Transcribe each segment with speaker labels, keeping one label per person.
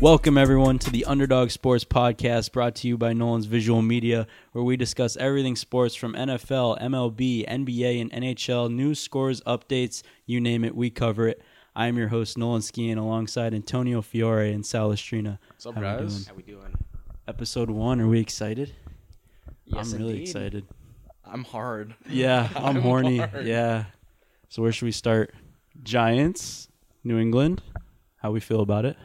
Speaker 1: Welcome, everyone, to the Underdog Sports Podcast brought to you by Nolan's Visual Media, where we discuss everything sports from NFL, MLB, NBA, and NHL, news, scores, updates you name it, we cover it. I am your host, Nolan Skian, alongside Antonio Fiore and Sal Estrina.
Speaker 2: What's up,
Speaker 1: How we
Speaker 2: guys?
Speaker 1: doing?
Speaker 3: How we doing?
Speaker 1: Episode one, are we excited?
Speaker 3: Yes,
Speaker 1: I'm really
Speaker 3: indeed.
Speaker 1: excited.
Speaker 2: I'm hard.
Speaker 1: Yeah, I'm,
Speaker 2: I'm
Speaker 1: horny.
Speaker 2: hard.
Speaker 1: Yeah. So, where should we start? Giants, New England. How we feel about it?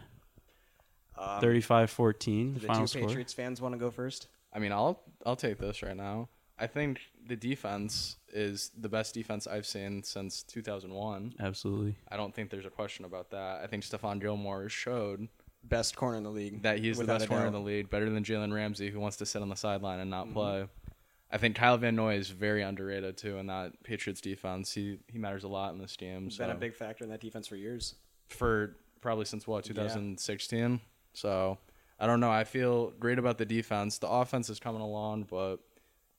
Speaker 3: Um,
Speaker 1: 35 14,
Speaker 3: do the
Speaker 1: final
Speaker 3: two
Speaker 1: score.
Speaker 3: Patriots fans want to go first.
Speaker 2: I mean, I'll I'll take this right now. I think the defense is the best defense I've seen since 2001.
Speaker 1: Absolutely.
Speaker 2: I don't think there's a question about that. I think Stephon Gilmore showed
Speaker 3: Best corner in the league.
Speaker 2: that he's the
Speaker 3: without
Speaker 2: best
Speaker 3: a
Speaker 2: corner in
Speaker 3: doubt.
Speaker 2: the league, better than Jalen Ramsey, who wants to sit on the sideline and not play. I think Kyle Van Noy is very underrated too in that Patriots defense. He he matters a lot in this game.
Speaker 3: He's
Speaker 2: so-
Speaker 3: Been a big factor in that defense for years.
Speaker 2: for probably since what 2016. So I don't know. I feel great about the defense. The offense is coming along, but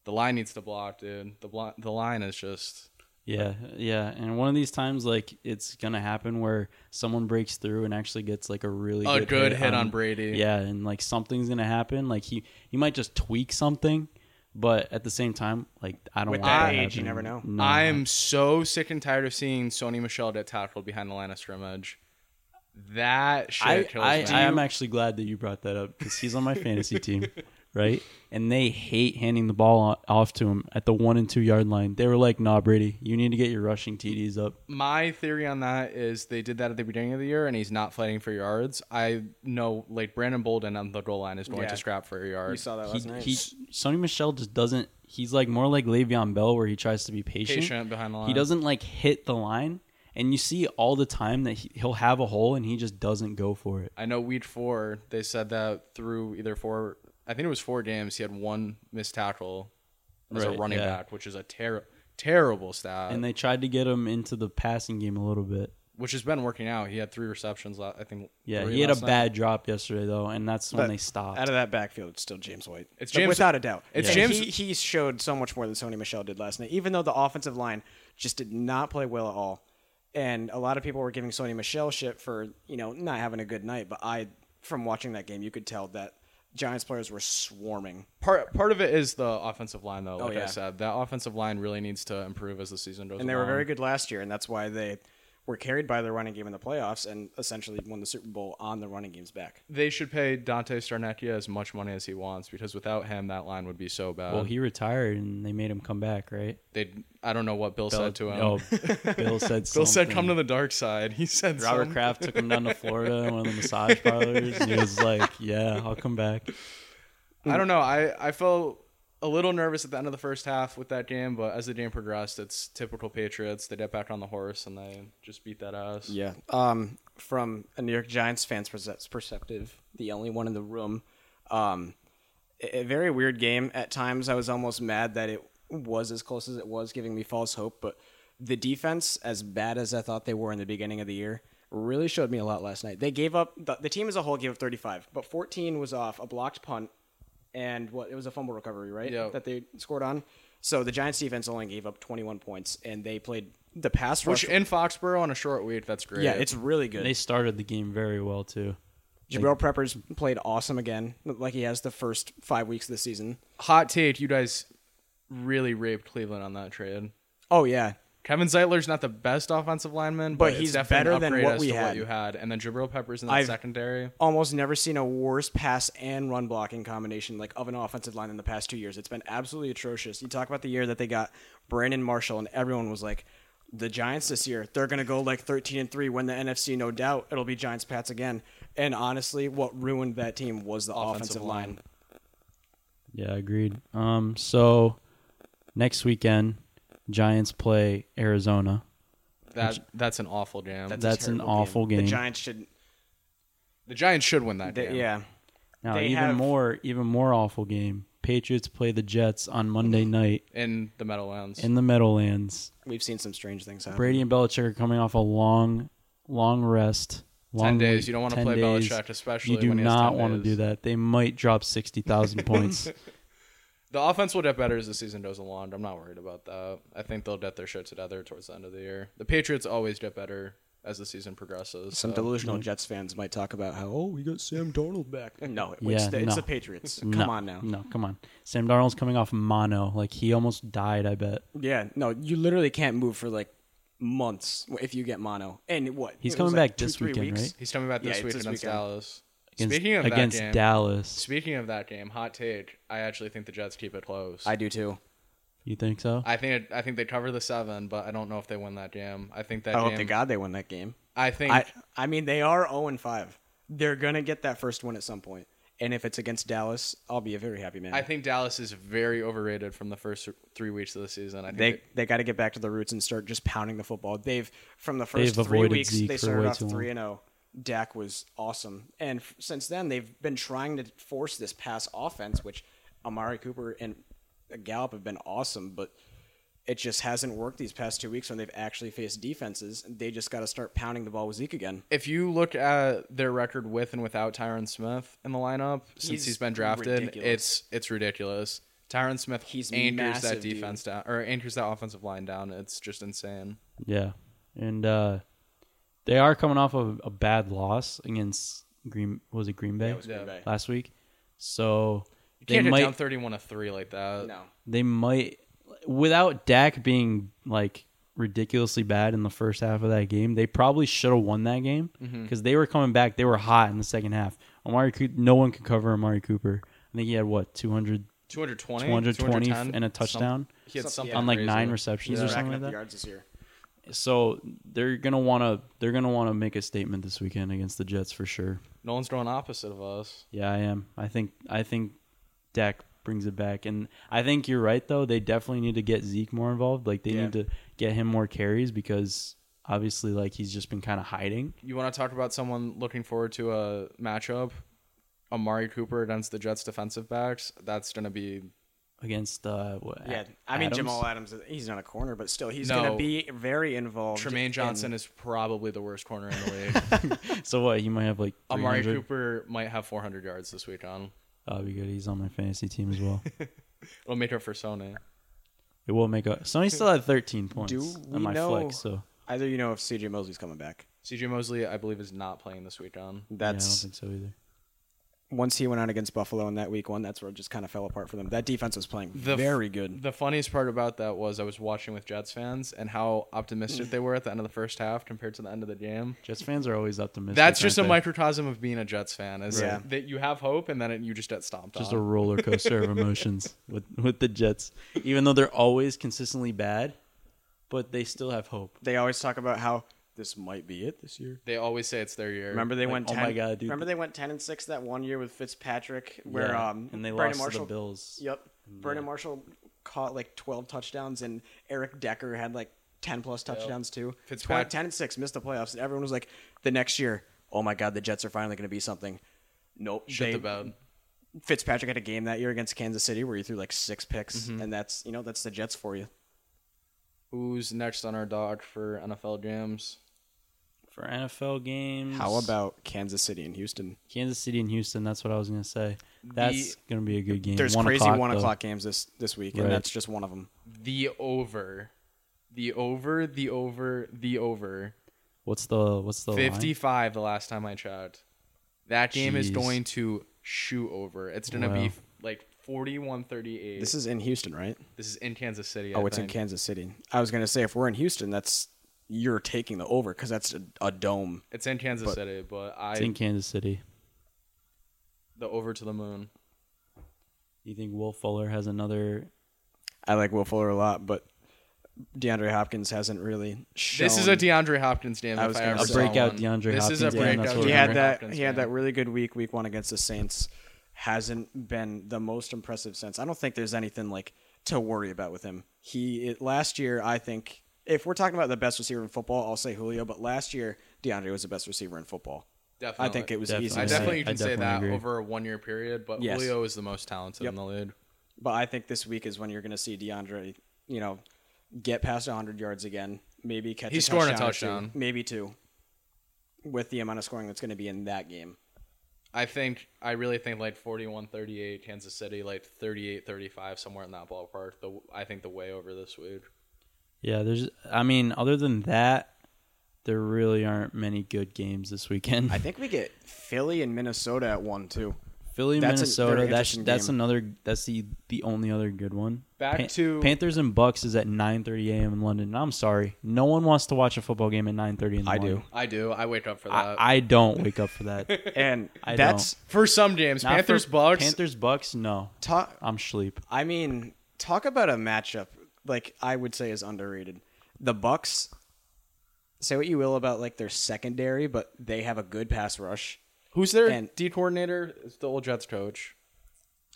Speaker 2: the line needs to block, dude. The blo- the line is just
Speaker 1: Yeah, yeah. And one of these times, like, it's going to happen where someone breaks through and actually gets, like, a really
Speaker 2: a
Speaker 1: good,
Speaker 2: good hit on Brady.
Speaker 1: Yeah, and, like, something's going to happen. Like, he, he might just tweak something, but at the same time, like, I don't
Speaker 3: With
Speaker 1: want
Speaker 3: that
Speaker 1: that
Speaker 3: age, you
Speaker 1: happening.
Speaker 3: never know.
Speaker 1: No.
Speaker 2: I am so sick and tired of seeing Sony Michelle get tackled behind the line of scrimmage. That shit
Speaker 1: I,
Speaker 2: kills
Speaker 1: I,
Speaker 2: me.
Speaker 1: I am actually glad that you brought that up because he's on my fantasy team, right? And they hate handing the ball o- off to him at the one and two yard line. They were like, "Nah, Brady, you need to get your rushing TDs up."
Speaker 2: My theory on that is they did that at the beginning of the year, and he's not fighting for yards. I know, like Brandon Bolden on the goal line is going
Speaker 3: Yeah.
Speaker 2: to scrap for a yard.
Speaker 3: You saw that
Speaker 1: He,
Speaker 3: last night.
Speaker 1: he, Sonny Michelle just doesn't. He's like more like Le'Veon Bell, where he tries to be patient.
Speaker 2: Patient behind the line.
Speaker 1: He doesn't like hit the line, and you see all the time that he, he'll have a hole and he just doesn't go for it.
Speaker 2: I know week four, they said that through either four, I think it was four games, he had one missed tackle as
Speaker 1: Right,
Speaker 2: a running
Speaker 1: yeah.
Speaker 2: back, which is a ter- terrible stat,
Speaker 1: And they tried to get him into the passing game a little bit.
Speaker 2: which has been working out. He had three receptions, la- I think.
Speaker 1: Yeah,
Speaker 2: three
Speaker 1: he had a
Speaker 2: last night.
Speaker 1: bad drop yesterday though, and that's when
Speaker 3: But
Speaker 1: they stopped.
Speaker 3: Out of that backfield, it's still James White.
Speaker 2: It's
Speaker 3: But
Speaker 2: James-
Speaker 3: without a doubt.
Speaker 2: it's
Speaker 3: And
Speaker 2: James-
Speaker 3: He, he showed so much more than Sony Michelle did last night, even though the offensive line just did not play well at all. And a lot of people were giving Sony Michelle shit for you know not having a good night, but I, from watching that game, you could tell that Giants players were swarming.
Speaker 2: Part, part of it is the offensive line, though.
Speaker 1: Oh,
Speaker 2: Like
Speaker 3: yeah.
Speaker 2: I said, that offensive line really needs to improve as the season goes
Speaker 3: and they were
Speaker 2: along.
Speaker 3: very good last year, and that's why they were carried by their running game in the playoffs and essentially won the Super Bowl on the running game's back.
Speaker 2: They should pay Dante Starnecchia as much money as he wants because without him, that line would be so bad.
Speaker 1: well, he retired and they made him come back, right?
Speaker 2: they, I don't know what Bill, said to him.
Speaker 1: No, Bill said.
Speaker 2: Bill said, "Come to the dark side." He said,
Speaker 1: Robert
Speaker 2: some-
Speaker 1: Kraft took him down to Florida, one of the massage parlors, and he was like, "Yeah, I'll come back."
Speaker 3: Hmm.
Speaker 2: I don't know. I, I felt a little nervous at the end of the first half with that game, but as the game progressed, it's typical Patriots. They get back on the horse and they just beat that ass.
Speaker 3: Yeah. Um, from a New York Giants fan's perse- perspective, the only one in the room, um, a a very weird game. At times, I was almost mad that it was as close as it was, giving me false hope. But the defense, as bad as I thought they were in the beginning of the year, really showed me a lot last night. They gave up the, the team as a whole gave up 35, but 14 was off a blocked punt and what it was a fumble recovery, right?
Speaker 2: Yeah.
Speaker 3: That they scored on. So the Giants defense only gave up 21 points, and they played the pass rush.
Speaker 2: Which in Foxborough on a short week, that's great.
Speaker 3: yeah, it's really good.
Speaker 1: They started the game very well too.
Speaker 3: Jabril Preppers played awesome again, like he has the first five weeks of the season.
Speaker 2: hot take. You guys really raped Cleveland on that trade.
Speaker 3: Oh yeah,
Speaker 2: Kevin Zeitler's not the best offensive lineman,
Speaker 3: But
Speaker 2: but, it's
Speaker 3: he's
Speaker 2: definitely
Speaker 3: better
Speaker 2: an
Speaker 3: than
Speaker 2: upgrade
Speaker 3: what
Speaker 2: as
Speaker 3: we
Speaker 2: to
Speaker 3: had.
Speaker 2: What you had, and then Jabril Peppers in the
Speaker 3: I've-
Speaker 2: secondary.
Speaker 3: almost never seen a worse pass and run blocking combination like of an offensive line in the past two years. It's been absolutely atrocious. You talk about the year that they got Brandon Marshall, and everyone was like, "The Giants this year, they're gonna go like thirteen and three, win the NFC, no doubt. It'll be Giants Pats again." And honestly, what ruined that team was the offensive, line.
Speaker 1: Yeah, agreed. Um, so next weekend, Giants play Arizona.
Speaker 2: That that's an awful game.
Speaker 3: a
Speaker 1: That's an
Speaker 3: terrible
Speaker 1: awful game.
Speaker 3: The Giants should,
Speaker 2: the Giants should win that
Speaker 3: they,
Speaker 2: game.
Speaker 3: yeah.
Speaker 1: Now,
Speaker 3: They
Speaker 1: even
Speaker 3: have-
Speaker 1: more, even more awful game. Patriots play the Jets on Monday night
Speaker 2: in the Meadowlands.
Speaker 1: in the Meadowlands.
Speaker 3: We've seen some strange things
Speaker 2: Um,
Speaker 3: happen.
Speaker 1: Brady and Belichick are coming off a long, long rest. long
Speaker 2: days.
Speaker 1: week,
Speaker 2: You don't wanna
Speaker 1: 10
Speaker 2: play
Speaker 1: days.
Speaker 2: Belichick, especially
Speaker 1: You do
Speaker 2: when he has
Speaker 1: not
Speaker 2: 10
Speaker 1: want to do
Speaker 2: days.
Speaker 1: that. They might drop sixty thousand points.
Speaker 2: The offense will get better as the season goes along. I'm not worried about that. I think they'll get their shit together towards the end of the year. The Patriots always get better as the season progresses.
Speaker 3: Some
Speaker 2: so-
Speaker 3: delusional Jets fans might talk about how oh we got Sam Darnold back. No, it's,
Speaker 1: Yeah,
Speaker 3: the, it's
Speaker 1: no. Mm.
Speaker 3: the Patriots. Come
Speaker 1: No,
Speaker 3: on now.
Speaker 1: No, come on. Sam Darnold's coming off mono. Like he almost died, I bet.
Speaker 3: Yeah, no, you literally can't move for like months if you get mono. And what?
Speaker 1: He's
Speaker 3: It was
Speaker 1: coming
Speaker 3: like
Speaker 1: back
Speaker 3: two,
Speaker 1: this
Speaker 3: three
Speaker 1: weekend,
Speaker 3: weeks?
Speaker 1: right?
Speaker 2: He's coming back
Speaker 3: Yeah,
Speaker 2: this
Speaker 3: it's
Speaker 2: week
Speaker 3: this
Speaker 2: against
Speaker 3: weekend.
Speaker 2: Dallas.
Speaker 1: Against,
Speaker 2: speaking of
Speaker 1: against
Speaker 2: that game,
Speaker 1: Dallas.
Speaker 2: speaking of that game, hot take. I actually think the Jets keep it close.
Speaker 3: I do too.
Speaker 1: You think so?
Speaker 2: I think it, I think they cover the seven, but I don't know if they win that game. I think that
Speaker 3: I hope
Speaker 2: game.
Speaker 3: to God they win that game.
Speaker 2: I think
Speaker 3: I I mean they are 0 and 5. They're gonna get that first win at some point. And if it's against Dallas, I'll be a very happy man.
Speaker 2: I think Dallas is very overrated from the first three weeks of the season. I think
Speaker 3: they they got to get back to the roots and start just pounding the football. They've from the 1st
Speaker 1: They've
Speaker 3: three
Speaker 1: avoided
Speaker 3: weeks
Speaker 1: Zeke
Speaker 3: they
Speaker 1: for
Speaker 3: started
Speaker 1: way
Speaker 3: off
Speaker 1: too long.
Speaker 3: three and zero. Dak was awesome, and f- since then they've been trying to force this pass offense, which Amari Cooper and Gallup have been awesome, but it just hasn't worked these past two weeks when they've actually faced defenses. They just got to start pounding the ball with Zeke again.
Speaker 2: if you look at their record with and without Tyron Smith in the lineup since
Speaker 3: He's
Speaker 2: he's been drafted,
Speaker 3: ridiculous.
Speaker 2: it's it's ridiculous. Tyron Smith
Speaker 3: He's
Speaker 2: anchors that
Speaker 3: massive,
Speaker 2: defense down or anchors that offensive line down. It's just insane.
Speaker 1: yeah. And uh they are coming off of a bad loss against Green was it Green Bay?
Speaker 3: That was Green
Speaker 2: Yeah.
Speaker 3: Bay.
Speaker 1: last week. So
Speaker 2: You
Speaker 1: they
Speaker 2: can't get
Speaker 1: might
Speaker 2: down thirty-one to three like that.
Speaker 3: No,
Speaker 1: they might without Dak being like ridiculously bad in the first half of that game, they probably should have won that game because they were coming back. They were hot in the second half. Amari, Coo- no one could cover Amari Cooper. I think he had what 200,
Speaker 2: 220,
Speaker 1: 220
Speaker 2: 210,
Speaker 1: and a
Speaker 2: Some,
Speaker 1: touchdown
Speaker 2: he had
Speaker 3: Something-
Speaker 2: something
Speaker 3: Yeah,
Speaker 1: on like
Speaker 2: crazy.
Speaker 1: nine receptions
Speaker 3: he's
Speaker 1: or
Speaker 3: racking
Speaker 1: something like
Speaker 3: up the
Speaker 1: that.
Speaker 3: yards this year.
Speaker 1: So they're gonna wanna they're gonna wanna make a statement this weekend against the Jets for sure.
Speaker 2: No one's going opposite of us.
Speaker 1: Yeah, I am. I think I think Dak brings it back, and I think you're right though. They definitely need to get Zeke more involved. Like they
Speaker 3: Yeah.
Speaker 1: need to get him more carries because obviously, like he's just been kind of hiding.
Speaker 2: You want to talk about someone looking forward to a matchup? Amari Cooper against the Jets defensive backs. That's going to be
Speaker 1: Against uh, what?
Speaker 3: Yeah, I mean
Speaker 1: Adams?
Speaker 3: Jamal Adams. He's not a corner, but still, he's
Speaker 2: No.
Speaker 3: going to be very involved.
Speaker 2: Tremaine
Speaker 3: in-
Speaker 2: Johnson is probably the worst corner in the league.
Speaker 1: So what? He might have like
Speaker 2: Amari
Speaker 1: 300?
Speaker 2: Cooper might have 400 yards this week on.
Speaker 1: Oh, be good. He's on my fantasy team as well.
Speaker 2: It'll make up for Sony.
Speaker 1: it will make up. Sony still had 13 points
Speaker 3: Do we
Speaker 1: on my
Speaker 3: know-
Speaker 1: flex. So
Speaker 3: Either you know if CJ Mosley's coming back.
Speaker 2: CJ Mosley, I believe, is not playing this week on.
Speaker 1: yeah, I
Speaker 3: That's
Speaker 1: don't think so either.
Speaker 3: once he went out against Buffalo in that week one. That's where it just kind of fell apart for them. That defense was playing
Speaker 2: The f-
Speaker 3: very good.
Speaker 2: The funniest part about that was I was watching with Jets fans and how optimistic they were at the end of the first half compared to the end of the game.
Speaker 1: Jets fans are always optimistic.
Speaker 2: That's just a
Speaker 1: aren't they?
Speaker 2: microcosm of being a Jets fan. Is
Speaker 3: Yeah.
Speaker 2: that you have hope and then it, you just get stomped
Speaker 1: just
Speaker 2: on.
Speaker 1: a roller coaster of emotions with with the Jets, even though they're always consistently bad, but they still have hope.
Speaker 3: They always talk about how this might be it this year.
Speaker 2: They always say it's their year.
Speaker 3: Remember they
Speaker 1: Like,
Speaker 3: went.
Speaker 1: oh
Speaker 3: 10,
Speaker 1: my God, dude.
Speaker 3: Remember they went ten and six that one year with Fitzpatrick, where
Speaker 1: Yeah,
Speaker 3: um
Speaker 1: and they lost
Speaker 3: Brandon Marshall,
Speaker 1: to the Bills.
Speaker 3: Yep, Brandon Marshall caught like twelve touchdowns, and Eric Decker had like ten plus touchdowns too.
Speaker 2: Fitzpat-
Speaker 3: 20, ten and six missed the playoffs, and everyone was like, the next year, oh my god, the Jets are finally going to be something. Nope,
Speaker 2: Shit
Speaker 3: they-
Speaker 2: the bed.
Speaker 3: Fitzpatrick had a game that year against Kansas City where he threw like six picks,
Speaker 1: Mm-hmm.
Speaker 3: and that's you know that's the Jets for you.
Speaker 2: Who's next on our dock for NFL games?
Speaker 1: For NFL games,
Speaker 3: How about Kansas City and Houston?
Speaker 1: Kansas City and Houston? That's what I was gonna say. That's
Speaker 2: The-
Speaker 1: gonna be a good game.
Speaker 3: There's
Speaker 1: one
Speaker 3: crazy
Speaker 1: o'clock,
Speaker 3: one
Speaker 1: though.
Speaker 3: o'clock games this this week,
Speaker 1: Right.
Speaker 3: and that's just one of them.
Speaker 2: The over. The over, the over, the over.
Speaker 1: What's the what's the line?
Speaker 2: 55 the last time I checked. That game is
Speaker 1: Jeez.
Speaker 2: going to shoot over. It's going to
Speaker 1: Wow.
Speaker 2: be like 41 38.
Speaker 3: This is in Houston, right?
Speaker 2: this is in Kansas City.
Speaker 3: oh,
Speaker 2: I
Speaker 3: it's in
Speaker 2: think.
Speaker 3: Kansas City. I was gonna say if we're in Houston, that's you're taking the over because that's a, a dome.
Speaker 2: It's in Kansas
Speaker 3: but-
Speaker 2: City, but I
Speaker 1: It's in Kansas City.
Speaker 2: the over to the moon.
Speaker 1: You think Will Fuller has another?
Speaker 3: I like Will Fuller a lot, but DeAndre Hopkins hasn't really shown.
Speaker 2: This is a DeAndre Hopkins game.
Speaker 3: I
Speaker 2: if
Speaker 3: was
Speaker 2: I
Speaker 3: gonna
Speaker 2: ever
Speaker 3: say-
Speaker 2: saw
Speaker 3: A
Speaker 1: breakout
Speaker 2: one.
Speaker 1: DeAndre
Speaker 2: This is a
Speaker 1: Hopkins game,
Speaker 2: breakout.
Speaker 1: that's
Speaker 2: DeAndre
Speaker 1: what
Speaker 3: he
Speaker 1: we're
Speaker 3: had
Speaker 1: Hopkins
Speaker 3: that
Speaker 2: Hopkins
Speaker 3: he had
Speaker 2: game.
Speaker 3: that really good week week one against the Saints hasn't been the most impressive since I don't think there's anything like to worry about with him he it, last year I think if we're talking about the best receiver in football I'll say Julio but last year DeAndre was the best receiver in football
Speaker 2: Definitely.
Speaker 3: I think it was
Speaker 1: Definitely.
Speaker 3: easy
Speaker 2: I
Speaker 3: to
Speaker 1: Yeah,
Speaker 2: Oh, definitely
Speaker 1: I
Speaker 2: you can say
Speaker 1: definitely
Speaker 2: that
Speaker 1: agree.
Speaker 2: over a one year period, but
Speaker 3: Yes.
Speaker 2: Julio is the most talented
Speaker 3: Yep.
Speaker 2: in the league.
Speaker 3: say but I think this week is when you're going to see DeAndre you know get past 100 yards again maybe catch
Speaker 2: He's
Speaker 3: a
Speaker 2: scoring a
Speaker 3: touchdown or two,
Speaker 2: touchdown.
Speaker 3: maybe two with the amount of scoring that's going to be in that game
Speaker 2: I think I really think like 41-38 Kansas City, like 38-35 somewhere in that ballpark. The I think the way over this week.
Speaker 1: Yeah, there's. I mean, other than that, there really aren't many good games this weekend.
Speaker 3: I think we get Philly and Minnesota at one too.
Speaker 1: Philly,
Speaker 3: That's a
Speaker 1: Minnesota.
Speaker 3: very
Speaker 1: That's
Speaker 3: interesting
Speaker 1: that's
Speaker 3: game.
Speaker 1: another. That's the the only other good one.
Speaker 2: Back to-
Speaker 1: Panthers and Bucks is at 9:30 a.m. in London. And I'm sorry, no one wants to watch a football game at 9:30 in the
Speaker 3: I do.
Speaker 1: morning.
Speaker 2: I do. I wake up for
Speaker 3: Uh,
Speaker 2: that.
Speaker 1: I, I don't wake up for that.
Speaker 3: And
Speaker 1: I
Speaker 3: that's
Speaker 2: for some games,
Speaker 1: Not for-
Speaker 2: Panthers Bucks.
Speaker 1: Panthers Bucks. No,
Speaker 3: talk.
Speaker 1: I'm sleep.
Speaker 3: I mean, talk about a matchup like I would say is underrated. The Bucks. Say what you will about like their secondary, but they have a good pass rush.
Speaker 2: Who's their
Speaker 3: and-
Speaker 2: D coordinator? It's the old Jets coach.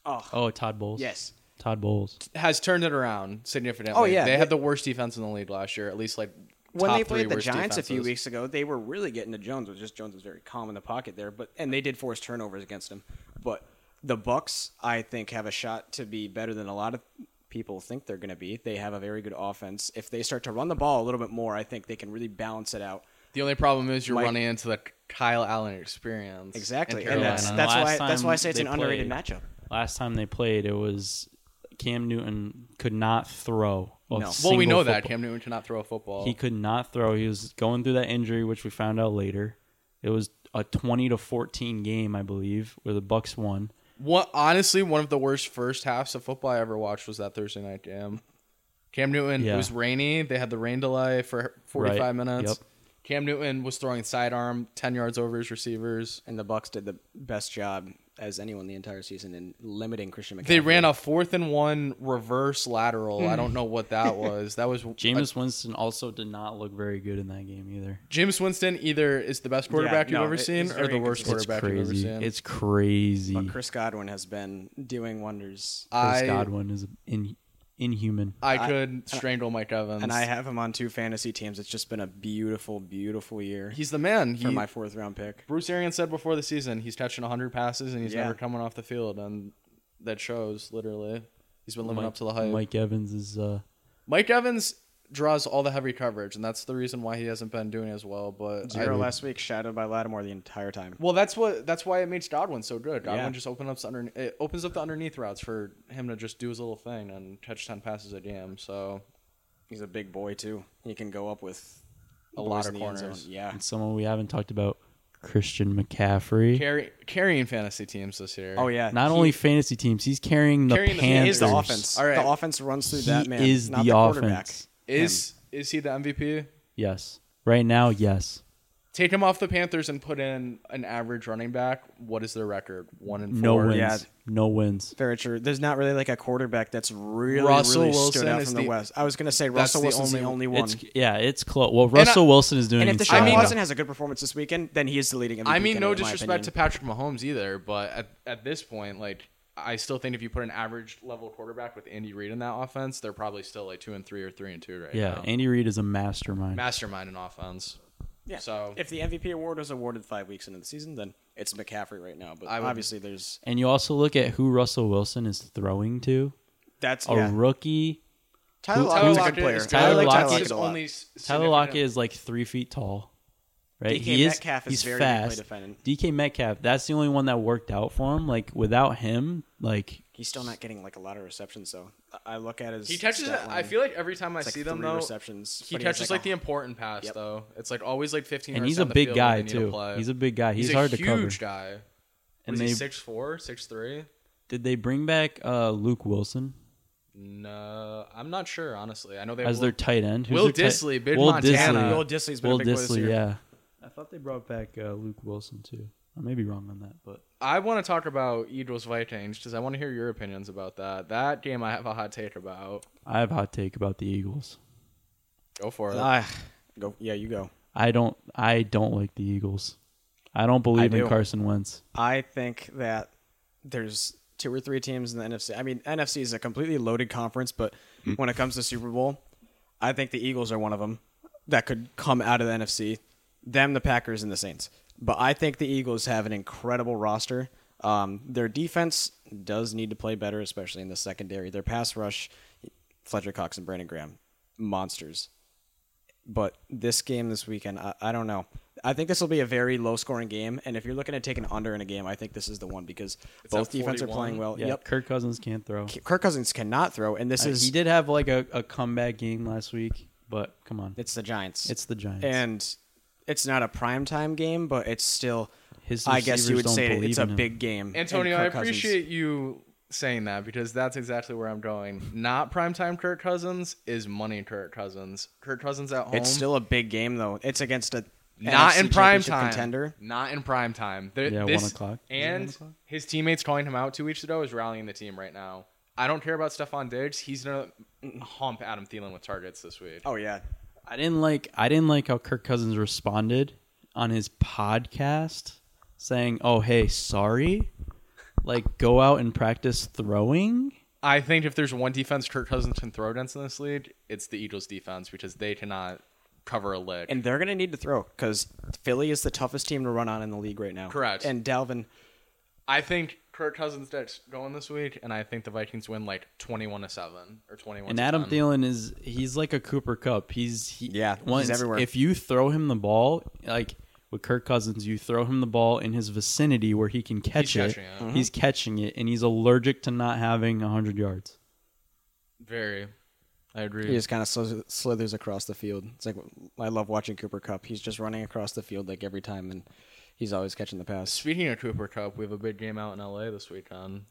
Speaker 3: Oh
Speaker 1: Oh, Todd Bowles.
Speaker 3: yes,
Speaker 1: Todd Bowles.
Speaker 2: Has turned it around significantly.
Speaker 3: Oh, yeah.
Speaker 2: they had the worst defense in the league last year. At least like
Speaker 3: when
Speaker 2: top
Speaker 3: they
Speaker 2: three
Speaker 3: played the
Speaker 2: worst
Speaker 3: Giants a few
Speaker 2: defenses.
Speaker 3: weeks ago, they were really getting to Jones. It was just Jones was very calm in the pocket there, but and they did force turnovers against him. But the Bucks, I think, have a shot to be better than a lot of people think they're going to be. They have a very good offense. If they start to run the ball a little bit more, I think they can really balance it out.
Speaker 2: The only problem is you're
Speaker 3: Mike-
Speaker 2: running into the Kyle Allen experience. in
Speaker 3: Exactly, and
Speaker 2: Carolina.
Speaker 3: that's
Speaker 1: And
Speaker 3: that's why
Speaker 1: last
Speaker 3: that's
Speaker 1: time
Speaker 3: why I say it's
Speaker 1: they
Speaker 3: an underrated
Speaker 1: played-
Speaker 3: matchup.
Speaker 1: Last time they played, it was Cam Newton could not throw. a
Speaker 2: well,
Speaker 3: No.
Speaker 2: we
Speaker 1: single
Speaker 2: know that
Speaker 1: football.
Speaker 2: Cam Newton cannot throw a football.
Speaker 1: He could not throw. He was going through that injury, which we found out later. It was a twenty to fourteen game, I believe, where the Bucks won.
Speaker 2: One, honestly, one of the worst first halves of football I ever watched was that Thursday night game. Cam Newton,
Speaker 1: Yeah.
Speaker 2: it was rainy. They had the rain delay for 45
Speaker 1: Right.
Speaker 2: minutes.
Speaker 1: Yep.
Speaker 2: Cam Newton was throwing sidearm 10 yards over his receivers.
Speaker 3: And the Bucks did the best job as anyone the entire season in limiting Christian McCaffrey.
Speaker 2: They ran a fourth and one reverse lateral. I
Speaker 3: Mm-hmm.
Speaker 2: don't know what that was. That was
Speaker 1: Jameis Winston also did not look very good in that game either.
Speaker 2: James Winston either is the best quarterback
Speaker 3: no,
Speaker 2: you've ever
Speaker 3: it-
Speaker 2: seen
Speaker 3: it's
Speaker 2: or the
Speaker 3: very
Speaker 2: worst
Speaker 1: It's
Speaker 3: inconsistent.
Speaker 2: quarterback you've ever
Speaker 1: crazy.
Speaker 2: seen.
Speaker 1: It's crazy.
Speaker 3: But Chris Godwin has been doing wonders.
Speaker 1: Chris
Speaker 2: I,
Speaker 1: Godwin is in, inhuman.
Speaker 2: I could strangle Mike Evans.
Speaker 3: And I have him on two fantasy teams. It's just been a beautiful, beautiful year
Speaker 2: He's the man. He,
Speaker 3: for my fourth round pick.
Speaker 2: Bruce Arians said before the season he's catching 100 passes and he's
Speaker 3: Yeah.
Speaker 2: never coming off the field, and that shows literally. He's been living
Speaker 1: Mike,
Speaker 2: up to the hype.
Speaker 1: Mike
Speaker 2: Mike.
Speaker 1: Evans is uh,
Speaker 2: Evans draws all the heavy coverage, and that's the reason why he hasn't been doing as well. But I-
Speaker 3: Zero last week, shadowed by Lattimore the entire time.
Speaker 2: well, that's what that's why it makes Godwin so good. Godwin
Speaker 3: Yeah.
Speaker 2: just opens up the under, it opens up the underneath routes for him to just do his little thing and catch 10 passes a game. So
Speaker 3: He's a big boy too. He can go up with
Speaker 2: A
Speaker 3: boys
Speaker 2: lot
Speaker 3: in
Speaker 2: of
Speaker 3: the end zone.
Speaker 2: corners.
Speaker 3: Yeah,
Speaker 1: and someone we haven't talked about, Christian McCaffrey.
Speaker 2: carry, carrying fantasy teams this year.
Speaker 3: Oh yeah.
Speaker 1: Not
Speaker 3: He-
Speaker 1: only fantasy teams, he's carrying the
Speaker 2: Carrying the- he
Speaker 1: Panthers.
Speaker 3: he is the offense.
Speaker 2: All right.
Speaker 3: The offense runs through
Speaker 1: He
Speaker 3: that man.
Speaker 1: is
Speaker 3: not
Speaker 1: the
Speaker 3: quarterback.
Speaker 1: offense.
Speaker 2: is is he the MVP?
Speaker 1: Yes. Right now, yes.
Speaker 2: Take him off the Panthers and put in an average running back. What is their record? One and four.
Speaker 1: No wins.
Speaker 3: yeah.
Speaker 1: No wins.
Speaker 3: Very true. There's not really like a quarterback that's really
Speaker 2: Russell
Speaker 3: really
Speaker 2: Wilson
Speaker 3: stood out
Speaker 2: is
Speaker 3: from the,
Speaker 2: the-
Speaker 3: West. I was gonna say Russell
Speaker 2: the
Speaker 3: Wilson's the
Speaker 2: only-
Speaker 3: only one.
Speaker 1: It's yeah, it's close. Well, Russell
Speaker 2: I-
Speaker 1: Wilson is doing.
Speaker 3: and if
Speaker 1: insane
Speaker 3: Deshaun
Speaker 2: I mean-
Speaker 1: stuff.
Speaker 3: Watson has a good performance this weekend, then he is the leading MVP.
Speaker 2: I mean, no
Speaker 3: candidate, in my
Speaker 2: disrespect to
Speaker 3: opinion.
Speaker 2: Patrick Mahomes either, but at, at this point, like, I still think if you put an average level quarterback with Andy Reid in that offense, they're probably still like two and three or three and two right
Speaker 1: yeah,
Speaker 2: now.
Speaker 1: Andy Reid is a mastermind.
Speaker 2: mastermind in offense.
Speaker 3: Yeah.
Speaker 2: So-
Speaker 3: if the MVP award was awarded five weeks into the season, then it's McCaffrey right now. But
Speaker 2: I would-
Speaker 3: obviously, there's
Speaker 1: and you also look at who Russell Wilson is throwing to.
Speaker 3: that's
Speaker 1: A
Speaker 3: yeah.
Speaker 1: rookie.
Speaker 3: Tyler
Speaker 1: who-
Speaker 3: Lockett's a
Speaker 1: Tyler
Speaker 3: good player.
Speaker 2: is-
Speaker 1: Tyler
Speaker 3: I like
Speaker 1: Lockett
Speaker 3: Tyler
Speaker 1: is
Speaker 3: Lockett a lot.
Speaker 2: s-
Speaker 1: Tyler
Speaker 2: significant-
Speaker 1: Lockett is like three feet tall. Right,
Speaker 3: DK
Speaker 1: he is.
Speaker 3: Metcalf is
Speaker 1: he's
Speaker 3: very good play
Speaker 1: fast.
Speaker 3: defending.
Speaker 1: DK Metcalf. That's the only one that worked out for him. Like without him, like
Speaker 3: He's still not getting like a lot of receptions, though. I- I look at his.
Speaker 2: He catches it.
Speaker 3: stat line.
Speaker 2: I feel like every time I
Speaker 3: It's like
Speaker 2: see them
Speaker 3: three
Speaker 2: though,
Speaker 3: receptions,
Speaker 2: he
Speaker 3: but he has,
Speaker 2: catches
Speaker 3: like,
Speaker 2: like,
Speaker 3: a-
Speaker 2: the important pass
Speaker 3: Yep.
Speaker 2: though. It's like always like fifteen.
Speaker 1: and
Speaker 2: yards
Speaker 1: he's a
Speaker 2: down the
Speaker 1: big
Speaker 2: field
Speaker 1: guy
Speaker 2: when they need to
Speaker 1: too.
Speaker 2: play.
Speaker 1: He's a big guy. He's,
Speaker 2: He's a
Speaker 1: hard to
Speaker 2: huge
Speaker 1: cover.
Speaker 2: guy.
Speaker 1: And
Speaker 2: And
Speaker 1: they-
Speaker 2: they six four, six three.
Speaker 1: Did they bring back uh, Luke Wilson
Speaker 2: No, I'm not sure. Honestly, I know they
Speaker 1: as
Speaker 2: will-
Speaker 1: their tight end?
Speaker 2: Will
Speaker 1: their tight-
Speaker 2: Disley, Big Montana.
Speaker 3: Will Disley's been a
Speaker 1: Will
Speaker 3: big boy this
Speaker 1: Disley,
Speaker 3: year.
Speaker 1: yeah. I thought they brought back uh, Luke Wilson too. I may be wrong on that, but
Speaker 2: I want to talk about Eagles Vikings because I want to hear your opinions about that. That game I have a hot take about.
Speaker 1: I have a hot take about the Eagles.
Speaker 2: Go for it.
Speaker 3: Ah, go. Yeah, you go.
Speaker 1: I don't. I don't like the Eagles. I don't believe
Speaker 3: I
Speaker 1: in
Speaker 3: do.
Speaker 1: Carson Wentz.
Speaker 3: I think that there's two or three teams in the NFC. I mean, NFC is a completely loaded conference, but when it comes to Super Bowl, I think the Eagles are one of them that could come out of the NFC. Them, the Packers, and the Saints. But I think the Eagles have an incredible roster. Um, their defense does need to play better, especially in the secondary. Their pass rush, Fletcher Cox and Brandon Graham, monsters but this game this weekend, I, I don't know. I think this will be a very low scoring game, and if you're looking to take an under in a game, I think this is the one because both
Speaker 2: at
Speaker 3: defense are
Speaker 2: 41.
Speaker 3: playing well.
Speaker 1: Yeah,
Speaker 3: Yep.
Speaker 1: Kirk Cousins can't throw.
Speaker 3: Kirk Cousins cannot throw, and this
Speaker 1: Uh,
Speaker 3: is
Speaker 1: he did have like a, a comeback game last week, but come on,
Speaker 3: it's the Giants.
Speaker 1: it's the Giants.
Speaker 3: and it's not a primetime game, but it's still.
Speaker 1: His
Speaker 3: I guess
Speaker 1: receivers
Speaker 3: you would
Speaker 1: don't
Speaker 3: say
Speaker 1: believe
Speaker 3: it's a
Speaker 1: in him.
Speaker 3: big game. in
Speaker 2: Antonio, I
Speaker 3: Kirk Cousins.
Speaker 2: appreciate you saying that because that's exactly where I'm going. Not primetime Kirk Cousins is money Kirk Cousins. Kirk Cousins at home.
Speaker 3: It's still a big game though. It's against a
Speaker 2: not
Speaker 3: NFC
Speaker 2: in prime
Speaker 3: championship
Speaker 2: time.
Speaker 3: contender.
Speaker 2: Not in prime time. There-
Speaker 1: Yeah,
Speaker 2: this-
Speaker 1: one o'clock. Is it
Speaker 2: And
Speaker 1: one o'clock?
Speaker 2: his teammates calling him out two weeks ago is rallying the team right now. I don't care about Stephon Diggs. He's gonna hump Adam Thielen with targets this week.
Speaker 3: Oh yeah,
Speaker 1: I didn't like I didn't like how Kirk Cousins responded on his podcast saying, "Oh hey, sorry." Like go out and practice throwing.
Speaker 2: I think if there's one defense Kirk Cousins can throw against in this league, it's the Eagles defense because they cannot cover a lick.
Speaker 3: and they're gonna need to throw because Philly is the toughest team to run on in the league right now.
Speaker 2: Correct.
Speaker 3: And Dalvin,
Speaker 2: I think Kirk Cousins gets going this week, and I think the Vikings win like twenty-one to seven or twenty-one.
Speaker 1: And
Speaker 2: to
Speaker 1: Adam
Speaker 2: 10.
Speaker 1: Thielen is he's like a Cooper Cup. He's he,
Speaker 3: Yeah, he's
Speaker 1: once-
Speaker 3: everywhere.
Speaker 1: If you throw him the ball, like with Kirk Cousins, you throw him the ball in his vicinity where he can catch it.
Speaker 2: catching
Speaker 3: Mm-hmm.
Speaker 2: it.
Speaker 1: He's catching it, and he's allergic to not having hundred yards.
Speaker 2: very, I agree.
Speaker 3: he just kind of slithers across the field. It's like I love watching Cooper Cup. He's just running across the field like every time, and he's always catching the pass.
Speaker 2: Speaking of Cooper Cup, we have a big game out in LA this weekend.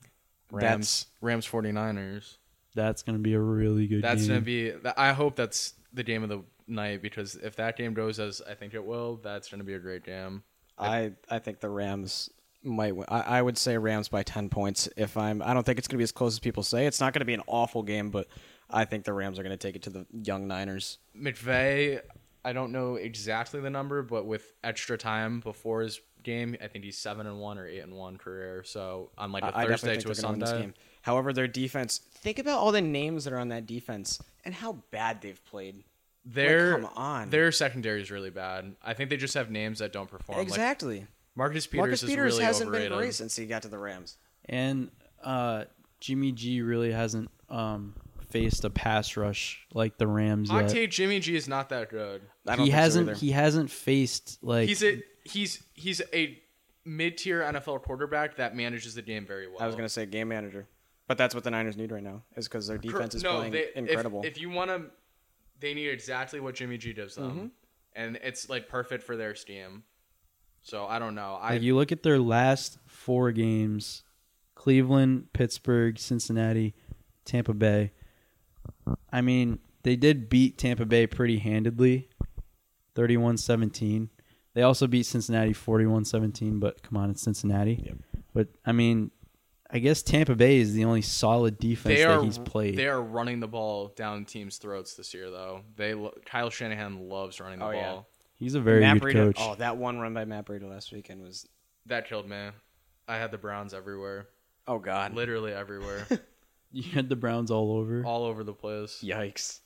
Speaker 2: Rams,
Speaker 3: That's-
Speaker 2: Rams 49ers.
Speaker 1: That's gonna be a really good.
Speaker 2: That's
Speaker 1: game.
Speaker 2: gonna be. th- I hope that's the game of the night because if that game goes as I think it will, that's gonna be a great game.
Speaker 3: I I think the Rams might. Win. I, I would say Rams by ten points. If I'm, I don't think it's gonna be as close as people say. It's not gonna be an awful game, but I think the Rams are gonna take it to the young Niners.
Speaker 2: McVay, I don't know exactly the number, but with extra time before his game, I think he's seven and one or eight and one career. So on like a
Speaker 3: I I
Speaker 2: Thursday
Speaker 3: definitely
Speaker 2: to a
Speaker 3: think they're going to win
Speaker 2: Sunday.
Speaker 3: this game. However, their defense. Think about all the names that are on that defense and how bad they've played.
Speaker 2: Their
Speaker 3: come on.
Speaker 2: their secondary is really bad. I think they just have names that don't perform. Like
Speaker 3: exactly.
Speaker 2: Marcus Peters
Speaker 3: Marcus
Speaker 2: is
Speaker 3: Peters
Speaker 2: really
Speaker 3: hasn't
Speaker 2: overrated.
Speaker 3: been great since he got to the Rams.
Speaker 1: and uh, Jimmy G really hasn't um, faced a pass rush like the Rams yet.
Speaker 2: Octave Jimmy G is not that good.
Speaker 3: I don't
Speaker 1: he
Speaker 3: think so
Speaker 1: hasn't.
Speaker 3: either.
Speaker 1: he hasn't faced like
Speaker 2: He's a he's he's a mid tier NFL quarterback that manages the game very well.
Speaker 3: I was going to say game manager, but that's what the Niners need right now is because their
Speaker 2: Cor-
Speaker 3: defense is
Speaker 2: no,
Speaker 3: playing
Speaker 2: they- if-
Speaker 3: incredible.
Speaker 2: If, you want to, they need exactly what Jimmy G gives
Speaker 1: Mm-hmm.
Speaker 2: them, and it's like perfect for their scheme. So I don't know. I
Speaker 1: Like you look at their last four games: Cleveland, Pittsburgh, Cincinnati, Tampa Bay. I mean, they did beat Tampa Bay pretty handedly, 31-17. They also beat Cincinnati 41-17, but come on, it's Cincinnati. But I mean, I guess Tampa Bay is the only solid defense
Speaker 2: they are
Speaker 1: that he's played.
Speaker 2: they are running the ball down teams' throats this year though. They lo- Kyle Shanahan loves running the
Speaker 3: Oh,
Speaker 2: ball.
Speaker 3: yeah.
Speaker 1: He's a very
Speaker 3: Matt
Speaker 1: good
Speaker 3: Breida-
Speaker 1: coach.
Speaker 3: Oh, that one run by Matt Breida last weekend was
Speaker 2: That killed me. I had the Browns everywhere,
Speaker 3: oh god,
Speaker 2: literally everywhere,
Speaker 1: You had the Browns all over.
Speaker 2: all over the place.
Speaker 3: yikes!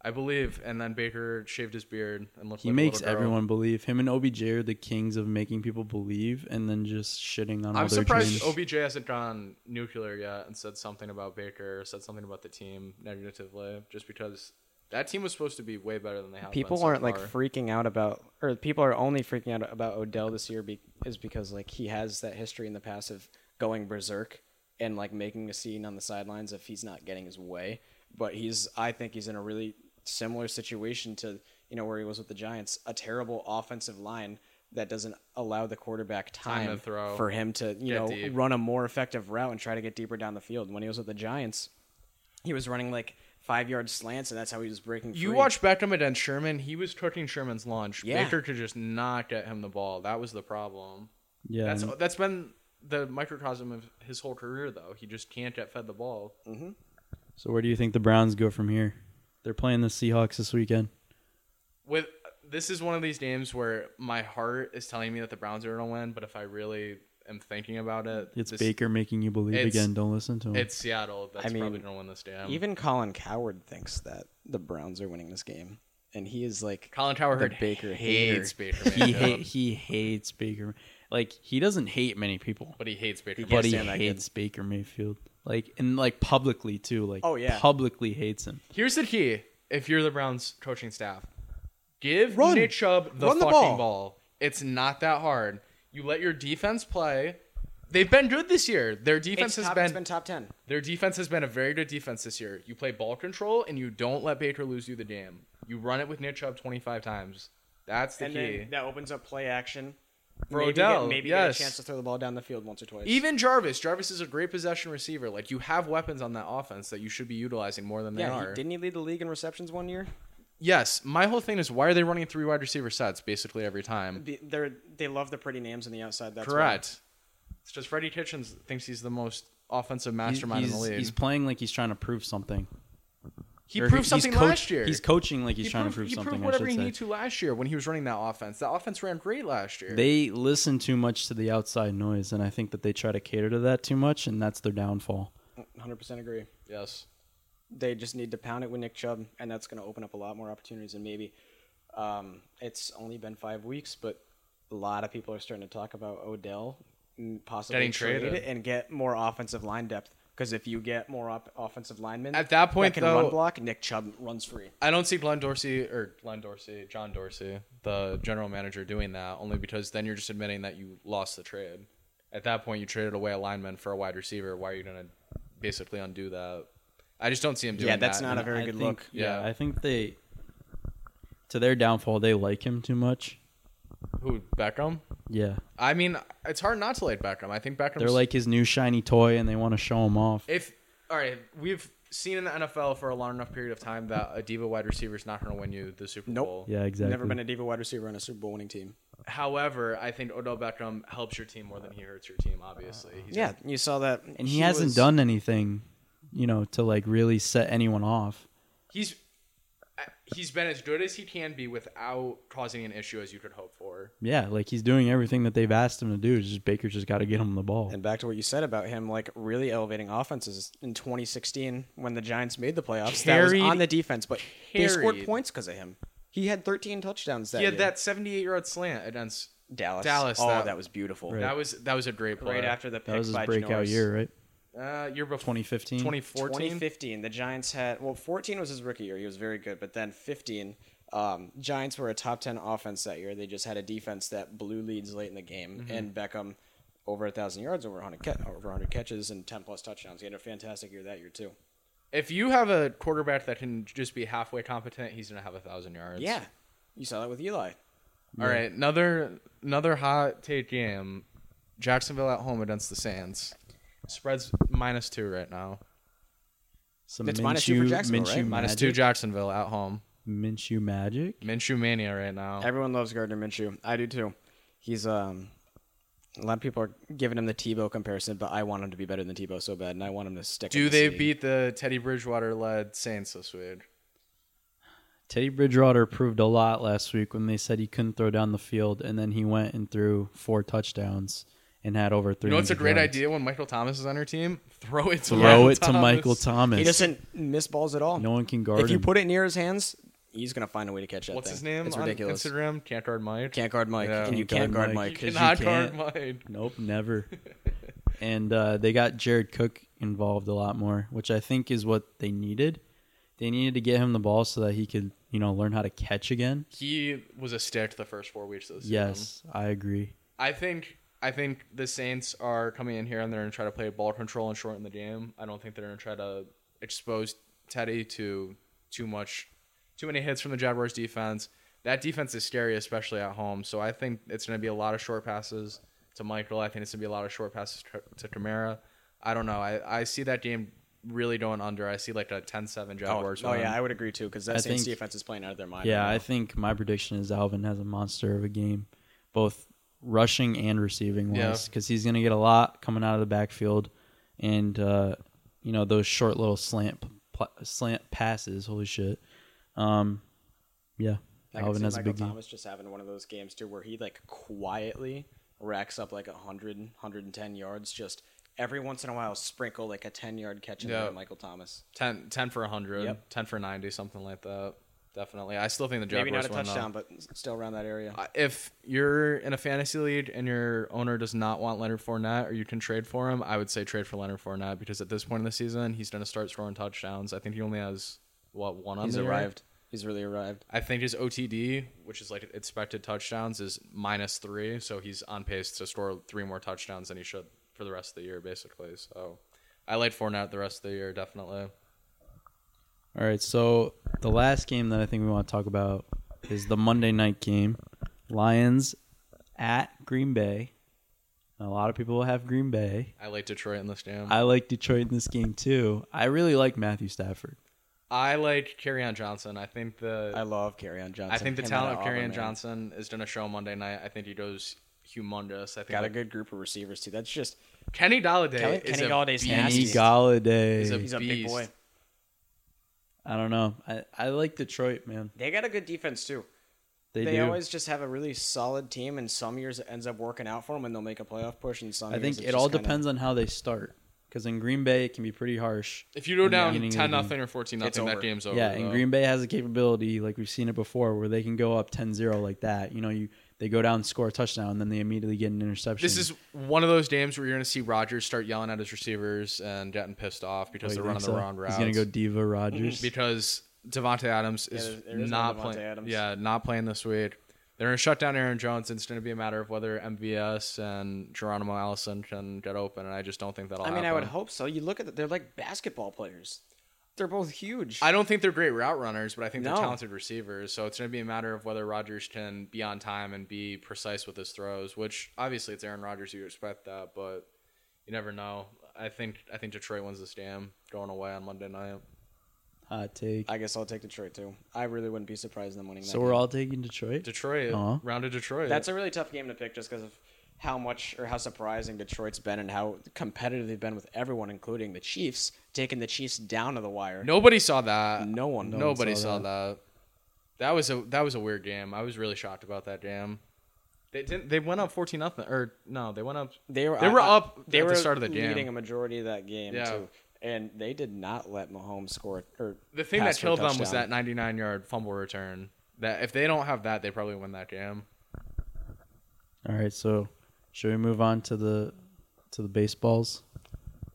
Speaker 2: I believe. And then Baker shaved his beard and looked.
Speaker 1: He
Speaker 2: like a
Speaker 1: makes
Speaker 2: little girl.
Speaker 1: everyone believe. Him and OBJ are the kings of making people believe and then just shitting on all
Speaker 2: I'm
Speaker 1: their
Speaker 2: surprised
Speaker 1: teams.
Speaker 2: OBJ hasn't gone nuclear yet and said something about Baker, said something about the team negatively, just because that team was supposed to be way better than they have.
Speaker 3: People
Speaker 2: been so
Speaker 3: aren't like
Speaker 2: far.
Speaker 3: freaking out about, or people are only freaking out about Odell this year be, is because like he has that history in the past of going berserk and like making a scene on the sidelines if he's not getting his way. But he's, I think he's in a really similar situation to you know where he was with the Giants, a terrible offensive line that doesn't allow the quarterback
Speaker 2: Time
Speaker 3: time,
Speaker 2: to throw.
Speaker 3: for him to you
Speaker 2: Get
Speaker 3: know
Speaker 2: deep.
Speaker 3: run a more effective route and try to get deeper down the field. When he was with the Giants, he was running like five yard slants, and that's how he was breaking.
Speaker 2: You
Speaker 3: free.
Speaker 2: watch Beckham against Sherman; he was cooking Sherman's lunch.
Speaker 3: Yeah.
Speaker 2: Baker could just not get him the ball. That was the problem.
Speaker 1: Yeah.
Speaker 2: That's
Speaker 1: and
Speaker 2: that's been the microcosm of his whole career, though. He just can't get fed the ball.
Speaker 1: so where do you think the Browns go from here? They're playing the Seahawks this weekend.
Speaker 2: with this is one of these games where my heart is telling me that the Browns are gonna win, but if I really am thinking about it,
Speaker 1: It's
Speaker 2: this-
Speaker 1: Baker making you believe
Speaker 2: it's-
Speaker 1: again. Don't listen to him.
Speaker 2: It's Seattle that's
Speaker 3: I mean,
Speaker 2: probably gonna win this game.
Speaker 3: Even Colin Coward thinks that the Browns are winning this game, and he is like,
Speaker 2: Colin Cowherd
Speaker 3: the Baker
Speaker 2: hates Baker
Speaker 1: he
Speaker 2: Mayfield,
Speaker 1: hate, he hates Baker. Like he doesn't hate many people,
Speaker 2: but he hates Baker.
Speaker 1: but he
Speaker 2: Mayfield.
Speaker 3: stand that kid.
Speaker 1: hates Baker Mayfield. Like and like publicly too. Like
Speaker 3: Oh, yeah.
Speaker 1: publicly hates him.
Speaker 2: Here's the key: if you're the Browns coaching staff, give
Speaker 3: Run.
Speaker 2: Nick Chubb the
Speaker 3: Run the
Speaker 2: fucking
Speaker 3: ball.
Speaker 2: ball. It's not that hard. You let your defense play. They've been good this year. Their defense has
Speaker 3: it's, top,
Speaker 2: been,
Speaker 3: it's been top ten.
Speaker 2: Their defense has been a very good defense this year. You play ball control and you don't let Baker lose you the game. You run it with Nick Chubb 25 times. That's the
Speaker 3: and
Speaker 2: key.
Speaker 3: then that opens up play action.
Speaker 2: For
Speaker 3: maybe
Speaker 2: Odell,
Speaker 3: get, maybe
Speaker 2: yes.
Speaker 3: get a chance to throw the ball down the field once or twice.
Speaker 2: Even Jarvis. Jarvis is a great possession receiver. Like you have weapons on that offense that you should be utilizing more than they
Speaker 3: yeah,
Speaker 2: are.
Speaker 3: he, didn't he lead the league in receptions one year?
Speaker 2: Yes. My whole thing is why are they running three wide receiver sets basically every time?
Speaker 3: Be- They're, they love the pretty names on the outside. That's why.
Speaker 2: Correct. It's just Freddie Kitchens thinks he's the most offensive mastermind
Speaker 1: he's,
Speaker 2: in the league.
Speaker 1: he's playing like he's trying to prove something.
Speaker 2: he
Speaker 1: Or
Speaker 2: proved
Speaker 1: he's
Speaker 2: something
Speaker 1: coach-
Speaker 2: last year.
Speaker 1: He's coaching like he's
Speaker 2: he
Speaker 1: trying
Speaker 2: proved,
Speaker 1: to prove
Speaker 2: he
Speaker 1: something.
Speaker 2: proved
Speaker 1: I
Speaker 2: whatever
Speaker 1: should
Speaker 2: he
Speaker 1: say.
Speaker 2: needed to last year when he was running that offense. That offense ran great last year.
Speaker 1: They listen too much to the outside noise, and I think that they try to cater to that too much, and that's their downfall.
Speaker 3: 100% agree.
Speaker 2: yes.
Speaker 3: They just need to pound it with Nick Chubb, and that's going to open up a lot more opportunities. And maybe um, it's only been five weeks, but a lot of people are starting to talk about Odell mm, possibly
Speaker 2: Getting
Speaker 3: trade
Speaker 2: traded.
Speaker 3: and get more offensive line depth. Because if you get more op- offensive linemen
Speaker 2: At that point,
Speaker 3: that can
Speaker 2: though-
Speaker 3: run block, Nick Chubb runs free.
Speaker 2: I don't see Glenn Dorsey or Glenn Dorsey, John Dorsey, the general manager, doing that only because then you're just admitting that you lost the trade. At that point, you traded away a lineman for a wide receiver. Why are you going to basically undo that? I just don't see him doing
Speaker 3: Yeah,
Speaker 2: that.
Speaker 3: that's not
Speaker 2: And
Speaker 3: a very
Speaker 1: I
Speaker 3: good
Speaker 1: think-
Speaker 3: look.
Speaker 1: Yeah,
Speaker 2: Yeah.
Speaker 1: I think they, to their downfall, they like him too much.
Speaker 2: Who Beckham?
Speaker 1: Yeah,
Speaker 2: I mean, it's hard not to like Beckham. I think Beckham.
Speaker 1: they're like his new shiny toy, and they want to show him off.
Speaker 2: if all right, we've seen in the NFL for a long enough period of time that a diva wide receiver is not going to win you the Super
Speaker 3: Nope.
Speaker 2: Bowl.
Speaker 1: Yeah, exactly.
Speaker 3: Never been a diva wide receiver on a Super Bowl winning team.
Speaker 2: However, I think Odell Beckham helps your team more than he hurts your team. Obviously, He's
Speaker 3: Yeah, you saw that.
Speaker 1: and he, hasn't
Speaker 2: was-
Speaker 1: done anything, you know, to like really set anyone off.
Speaker 2: he's uh, he's been as good as he can be without causing an issue as you could hope for.
Speaker 1: Yeah, like he's doing everything that they've asked him to do. It's just Baker's just got to get him the ball.
Speaker 3: And back to what you said about him, like really elevating offenses in 2016 when the Giants made the playoffs. that
Speaker 2: Carried-
Speaker 3: was on the defense, but they scored
Speaker 2: carried.
Speaker 3: points because of him. He had 13 touchdowns that
Speaker 2: He had
Speaker 3: year.
Speaker 2: that 78 yard slant against
Speaker 3: Dallas.
Speaker 2: Dallas,
Speaker 3: Oh,
Speaker 2: that-
Speaker 3: that, was beautiful.
Speaker 1: Right.
Speaker 2: that was that was a great play.
Speaker 3: Right after the pick
Speaker 1: that was his
Speaker 3: by
Speaker 1: breakout
Speaker 3: Janoris.
Speaker 1: year, right?
Speaker 2: uh, year before
Speaker 1: 2015?
Speaker 2: 2014.
Speaker 3: 2015, the Giants had well, 14 was his rookie year. He was very good, but then 15, um, Giants were a top 10 offense that year. They just had a defense that blew leads late in the game,
Speaker 1: Mm-hmm.
Speaker 3: and Beckham over a thousand yards, over 100 ca- over 100 catches, and 10 plus touchdowns. He had a fantastic year that year too.
Speaker 2: If you have a quarterback that can just be halfway competent, he's gonna have a thousand yards.
Speaker 3: Yeah, you saw that with Eli.
Speaker 2: All right. Another another hot take game. Jacksonville at home against the Sands. Spreads minus two right now.
Speaker 1: Some
Speaker 3: It's minus two for Jacksonville,
Speaker 1: Minshew
Speaker 3: right?
Speaker 2: Minus
Speaker 1: magic.
Speaker 2: two Jacksonville at home.
Speaker 1: Minshew magic.
Speaker 2: Minshew mania right
Speaker 1: Oh.
Speaker 2: now.
Speaker 3: Everyone loves Gardner Minshew. I do too. He's um a lot of people are giving him the Tebow comparison, but I want him to be better than Tebow so bad, and I want him to stick.
Speaker 2: Do
Speaker 3: with this
Speaker 2: they
Speaker 3: league.
Speaker 2: beat the Teddy Bridgewater led Saints this week?
Speaker 1: Teddy Bridgewater proved a lot last week when they said he couldn't throw down the field, and then he went and threw four touchdowns and had over three.
Speaker 2: You know, it's a great idea when Michael Thomas is on your team. Throw it to
Speaker 1: Throw
Speaker 2: Michael
Speaker 1: it to
Speaker 2: Thomas.
Speaker 1: Michael Thomas.
Speaker 3: He doesn't miss balls at all.
Speaker 1: No one can guard
Speaker 3: if you
Speaker 1: him.
Speaker 3: put it near his hands, he's gonna find a way to catch that
Speaker 2: What's
Speaker 3: thing.
Speaker 2: his name?
Speaker 3: It's
Speaker 2: on
Speaker 3: ridiculous.
Speaker 2: Instagram can't guard Mike.
Speaker 3: Can't guard Mike,
Speaker 2: Yeah.
Speaker 3: and you
Speaker 1: Can't
Speaker 3: can't
Speaker 1: guard
Speaker 3: guard
Speaker 1: Mike.
Speaker 3: Mike.
Speaker 1: You
Speaker 2: Cannot
Speaker 1: can't.
Speaker 2: guard Mike.
Speaker 1: Nope, never. and uh, they got Jared Cook involved a lot more, which I think is what they needed. They needed to get him the ball so that he could, you know, learn how to catch again.
Speaker 2: He was a stick the first four weeks of the season.
Speaker 1: Yes, I agree.
Speaker 2: I think I think the Saints are coming in here and they're gonna try to play ball control and shorten the game. I don't think they're gonna try to expose Teddy to too much, too many hits from the Jaguars defense. That defense is scary, especially at home. So I think it's gonna be a lot of short passes to Michael. I think it's gonna be a lot of short passes to- to Kamara. I don't know. I, I see that game really going under. I see like a 10-7
Speaker 3: Oh,
Speaker 2: Jaguars.
Speaker 3: oh
Speaker 2: win.
Speaker 3: yeah, I would agree too, because that
Speaker 1: I
Speaker 3: Saints
Speaker 1: think-
Speaker 3: defense is playing out of their mind.
Speaker 1: Yeah,
Speaker 3: right
Speaker 1: I
Speaker 3: now.
Speaker 1: think my prediction is Alvin has a monster of a game, both rushing and receiving
Speaker 2: Yeah.
Speaker 1: wise, because he's going to get a lot coming out of the backfield, and uh, you know those short little slant pl- slant passes. Holy shit! Um, yeah,
Speaker 3: I can
Speaker 1: Alvin
Speaker 3: see
Speaker 1: has a
Speaker 3: Michael
Speaker 1: big game.
Speaker 3: Thomas just having one of those games too, where he like quietly racks up like 100, 110 yards. Just every once in a while, sprinkle like a ten yard catch in there
Speaker 2: Yeah.
Speaker 3: to Michael Thomas.
Speaker 2: 10, 10 for 100,
Speaker 3: Yep.
Speaker 2: 10 for 90, something like that. Definitely. I still think the Jaguars
Speaker 3: Maybe not a
Speaker 2: win, though.
Speaker 3: touchdown, but still around that area.
Speaker 2: Uh, if you're in a fantasy league and your owner does not want Leonard Fournette or you can trade for him, I would say trade for Leonard Fournette because at this point in the season, he's going to start scoring touchdowns. I think he only has, what, one on
Speaker 3: He's
Speaker 2: the year?
Speaker 3: arrived. He's really arrived.
Speaker 2: I think his OTD, which is like expected touchdowns, is minus three. So he's on pace to score three more touchdowns than he should for the rest of the year, basically. So I like Fournette the rest of the year, definitely.
Speaker 1: All right, so the last game that I think we want to talk about is the Monday night game. Lions at Green Bay. A lot of people have Green Bay.
Speaker 2: I like Detroit in this game.
Speaker 1: I
Speaker 2: I,
Speaker 1: like Detroit in this game too. I really like Matthew Stafford.
Speaker 2: like Carryon Johnson. I think the
Speaker 3: I love Carrion Johnson.
Speaker 2: I think the
Speaker 3: Came out
Speaker 2: talent of
Speaker 3: Auburn,
Speaker 2: Karrion
Speaker 3: man.
Speaker 2: Johnson is going to show Monday night. I think he goes humongous. I think
Speaker 3: got a
Speaker 2: like,
Speaker 3: good group of receivers too. That's just
Speaker 2: Kenny Galladay.
Speaker 3: Kelly-
Speaker 2: is
Speaker 3: Kenny
Speaker 2: a
Speaker 3: Galladay's
Speaker 2: beast.
Speaker 3: nasty.
Speaker 1: Kenny
Speaker 3: He's-
Speaker 2: He's a
Speaker 1: Galladay.
Speaker 3: he's a big
Speaker 2: beast.
Speaker 3: boy.
Speaker 1: I don't know. I, I like Detroit, man.
Speaker 3: They got a good defense too.
Speaker 1: They,
Speaker 3: They,
Speaker 1: do.
Speaker 3: always just have a really solid team, and some years it ends up working out for them, and they'll make a playoff push. And some
Speaker 1: I
Speaker 3: years
Speaker 1: think
Speaker 3: it's
Speaker 1: it
Speaker 3: just
Speaker 1: all
Speaker 3: kinda-
Speaker 1: depends on how they start. Because in Green Bay, it can be pretty harsh.
Speaker 2: If you go
Speaker 1: in the
Speaker 2: down
Speaker 1: beginning of the
Speaker 2: ten
Speaker 1: game.
Speaker 2: nothing or fourteen
Speaker 3: It's
Speaker 2: nothing, that
Speaker 3: over.
Speaker 2: game's over.
Speaker 1: Yeah, and
Speaker 2: though.
Speaker 1: Green Bay has a capability like we've seen it before where they can go up 10-0 like that. You know, you they go down, score a touchdown, and then they immediately get an interception.
Speaker 2: This is one of those games where you're going to see Rodgers start yelling at his receivers and getting pissed off
Speaker 1: Oh,
Speaker 2: because
Speaker 1: you
Speaker 2: they're
Speaker 1: think
Speaker 2: running
Speaker 1: so?
Speaker 2: the wrong routes.
Speaker 1: He's gonna go Diva Rogers.
Speaker 2: because Devonte Adams is
Speaker 3: there- there is no
Speaker 2: not
Speaker 3: Davante
Speaker 2: playing.
Speaker 3: Adams.
Speaker 2: Yeah, not playing this week. They're going to shut down Aaron Jones, and it's going to be a matter of whether MVS and Geronimo Allison can get open. And I just don't think that'll.
Speaker 3: I mean,
Speaker 2: happen.
Speaker 3: I would hope so. You look at the, they're like basketball players. They're both huge.
Speaker 2: I don't think they're great route runners, but I think
Speaker 3: No.
Speaker 2: they're talented receivers. So it's going to be a matter of whether Rodgers can be on time and be precise with his throws. Which obviously it's Aaron Rodgers, you expect that, but you never know. I think I think Detroit wins this game going away on Monday night.
Speaker 1: Hot take.
Speaker 3: I guess I'll take Detroit too. I really wouldn't be surprised in the winning.
Speaker 1: So
Speaker 3: that
Speaker 1: we're
Speaker 3: game.
Speaker 1: all taking Detroit.
Speaker 2: Detroit
Speaker 1: Uh-huh.
Speaker 2: round of Detroit.
Speaker 3: That's a really tough game to pick just because of how much or how surprising Detroit's been and how competitive they've been with everyone, including the Chiefs, taking the Chiefs down to the wire.
Speaker 2: nobody saw that.
Speaker 3: No one- no one
Speaker 2: Nobody
Speaker 1: saw
Speaker 2: saw, that. that. was a that was a weird game. I was really shocked about that game. They didn't. They went up fourteen nothing. Or no, they went up.
Speaker 3: They were
Speaker 2: They were
Speaker 3: I- I-
Speaker 2: up
Speaker 3: They
Speaker 2: at the
Speaker 3: were
Speaker 2: start of the game.
Speaker 3: leading a majority of that game
Speaker 2: Yeah.
Speaker 3: too, and they did not let Mahomes score. Or
Speaker 2: The thing
Speaker 3: pass
Speaker 2: that
Speaker 3: for a
Speaker 2: killed them was
Speaker 3: touchdown.
Speaker 2: that 99 yard fumble return. That if they don't have that, they probably win that game.
Speaker 1: All right, so should we move on to the to the baseballs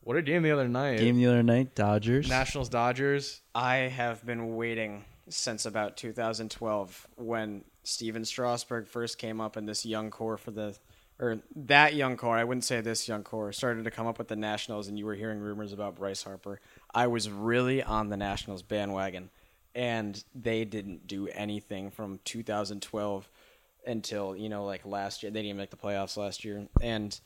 Speaker 2: What a game the other night.
Speaker 1: game the other night? Dodgers.
Speaker 2: Nationals Dodgers.
Speaker 3: I have been waiting since about 2012 when Steven Strasberg first came up and this young core for the or that young core, I wouldn't say this young core, started to come up with the Nationals and you were hearing rumors about Bryce Harper. I was really on the Nationals bandwagon and they didn't do anything from 2012 until, you know, like last year. They didn't even make the playoffs last year and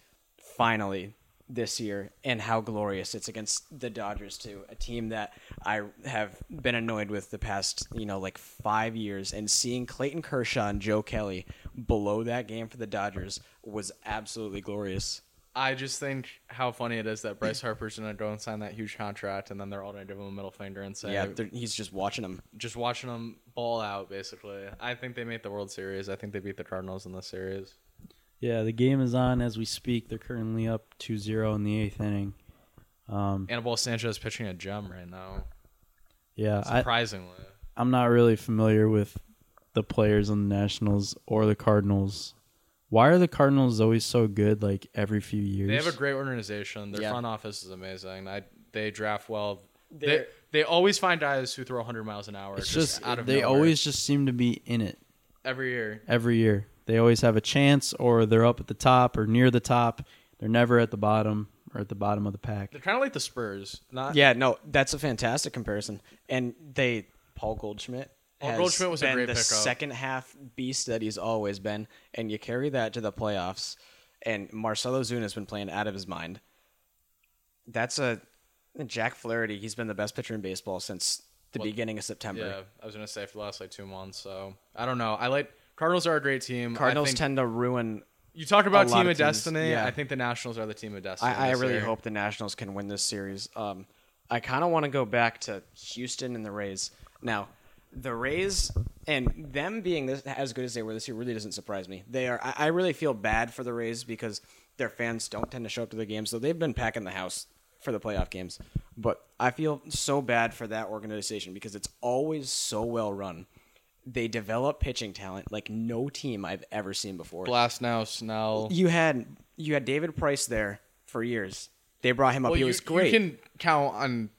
Speaker 3: finally this year and how glorious it's against the Dodgers too, a team that I have been annoyed with the past, you know, like 5 years and seeing Clayton Kershaw and Joe Kelly below that game for the Dodgers was absolutely glorious.
Speaker 2: I just think how funny it is that Bryce Harper's gonna go and sign that huge contract, and then they're all gonna give him a middle finger and say,
Speaker 3: Yeah, they're- he's just watching them.
Speaker 2: "Just watching them ball out." Basically, I think they made the World Series. I think they beat the Cardinals in this series.
Speaker 1: Yeah, the game is on as we speak. They're currently up 2-0 in the eighth inning. Um,
Speaker 2: Anibal Sanchez pitching a gem right now,
Speaker 1: yeah, I,
Speaker 2: surprisingly.
Speaker 1: I'm not really familiar with the players on the Nationals or the Cardinals. Why are the Cardinals always so good? Like every few years,
Speaker 2: they have a great organization. Their
Speaker 3: Yeah.
Speaker 2: front office is amazing. I, they draft well. They,
Speaker 3: They're-
Speaker 2: they always find guys who throw 100 miles an hour.
Speaker 1: It's
Speaker 2: just,
Speaker 1: just
Speaker 2: out of
Speaker 1: they
Speaker 2: nowhere.
Speaker 1: always just seem to be in it.
Speaker 2: every year.
Speaker 1: every year. They always have a chance, or they're up at the top or near the top. They're never at the bottom or at the bottom of the pack.
Speaker 2: They're kind of like the Spurs. Not
Speaker 3: Yeah, no, that's a fantastic comparison. And they Paul Goldschmidt
Speaker 2: Paul
Speaker 3: has
Speaker 2: Goldschmidt was a
Speaker 3: been
Speaker 2: great
Speaker 3: the
Speaker 2: pickup.
Speaker 3: second half beast that he's always been, and you carry that to the playoffs. And Marcelo Zuna has been playing out of his mind. That's a Jack Flaherty. He's been the best pitcher in baseball since the beginning of September.
Speaker 2: Yeah, I was gonna say for the last like two months. So I don't know. I like Cardinals are a great team. I
Speaker 3: Cardinals
Speaker 2: think-
Speaker 3: tend to ruin.
Speaker 2: You talk about
Speaker 3: a lot
Speaker 2: team of,
Speaker 3: of teams,
Speaker 2: destiny.
Speaker 3: yeah.
Speaker 2: I think the Nationals are the team of destiny.
Speaker 3: I, I
Speaker 2: this
Speaker 3: really
Speaker 2: year.
Speaker 3: hope the Nationals can win this series. Um, I kind of want to go back to Houston and the Rays. Now, the Rays and them being this, as good as they were this year really doesn't surprise me. They are. I, I really feel bad for the Rays because their fans don't tend to show up to the games, so they've been packing the house for the playoff games. But I feel so bad for that organization because it's always so well run. They develop pitching talent like no team I've ever seen before
Speaker 2: Blast now, Snell.
Speaker 3: you had you had David Price there for years. They brought him up.
Speaker 2: Well,
Speaker 3: he
Speaker 2: you,
Speaker 3: was great.
Speaker 2: You can count on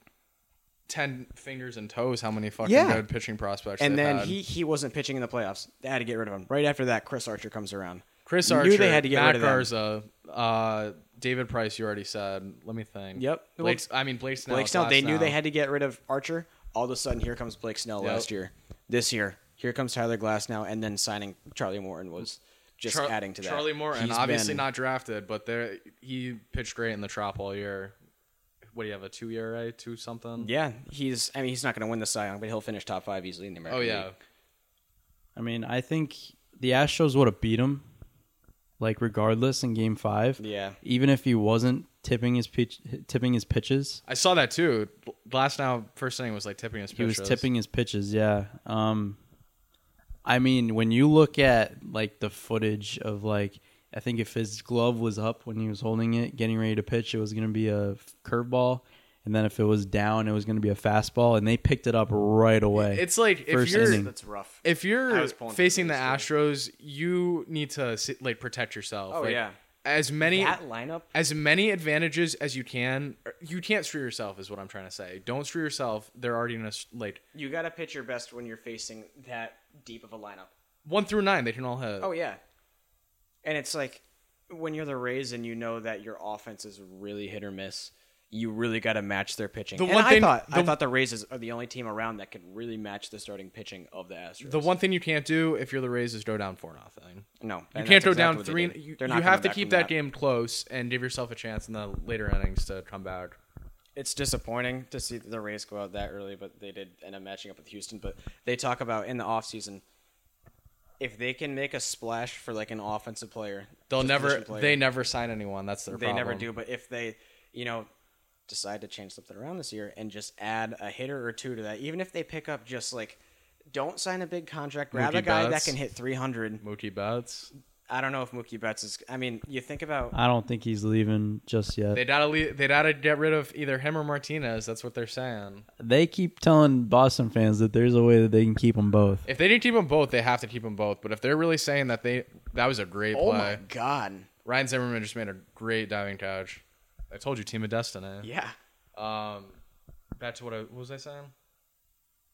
Speaker 2: ten fingers and toes how many fucking
Speaker 3: Yeah.
Speaker 2: good pitching prospects.
Speaker 3: and
Speaker 2: they've
Speaker 3: then
Speaker 2: had.
Speaker 3: he he wasn't pitching in the playoffs. They had to get rid of him. Right after that, Chris Archer comes around.
Speaker 2: Chris
Speaker 3: Knew
Speaker 2: Archer,
Speaker 3: they had to get
Speaker 2: Matt
Speaker 3: rid of them.
Speaker 2: Garza, uh, David Price. You already said. Let me think.
Speaker 3: Yep.
Speaker 2: Blake, I mean Blake Snell.
Speaker 3: Blake Snell.
Speaker 2: Glass
Speaker 3: They knew
Speaker 2: now.
Speaker 3: they had to get rid of Archer. All of a sudden, here comes Blake Snell
Speaker 2: Yep.
Speaker 3: last year. This year, Here comes Tyler Glass now, and then signing Charlie Morton was just
Speaker 2: Char-
Speaker 3: adding to that.
Speaker 2: Charlie Morton,
Speaker 3: He's
Speaker 2: obviously
Speaker 3: been-
Speaker 2: not drafted, but there he pitched great in the trop all year. What do you have a two ERA, two something?
Speaker 3: Yeah, he's. I mean, he's not going to win the Cy Young, but he'll finish top five easily in the American.
Speaker 2: Oh yeah,
Speaker 3: League.
Speaker 1: I mean, I think the Astros would have beat him, like regardless in Game Five.
Speaker 3: yeah.
Speaker 1: Even if he wasn't tipping his pitch, tipping his pitches,
Speaker 2: I saw that too. Last now, first inning was like tipping his.
Speaker 1: he was
Speaker 2: pitches.
Speaker 1: tipping his pitches. Yeah. Um, I mean, when you look at like the footage of like, I think if his glove was up when he was holding it, getting ready to pitch, it was going to be a f- curveball, and then if it was down, it was going to be a fastball, and they picked it up right away.
Speaker 2: It's like if
Speaker 1: First
Speaker 2: you're
Speaker 1: inning.
Speaker 3: That's rough.
Speaker 2: if
Speaker 3: I
Speaker 2: you're
Speaker 3: was pulling for
Speaker 2: facing the
Speaker 3: the
Speaker 2: Astros, you need to si- like protect yourself.
Speaker 3: Oh,
Speaker 2: Like,
Speaker 3: yeah.
Speaker 2: as many
Speaker 3: that lineup,
Speaker 2: as many advantages as you can. You can't screw yourself, is what I'm trying to say. Don't screw yourself. They're already in a s- like
Speaker 3: you got to pitch your best when you're facing that deep of a lineup.
Speaker 2: one through nine. They can all hit.
Speaker 3: Oh yeah, and it's like when you're the Rays and you know that your offense is really hit or miss. You really got to match their pitching.
Speaker 2: The
Speaker 3: and
Speaker 2: one
Speaker 3: I
Speaker 2: thing-
Speaker 3: thought I
Speaker 2: the-
Speaker 3: thought the Rays is- are the only team around that could really match the starting pitching of the Astros.
Speaker 2: The one thing you can't do if you're the Rays is go down four nothing.
Speaker 3: no, and
Speaker 2: You
Speaker 3: that's
Speaker 2: can't go
Speaker 3: exactly
Speaker 2: down
Speaker 3: what they
Speaker 2: three.
Speaker 3: did.
Speaker 2: You,
Speaker 3: They're
Speaker 2: you
Speaker 3: not coming
Speaker 2: have to
Speaker 3: back
Speaker 2: keep
Speaker 3: from
Speaker 2: that game close and give yourself a chance in the later innings to come back.
Speaker 3: it's disappointing to see the Rays go out that early, but they did end up matching up with Houston. But they talk about in the offseason, if they can make a splash for like an offensive player,
Speaker 2: They'll
Speaker 3: just
Speaker 2: never.
Speaker 3: position player,
Speaker 2: They never sign anyone. That's their.
Speaker 3: they
Speaker 2: problem.
Speaker 3: never do. But if they, you know, decide to change something around this year and just add a hitter or two to that, even if they pick up just like, don't sign a big contract, grab a
Speaker 2: Mookie
Speaker 3: guy
Speaker 2: Betts.
Speaker 3: that can hit 300.
Speaker 2: Mookie Betts.
Speaker 3: I don't know if Mookie Betts is. I mean, you think about
Speaker 1: I don't think he's leaving just yet.
Speaker 2: They gotta. le they gotta get rid of either him or Martinez. That's what they're saying.
Speaker 1: they keep telling Boston fans that there's a way that they can keep them both.
Speaker 2: If they didn't keep them both, they have to keep them both. But if they're really saying that they that was a great
Speaker 3: oh
Speaker 2: play,
Speaker 3: my god,
Speaker 2: Ryan Zimmerman just made a great diving catch. I told you, team of destiny.
Speaker 3: yeah,
Speaker 2: Um, back to what I what was I saying?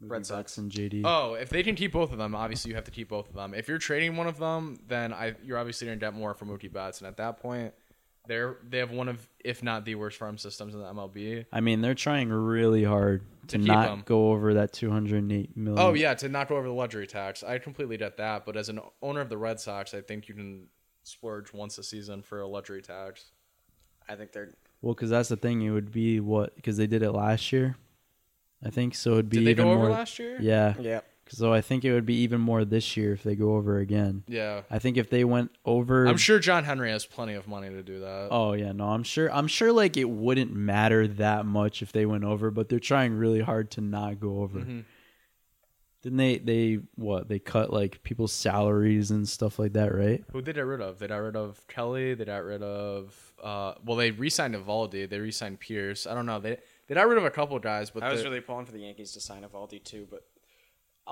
Speaker 3: Red Sox.
Speaker 1: and JD.
Speaker 2: Oh, if they can keep both of them, obviously you have to keep both of them. If you're trading one of them, then I you're obviously going to get more for Mookie Betts, and at that point, they're they have one of if not the worst farm systems in the MLB.
Speaker 1: I mean, they're trying really hard to,
Speaker 2: To keep
Speaker 1: not
Speaker 2: 'em.
Speaker 1: go over that 208 million.
Speaker 2: Oh yeah, to not go over the luxury tax, I completely get that. But as an owner of the Red Sox, I think you can splurge once a season for a luxury tax.
Speaker 3: I think they're
Speaker 1: Well, because that's the thing. It would be what because they did it last year, I think. So it'd be
Speaker 2: Did they
Speaker 1: even
Speaker 2: go over
Speaker 1: more.
Speaker 2: last year?
Speaker 1: Yeah.
Speaker 3: yeah.
Speaker 1: So I think it would be even more this year if they go over again.
Speaker 2: Yeah.
Speaker 1: I think if they went over,
Speaker 2: I'm sure John Henry has plenty of money to do that.
Speaker 1: Oh yeah, no, I'm sure. I'm sure like it wouldn't matter that much if they went over, but they're trying really hard to not go over.
Speaker 2: Mhm.
Speaker 1: Didn't they? They what? They cut like people's salaries and stuff like that, right?
Speaker 2: Who did they get rid of? They got rid of Kelly. They got rid of. Uh, well, they re-signed Evaldi. They re-signed Pierce. I don't know. They they got rid of a couple guys, but
Speaker 3: I was
Speaker 2: the-
Speaker 3: really pulling for the Yankees to sign Evaldi too, but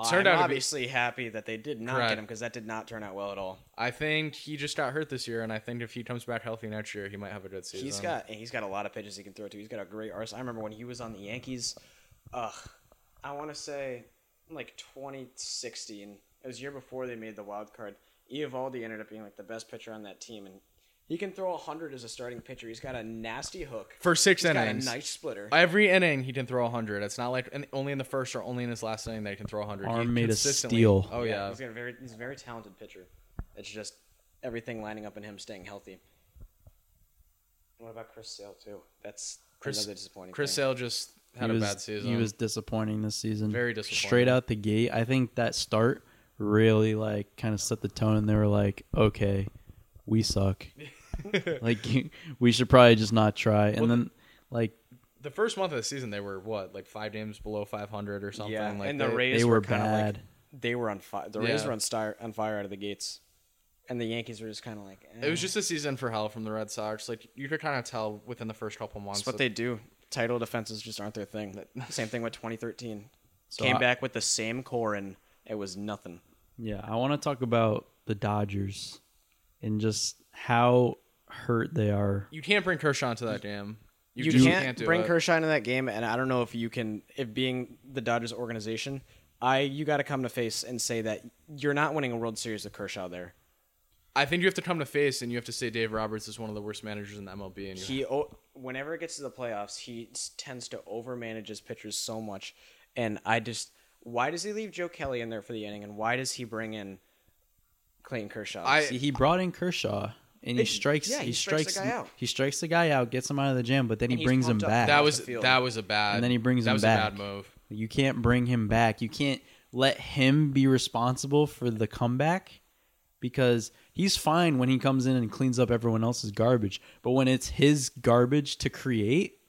Speaker 2: Turned out
Speaker 3: I'm
Speaker 2: to be-
Speaker 3: obviously happy that they did not
Speaker 2: Correct.
Speaker 3: get him because that did not turn out well at all.
Speaker 2: I think he just got hurt this year, and I think if he comes back healthy next year, he might have a good season.
Speaker 3: He's got and he's got a lot of pitches he can throw to. He's got a great arse. I remember when he was on the Yankees. Ugh, I want to say like 2016. It was the year before they made the wild card. Evaldi ended up being like the best pitcher on that team, and he can throw 100 as a starting pitcher. He's got a nasty hook.
Speaker 2: for six
Speaker 3: He's got a
Speaker 2: innings.
Speaker 3: nice splitter.
Speaker 2: Every inning he can throw hundred. It's not like in- only in the first or only in his last inning that he can throw hundred.
Speaker 1: Arm
Speaker 2: he
Speaker 1: made of
Speaker 2: consistently-
Speaker 1: steel.
Speaker 2: Oh yeah.
Speaker 3: he's got a very he's a very talented pitcher. It's just everything lining up and him staying healthy. What about Chris Sale too? That's
Speaker 2: Chris-
Speaker 3: another disappointing.
Speaker 2: Chris
Speaker 3: thing.
Speaker 2: Sale just had
Speaker 1: he
Speaker 2: a
Speaker 1: was,
Speaker 2: bad season.
Speaker 1: He was disappointing this season.
Speaker 2: Very disappointing.
Speaker 1: Straight out the gate, I think that start really like kind of set the tone, and they were like, "Okay, we suck. like we should probably just not try." And
Speaker 2: Well,
Speaker 1: then like
Speaker 2: the first month of the season. They were what like five games below five hundred or something.
Speaker 3: Yeah,
Speaker 2: like
Speaker 3: and the
Speaker 2: they-
Speaker 3: Rays
Speaker 1: they were
Speaker 3: kinda
Speaker 1: bad.
Speaker 3: Like, they were on fire. The Rays
Speaker 2: Yeah.
Speaker 3: were on, star- on fire out of the gates, and the Yankees were just kind of like.
Speaker 2: It was
Speaker 3: eh.
Speaker 2: just a season for hell from the Red Sox. Like you could kind of tell within the first couple months.
Speaker 3: That's what
Speaker 2: that-
Speaker 3: they do. Title defenses just aren't their thing. same thing with 2013.
Speaker 1: So
Speaker 3: Came
Speaker 1: I-
Speaker 3: back with the same core and it was nothing.
Speaker 1: Yeah, I want to talk about the Dodgers and just how hurt they are.
Speaker 2: you can't bring Kershaw into that game.
Speaker 3: You,
Speaker 2: just
Speaker 3: can't,
Speaker 2: do
Speaker 3: bring
Speaker 2: it.
Speaker 3: Kershaw into that game, and I don't know if you can. If being the Dodgers organization, I you got to come to face and say that you're not winning a World Series with Kershaw there.
Speaker 2: I think you have to come to face and you have to say Dave Roberts is one of the worst managers in the MLB. And you
Speaker 3: he o- whenever it gets to the playoffs, he s- tends to overmanage his pitchers so much, and I just Why does he leave Joe Kelly in there for the inning, and why does he bring in Clayton Kershaw?
Speaker 2: I-
Speaker 1: See, he brought in Kershaw and he
Speaker 3: It-
Speaker 1: strikes.
Speaker 3: yeah,
Speaker 1: he,
Speaker 3: he strikes the
Speaker 1: strikes.
Speaker 3: guy out.
Speaker 1: He strikes the guy out, gets him out of the gym, but then
Speaker 3: And
Speaker 1: he
Speaker 3: he's
Speaker 1: brings him
Speaker 3: pumped up.
Speaker 1: back.
Speaker 2: That
Speaker 3: off
Speaker 2: was
Speaker 3: the field.
Speaker 2: that was a bad.
Speaker 1: And then he brings
Speaker 2: that
Speaker 1: him
Speaker 2: was
Speaker 1: back.
Speaker 2: a bad move.
Speaker 1: you can't bring him back. You can't let him be responsible for the comeback because he's fine when he comes in and cleans up everyone else's garbage. But when it's his garbage to create,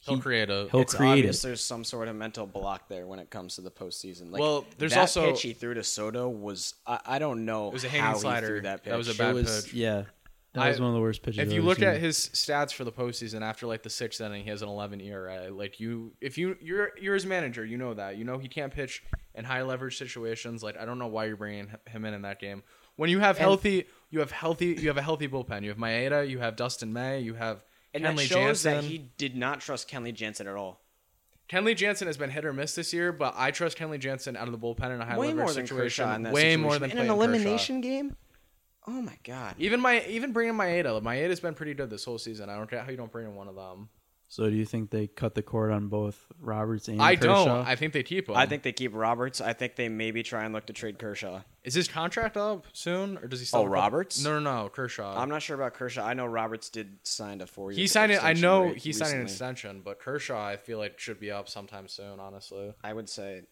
Speaker 2: He'll
Speaker 1: He-
Speaker 2: create a.
Speaker 1: he'll-
Speaker 3: it's
Speaker 1: creative.
Speaker 3: obvious there's some sort of mental block there when it comes to the postseason. Like,
Speaker 2: Well, there's
Speaker 3: that
Speaker 2: also-
Speaker 3: pitch he threw to Soto was I, I don't know
Speaker 2: It was a hanging
Speaker 3: how
Speaker 2: slider.
Speaker 3: he threw that pitch.
Speaker 2: That was a
Speaker 1: it
Speaker 2: Bad
Speaker 1: was
Speaker 2: pitch.
Speaker 1: yeah, that was
Speaker 2: I-
Speaker 1: one of the worst pitches.
Speaker 2: if
Speaker 1: I've
Speaker 2: you
Speaker 1: ever
Speaker 2: look
Speaker 1: seen.
Speaker 2: at his stats for the postseason after like the sixth inning, he has an 11 ERA. Like you, if you you're you're his manager, you know that. You know he can't pitch in high leverage situations. Like I don't know why you're bringing h- him in in that game when you have healthy, you have healthy, you have a healthy bullpen. You have Maeda, you have Dustin May, you have
Speaker 3: and that
Speaker 2: Kenley
Speaker 3: shows
Speaker 2: Jansen.
Speaker 3: that he did not trust Kenley Jansen at all.
Speaker 2: Kenley Jansen has been hit or miss this year, but I trust Kenley Jansen out of the bullpen in a high
Speaker 3: Way more
Speaker 2: leverage
Speaker 3: than
Speaker 2: situation.
Speaker 3: Kershaw in that
Speaker 2: way
Speaker 3: situation.
Speaker 2: more than
Speaker 3: in an
Speaker 2: Clayton Kershaw.
Speaker 3: elimination game. Oh my god!
Speaker 2: Even my even bringing Maeda, Maeda's been pretty good this whole season. I don't care how you don't bring in one of them.
Speaker 1: so do you think they cut the cord on both Roberts and
Speaker 2: I
Speaker 1: Kershaw?
Speaker 2: don't. I think they keep him.
Speaker 3: I think they keep Roberts. I think they maybe try and look to trade Kershaw.
Speaker 2: is his contract up soon, or does he still?
Speaker 3: Oh,
Speaker 2: have a-
Speaker 3: Roberts?
Speaker 2: No, no, no, Kershaw.
Speaker 3: I'm not sure about Kershaw. I know Roberts did sign a four year.
Speaker 2: he signed it. I know he signed an extension, but Kershaw, I feel like should be up sometime soon. Honestly,
Speaker 3: I would say,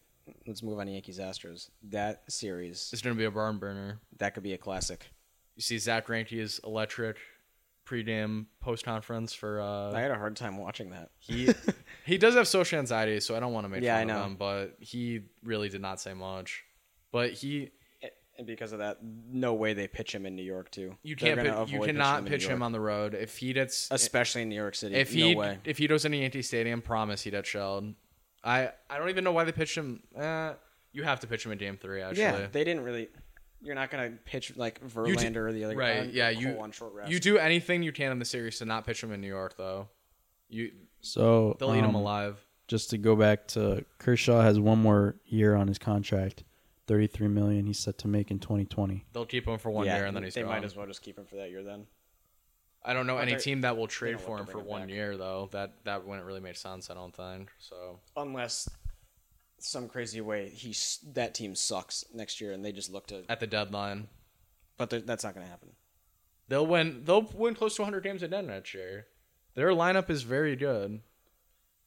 Speaker 3: let's move on to Yankees Astros. That series,
Speaker 2: it's gonna be a barn burner.
Speaker 3: that could be a classic.
Speaker 2: You see, Zach Greinke is electric. Pre-game, post-conference for
Speaker 3: I
Speaker 2: uh,
Speaker 3: had a hard time watching that.
Speaker 2: he. he does have social anxiety, so I don't want to make
Speaker 3: Yeah,
Speaker 2: fun
Speaker 3: I know.
Speaker 2: of him, but he really did not say much. But he
Speaker 3: And because of that, no way they pitch him in New York too.
Speaker 2: You
Speaker 3: They're
Speaker 2: can't.
Speaker 3: gonna
Speaker 2: Pit, you
Speaker 3: avoid
Speaker 2: cannot
Speaker 3: in New
Speaker 2: pitch him
Speaker 3: York,
Speaker 2: on the road. If he gets,
Speaker 3: especially in New York City.
Speaker 2: if he
Speaker 3: no way.
Speaker 2: if he goes into Yankee Stadium, promise he gets shelled. I I don't even know why they pitched him. Uh, you have to pitch him in Game Three, actually.
Speaker 3: Yeah, they didn't really. You're not gonna pitch like
Speaker 2: You
Speaker 3: Verlander
Speaker 2: do-
Speaker 3: or the other guy.
Speaker 2: right? Yeah,
Speaker 3: Cole
Speaker 2: you
Speaker 3: on short rest.
Speaker 2: you do anything you can in the series to not pitch him in New York, though. You
Speaker 1: So
Speaker 2: they'll eat him
Speaker 1: um,
Speaker 2: alive.
Speaker 1: Just to go back to Kershaw has one more year on his contract, thirty three million he's set to make in twenty twenty.
Speaker 2: They'll keep him for one
Speaker 3: yeah,
Speaker 2: year and then he's
Speaker 3: they
Speaker 2: gone.
Speaker 3: might as well just keep him for that year then.
Speaker 2: I don't know
Speaker 3: But
Speaker 2: any
Speaker 3: they're-
Speaker 2: team that will
Speaker 3: don't
Speaker 2: trade for
Speaker 3: want
Speaker 2: him
Speaker 3: to
Speaker 2: for
Speaker 3: bring him
Speaker 2: one
Speaker 3: back.
Speaker 2: year though. That that wouldn't really make sense. I don't think so.
Speaker 3: unless some crazy way he s- that team sucks next year and they just look to
Speaker 2: At the deadline,
Speaker 3: but there- that's not going to happen
Speaker 2: They'll win. They'll win close to 100 games at net next year. Their lineup is very good.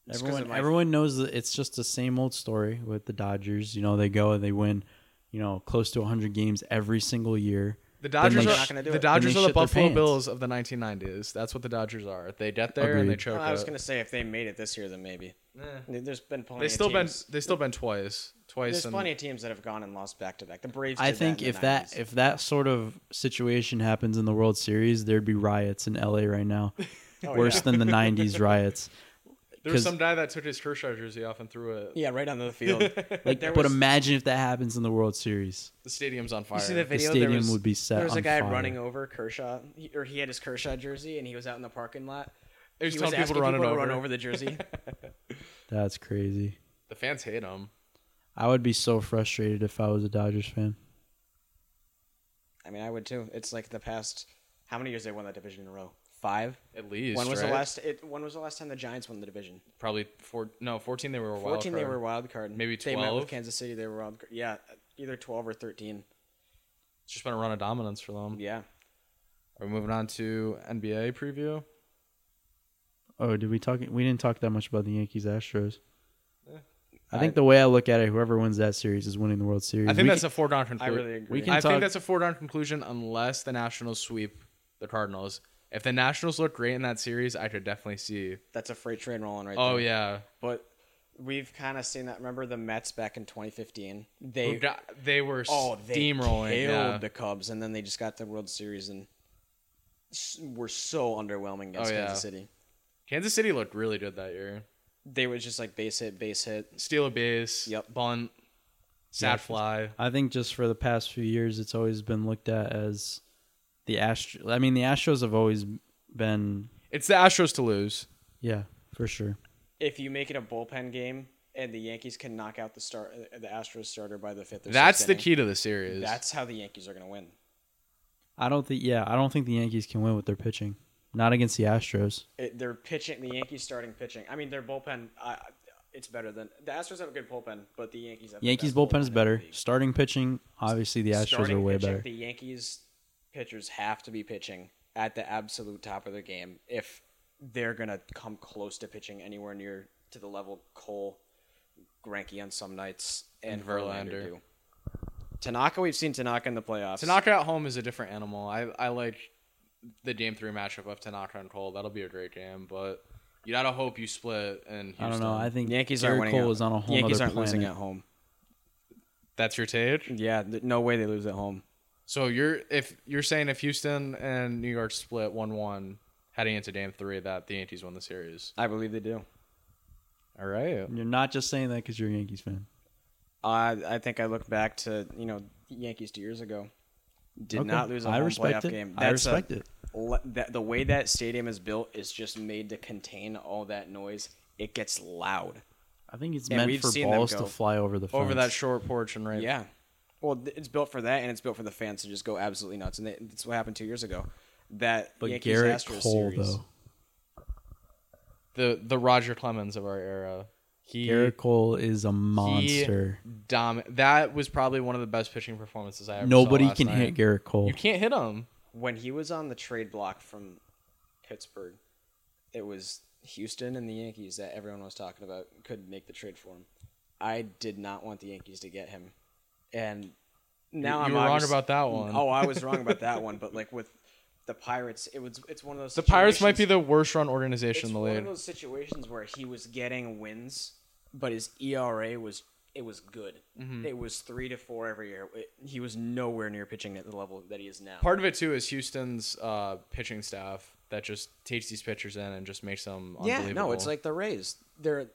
Speaker 3: It's 'cause of
Speaker 1: Everyone
Speaker 3: my-
Speaker 1: everyone knows that it's just the same old story with the Dodgers. You know, they go and they win, you know, close to hundred games every single year.
Speaker 2: The
Speaker 1: Then
Speaker 2: Dodgers
Speaker 1: they
Speaker 2: are
Speaker 1: sh-
Speaker 3: Not gonna do
Speaker 2: the
Speaker 3: it.
Speaker 2: Dodgers
Speaker 1: Then
Speaker 2: are
Speaker 1: they shit
Speaker 2: the
Speaker 1: their
Speaker 2: Buffalo
Speaker 1: pants.
Speaker 2: Bills of the 1990s. That's what the Dodgers are. They get there and they
Speaker 1: Agreed.
Speaker 2: choke.
Speaker 3: i was
Speaker 2: it.
Speaker 3: going to say if they made it this year then maybe
Speaker 2: Eh.
Speaker 3: there's been plenty
Speaker 2: They still
Speaker 3: of
Speaker 2: been
Speaker 3: teams,
Speaker 2: they still been twice. Twice.
Speaker 3: there's
Speaker 2: And,
Speaker 3: plenty of teams that have gone and lost back to back the braves
Speaker 1: I
Speaker 3: did
Speaker 1: think
Speaker 3: that in
Speaker 1: if
Speaker 3: the
Speaker 1: that
Speaker 3: 90s.
Speaker 1: if that sort of situation happens in the World Series, there'd be riots in LA right now.
Speaker 3: Oh,
Speaker 1: Worse
Speaker 3: yeah.
Speaker 1: than the nineties riots.
Speaker 2: there was
Speaker 1: 'cause-
Speaker 2: some guy that took his Kershaw jersey off and threw it.
Speaker 3: yeah right on the field
Speaker 1: Like
Speaker 3: there
Speaker 1: but
Speaker 3: was-
Speaker 1: imagine if that happens in the World Series.
Speaker 2: The stadium's on fire.
Speaker 3: you see the video
Speaker 1: stadium
Speaker 3: there was,
Speaker 1: would be set
Speaker 3: there was
Speaker 1: on
Speaker 3: a guy
Speaker 1: fire.
Speaker 3: running over kershaw he, or he had his kershaw jersey and he was out in the parking lot
Speaker 2: He was
Speaker 3: he
Speaker 2: telling
Speaker 3: was
Speaker 2: people to
Speaker 3: asking
Speaker 2: run it
Speaker 3: people
Speaker 2: over.
Speaker 3: to run over the jersey
Speaker 1: That's crazy.
Speaker 2: The fans hate him.
Speaker 1: I would be so frustrated if I was a Dodgers fan.
Speaker 3: i mean i would too it's like the past how many years they won that division in a row five
Speaker 2: At least.
Speaker 3: when was the
Speaker 2: right?
Speaker 3: last? It, when was the last time the Giants won the division?
Speaker 2: Probably four. No, 14. They were a wild
Speaker 3: Fourteen. They
Speaker 2: card.
Speaker 3: were wild card.
Speaker 2: Maybe
Speaker 3: They met
Speaker 2: 12?
Speaker 3: with Kansas City. They were wild card. Yeah, either twelve or thirteen.
Speaker 2: It's just been a run of dominance for them.
Speaker 3: Yeah.
Speaker 2: Are we moving on to NBA preview?
Speaker 1: Oh, did we talk? We didn't talk that much about the Yankees Astros.
Speaker 2: Yeah.
Speaker 1: I think
Speaker 3: I-
Speaker 1: the way I look at it, whoever wins that series is winning the World Series.
Speaker 2: I think
Speaker 1: We
Speaker 2: that's
Speaker 1: can-
Speaker 2: a foregone conclusion.
Speaker 3: I really agree.
Speaker 1: we can
Speaker 2: I
Speaker 1: talk-
Speaker 2: think that's a foregone conclusion unless the Nationals sweep the Cardinals. If the Nationals look great in that series, I could definitely see.
Speaker 3: That's a freight train rolling right there.
Speaker 2: Oh yeah,
Speaker 3: But we've kind of seen that. Remember the Mets back in 2015?
Speaker 2: they,
Speaker 3: They
Speaker 2: got, they were
Speaker 3: oh they
Speaker 2: steamrolling.
Speaker 3: killed
Speaker 2: yeah.
Speaker 3: the Cubs, and then they just got the World Series and s- were so underwhelming against
Speaker 2: Oh, yeah.
Speaker 3: Kansas City.
Speaker 2: Kansas City looked really good that year.
Speaker 3: They was just like base hit, base hit.
Speaker 2: Steal a base,
Speaker 3: Yep.
Speaker 2: bunt, sad
Speaker 1: Yeah.
Speaker 2: fly.
Speaker 1: I think just for the past few years, it's always been looked at as the Astros. I mean, the Astros have always been,
Speaker 2: It's the Astros to lose.
Speaker 1: yeah, for sure.
Speaker 3: If you make it a bullpen game. And the Yankees can knock out the start, the Astros starter by the fifth. Or
Speaker 2: That's
Speaker 3: sixth
Speaker 2: the
Speaker 3: inning.
Speaker 2: key to the series.
Speaker 3: That's how the Yankees are going to win.
Speaker 1: I don't think, yeah, I don't think the Yankees can win with their pitching, not against the Astros.
Speaker 3: It, they're pitching the Yankees starting pitching. I mean, their bullpen. I it's better than the Astros have a good bullpen, but the Yankees have the
Speaker 1: Yankees
Speaker 3: best
Speaker 1: bullpen is
Speaker 3: in the
Speaker 1: better.
Speaker 3: league.
Speaker 1: Starting pitching, obviously the Astros
Speaker 3: Starting
Speaker 1: are way
Speaker 3: pitching,
Speaker 1: better.
Speaker 3: The Yankees pitchers have to be pitching at the absolute top of their game if they're gonna come close to pitching anywhere near to the level Cole, Granke on some nights, and,
Speaker 2: And
Speaker 3: Verlander.
Speaker 2: Verlander.
Speaker 3: do. Tanaka, we've seen Tanaka in the playoffs.
Speaker 2: Tanaka at home is a different animal. I I like the game three matchup of Tanaka and Cole. That'll be a great game, but you gotta hope you split. And
Speaker 1: I don't know. I think
Speaker 3: Yankees
Speaker 1: Garrett
Speaker 3: aren't winning.
Speaker 1: Cole
Speaker 3: at-
Speaker 1: is on a whole
Speaker 3: Yankees
Speaker 1: other
Speaker 3: aren't losing
Speaker 1: planet.
Speaker 3: at home.
Speaker 2: that's your take.
Speaker 3: Yeah, th- no way they lose at home.
Speaker 2: So you're if you're saying if Houston and New York split one one heading into game three that the Yankees won the series.
Speaker 3: I believe they do.
Speaker 2: All right.
Speaker 1: You're not just saying that because you're a Yankees fan.
Speaker 3: I I think I look back to you know the Yankees two years ago. Did
Speaker 1: Okay.
Speaker 3: not lose a
Speaker 1: I
Speaker 3: home
Speaker 1: respect
Speaker 3: playoff
Speaker 1: it.
Speaker 3: game.
Speaker 1: I respect
Speaker 3: a,
Speaker 1: it.
Speaker 3: le- that, the way that stadium is built is just made to contain all that noise. It gets loud.
Speaker 1: I think it's
Speaker 3: And
Speaker 1: meant
Speaker 3: we've
Speaker 1: for
Speaker 3: seen them
Speaker 1: balls to
Speaker 3: go
Speaker 1: fly over the fence.
Speaker 2: Over that short porch and right.
Speaker 3: Yeah. Well, th- it's built for that, and it's built for the fans to just go absolutely nuts. And they, that's what happened two years ago. That
Speaker 1: but
Speaker 3: Yankees
Speaker 1: Garrett
Speaker 3: Astros
Speaker 1: Cole
Speaker 3: series.
Speaker 1: though.
Speaker 2: The the Roger Clemens of our era. He
Speaker 1: Garrett Cole is a monster.
Speaker 2: He dom- that was probably one of the best pitching performances I ever saw
Speaker 1: Nobody
Speaker 2: last
Speaker 1: can
Speaker 2: night.
Speaker 1: hit Garrett Cole.
Speaker 2: You can't hit him.
Speaker 3: when he was on the trade block from Pittsburgh, it was Houston and the Yankees that everyone was talking about could make the trade for him. I did not want the Yankees to get him, and now
Speaker 2: you
Speaker 3: I'm
Speaker 2: were wrong
Speaker 3: obvious-
Speaker 2: about that one.
Speaker 3: Oh, I was wrong about that one, but like with the Pirates, it was it's one of those.
Speaker 2: The Pirates might be
Speaker 3: situations-
Speaker 2: the worst run organization
Speaker 3: It's
Speaker 2: in the
Speaker 3: one
Speaker 2: league.
Speaker 3: of those situations where he was getting wins, but his ERA was it was good.
Speaker 2: Mm-hmm.
Speaker 3: It was three to four every year. It- he was nowhere near pitching at the level that he is now.
Speaker 2: Part of it too is Houston's uh, pitching staff that just takes these pitchers in and just makes them
Speaker 3: Yeah,
Speaker 2: unbelievable.
Speaker 3: no, it's like the Rays. They're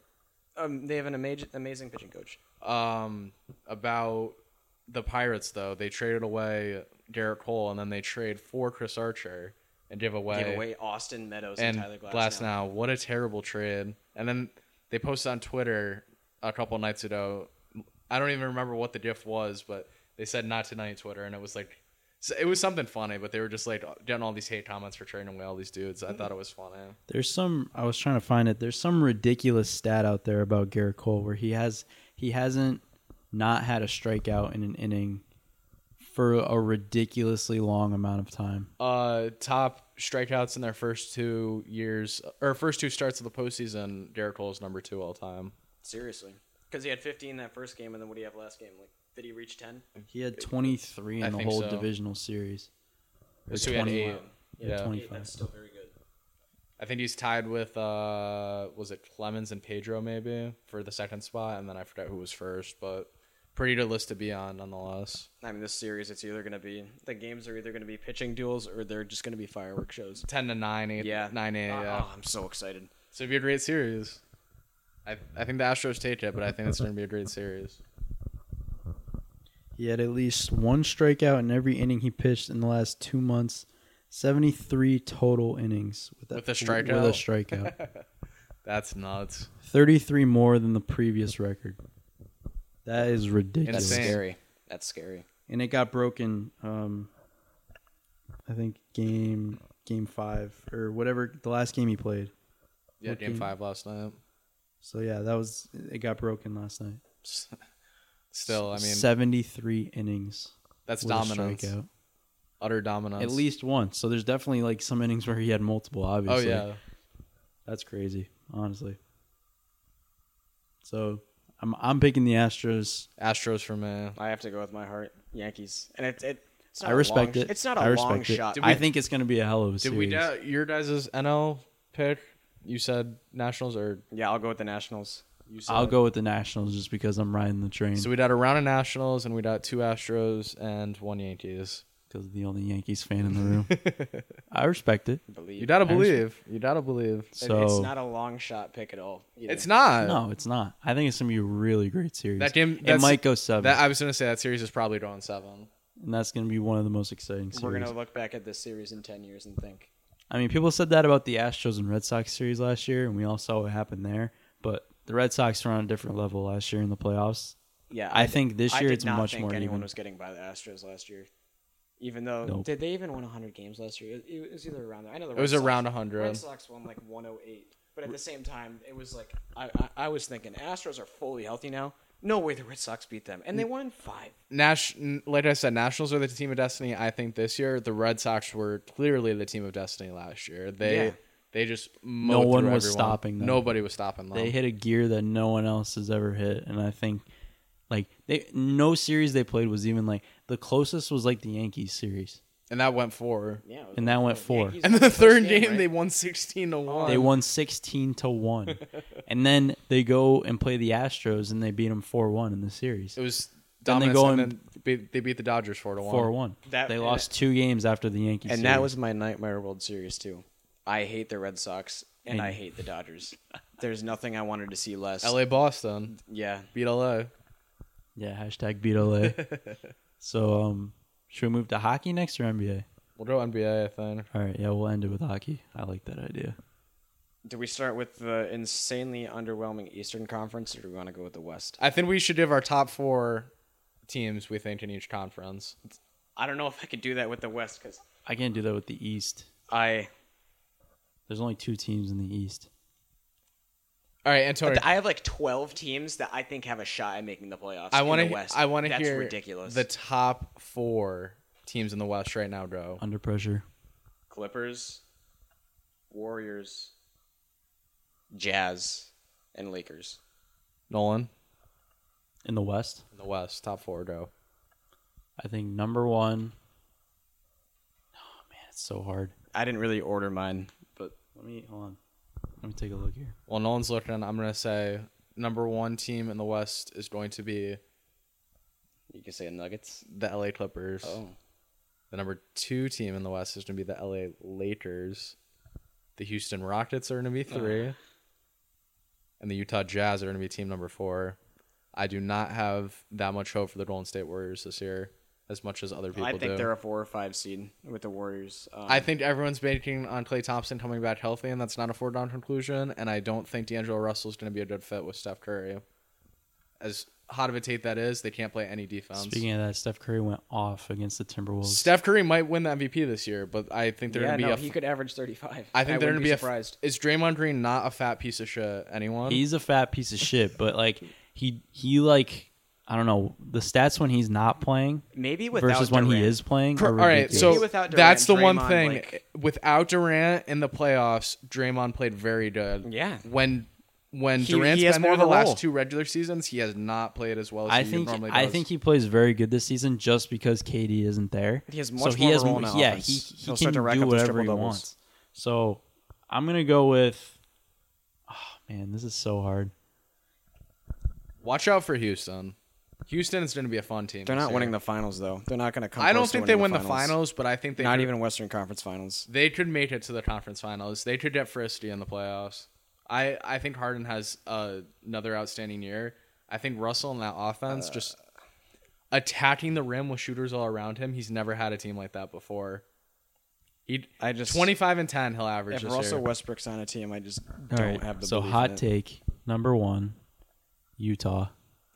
Speaker 3: um, they have an amazing amazing pitching coach.
Speaker 2: um, about the Pirates though. They traded away Garrett Cole and then they trade for Chris Archer and give away,
Speaker 3: Give away Austin Meadows and,
Speaker 2: and
Speaker 3: Tyler Glass,
Speaker 2: Glass now. What a terrible trade! And then they posted on Twitter a couple nights ago. I don't even remember what the gif was, but they said not tonight Twitter, and it was like so it was something funny. But they were just like getting all these hate comments for trading away all these dudes.
Speaker 3: Mm-hmm.
Speaker 2: I thought it was funny.
Speaker 1: There's some I was trying to find it. There's some ridiculous stat out there about Garrett Cole where he has he hasn't not had a strikeout in an inning for a ridiculously long amount of time.
Speaker 2: Uh, top strikeouts in their first two years or first two starts of the postseason. Garrett Cole's number two all time.
Speaker 3: Seriously, because he had 15 that first game, and then what do you have last game? Like, did he reach 10?
Speaker 1: He had 23 in
Speaker 2: I
Speaker 1: the
Speaker 2: think
Speaker 1: whole
Speaker 2: so.
Speaker 1: divisional series. Or
Speaker 2: So he had
Speaker 1: 20.
Speaker 2: eight. Yeah.
Speaker 1: Yeah. 25.
Speaker 3: that's still very good.
Speaker 2: I think he's tied with uh was it Clemens and Pedro maybe for the second spot, and then I forgot who was first, but pretty good list to be on nonetheless.
Speaker 3: I mean, this series, it's either going to be the games are either going to be pitching duels or they're just going to be firework shows.
Speaker 2: Ten to nine, eight,
Speaker 3: Yeah,
Speaker 2: nine eight,
Speaker 3: Uh,
Speaker 2: yeah.
Speaker 1: Uh-huh.
Speaker 3: oh, I'm so excited.
Speaker 2: So it'd be a great series. I I think the Astros take it, but I think it's gonna be a great series.
Speaker 1: He had at least one strikeout in every inning he pitched in the last two months. 73 total innings with that
Speaker 2: With a
Speaker 1: With a
Speaker 2: strikeout.
Speaker 1: strikeout.
Speaker 2: That's nuts.
Speaker 1: 33 more than the previous record. That is ridiculous.
Speaker 3: That's
Speaker 2: Insane.
Speaker 3: scary. That's scary.
Speaker 1: and it got broken. Um, I think game game five or whatever the last game he played.
Speaker 2: Yeah,
Speaker 1: What
Speaker 2: game,
Speaker 1: game?
Speaker 2: five last night.
Speaker 1: So yeah, that was it got broken last night.
Speaker 2: S- Still, I mean
Speaker 1: seventy three innings.
Speaker 2: that's
Speaker 1: with a
Speaker 2: dominance.
Speaker 1: strikeout.
Speaker 2: Utter dominance.
Speaker 1: At least once. So there's definitely like some innings where he had multiple.
Speaker 2: Oh
Speaker 1: Obviously,
Speaker 2: yeah.
Speaker 1: that's crazy. Honestly. So I'm I'm picking the Astros.
Speaker 2: Astros for me.
Speaker 3: I have to go with my heart, Yankees, and it. it it's not
Speaker 1: I
Speaker 3: a
Speaker 1: respect
Speaker 3: long-
Speaker 1: it.
Speaker 3: It's not a
Speaker 1: I respect
Speaker 3: long
Speaker 1: it.
Speaker 3: shot.
Speaker 1: I think it's going to be a hell of a
Speaker 2: Did
Speaker 1: series.
Speaker 2: we get your guys' NL pick? You said Nationals or
Speaker 3: yeah, I'll go with the Nationals.
Speaker 2: you said
Speaker 1: I'll go with the Nationals just because I'm riding the train.
Speaker 2: So we got a round of Nationals and we got two Astros and one Yankees.
Speaker 1: because the only Yankees fan in the room. I respect it.
Speaker 3: Believe.
Speaker 2: You gotta believe. You gotta believe.
Speaker 3: It- it's
Speaker 1: So-
Speaker 3: not a long shot pick at all. either.
Speaker 2: It's not.
Speaker 1: No, it's not. I think it's gonna be a really great series.
Speaker 2: That game-
Speaker 1: it
Speaker 2: that's-
Speaker 1: might go seven,
Speaker 2: That I was gonna say that series is probably going seven.
Speaker 1: and that's gonna be one of the most exciting series.
Speaker 3: We're gonna look back at this series in ten years and think
Speaker 1: I mean, people said that about the Astros and Red Sox series last year, and we all saw what happened there. But the Red Sox were on a different level last year in the playoffs.
Speaker 3: Yeah,
Speaker 1: I think this
Speaker 3: I
Speaker 1: year
Speaker 3: did
Speaker 1: it's
Speaker 3: not
Speaker 1: much
Speaker 3: think
Speaker 1: more
Speaker 3: Anyone
Speaker 1: even.
Speaker 3: was getting by the Astros last year, even though
Speaker 1: Nope.
Speaker 3: did they even win 100 games last year? It, it was either around. I know the
Speaker 2: It was
Speaker 3: Red Sox-
Speaker 2: around 100.
Speaker 3: Red Sox won like 108. But at the same time, it was like I, I, I was thinking Astros are fully healthy now. No way the Red Sox beat them,
Speaker 1: Mm.
Speaker 3: and they won in five.
Speaker 2: Nash, n- like I said, Nationals are the team of destiny. I think this year the Red Sox were clearly the team of destiny last year. They
Speaker 3: Yeah.
Speaker 2: they just
Speaker 1: No
Speaker 2: mowed
Speaker 1: one
Speaker 2: through
Speaker 1: was
Speaker 2: everyone.
Speaker 1: stopping them.
Speaker 2: Nobody was stopping them.
Speaker 1: They hit a gear that no one else has ever hit, and I think like they no series they played was even like the closest was like the Yankees series,
Speaker 2: and that went four.
Speaker 3: Yeah, it was
Speaker 1: and
Speaker 3: like-
Speaker 1: that went four.
Speaker 3: Yankees
Speaker 2: And
Speaker 3: won
Speaker 2: the
Speaker 3: first
Speaker 2: third game,
Speaker 3: right?
Speaker 2: they won sixteen to one.
Speaker 1: They won sixteen to one, and then they go and play the Astros, and they beat them four one in the series.
Speaker 2: It was
Speaker 1: Then they
Speaker 2: dominance,
Speaker 1: go
Speaker 2: and
Speaker 1: and-
Speaker 2: then beat, they beat the Dodgers four to one.
Speaker 1: Four one.
Speaker 3: That-
Speaker 1: They
Speaker 3: and
Speaker 1: lost two games after the Yankees,
Speaker 3: and that
Speaker 1: series.
Speaker 3: was my nightmare World Series too. I hate the Red Sox and I
Speaker 1: And-
Speaker 3: hate the Dodgers. There's nothing I wanted to see less.
Speaker 2: L.A. Boston
Speaker 3: Yeah,
Speaker 2: beat L.A.
Speaker 1: yeah. Hashtag beat LA. so um, should we move to hockey next or NBA?
Speaker 2: We'll go NBA. I think
Speaker 1: All right, yeah, we'll end it with hockey. I like that idea.
Speaker 3: Do we start with the insanely underwhelming Eastern Conference, or do we want to go with the West?
Speaker 2: I think we should give our top four teams we think in each conference.
Speaker 3: I don't know if I could do that with the West because
Speaker 1: I can't do that with the East.
Speaker 3: I
Speaker 1: There's only two teams in the East.
Speaker 2: All right, Antonio.
Speaker 3: I have like twelve teams that I think have a shot at making the playoffs.
Speaker 2: I want
Speaker 3: in the
Speaker 2: to.
Speaker 3: West.
Speaker 2: I want to
Speaker 3: That's
Speaker 2: hear
Speaker 3: ridiculous.
Speaker 2: the top four teams in the West right now, bro.
Speaker 1: Under pressure.
Speaker 3: Clippers, Warriors, Jazz, and Lakers.
Speaker 2: Nolan
Speaker 1: In the West,
Speaker 2: in the West, top four, bro.
Speaker 1: I think number one. Oh man, it's so hard.
Speaker 3: I didn't really order mine.
Speaker 1: But let me hold on. Let me take a look here.
Speaker 2: Well, Nolan's looking. I'm gonna say number one team in the West is going to be
Speaker 3: You can say Nuggets.
Speaker 2: the L.A. Clippers.
Speaker 3: Oh,
Speaker 2: The number two team in the West is going to be the LA Lakers. The Houston Rockets are going to be three. And the Utah Jazz are going to be team number four. I do not have that much hope for the Golden State Warriors this year, as much as other people
Speaker 3: I think
Speaker 2: do.
Speaker 3: they're a four or five seed with the Warriors. Um,
Speaker 2: I think everyone's banking on Clay Thompson coming back healthy, and that's not a foregone conclusion. And I don't think D'Angelo Russell is going to be a good fit with Steph Curry. As hot of a tape that is, they can't play any defense.
Speaker 1: Speaking of that, Steph Curry went off against the Timberwolves.
Speaker 2: Steph Curry might win the MVP this year, but I think they're
Speaker 3: yeah,
Speaker 2: going to be
Speaker 3: no,
Speaker 2: a
Speaker 3: he could average thirty-five.
Speaker 2: I think they're
Speaker 3: wouldn't
Speaker 2: gonna be, a-
Speaker 3: surprised.
Speaker 2: is Draymond Green not a fat piece of shit? Anyone?
Speaker 1: he's a fat piece of shit, but like he he like I don't know the stats when he's not playing
Speaker 3: Maybe without
Speaker 1: versus when he
Speaker 3: Durant.
Speaker 1: is playing.
Speaker 2: Cor-
Speaker 1: Are
Speaker 2: all right.
Speaker 1: ridiculous.
Speaker 2: So
Speaker 3: Maybe without Durant,
Speaker 2: that's the one
Speaker 3: Draymond,
Speaker 2: thing.
Speaker 3: like-
Speaker 2: without Durant in the playoffs, Draymond played very good.
Speaker 3: Yeah.
Speaker 2: When when
Speaker 3: He-
Speaker 2: Durant's
Speaker 3: he has
Speaker 2: been
Speaker 3: more
Speaker 2: there
Speaker 3: of
Speaker 2: the
Speaker 3: a role.
Speaker 2: last two regular seasons, he has not played as well as
Speaker 1: I
Speaker 2: he
Speaker 1: think
Speaker 2: normally does.
Speaker 1: I think he plays very good this season just because KD isn't there.
Speaker 3: He has much more of a role in the
Speaker 1: yeah,
Speaker 3: offense.
Speaker 1: he, he
Speaker 3: He'll
Speaker 1: can
Speaker 3: start to rack
Speaker 1: do
Speaker 3: up those
Speaker 1: whatever he
Speaker 3: triple-doubles.
Speaker 1: wants. So I'm gonna go with. Oh man, this is so hard.
Speaker 2: watch out for Houston. Houston is going to be a fun team.
Speaker 3: They're
Speaker 2: this
Speaker 3: not
Speaker 2: year.
Speaker 3: winning the finals though. They're not going to come.
Speaker 2: I don't
Speaker 3: close to
Speaker 2: think they win
Speaker 3: winning
Speaker 2: the finals, but I think they
Speaker 3: Not
Speaker 2: could-
Speaker 3: even Western Conference Finals.
Speaker 2: they could make it to the conference finals. They could get frisky in the playoffs. I, I think Harden has uh, another outstanding year. I think Russell in that offense
Speaker 3: Uh,
Speaker 2: just attacking the rim with shooters all around him. He's never had a team like that before. He
Speaker 3: I just
Speaker 2: 25 and 10 he'll average
Speaker 3: If
Speaker 2: this
Speaker 3: Russell
Speaker 2: year.
Speaker 3: Westbrook's on a team, I just
Speaker 1: All
Speaker 3: don't
Speaker 1: right,
Speaker 3: have the.
Speaker 1: so
Speaker 3: belief
Speaker 1: hot
Speaker 3: in it.
Speaker 1: take number one, Utah.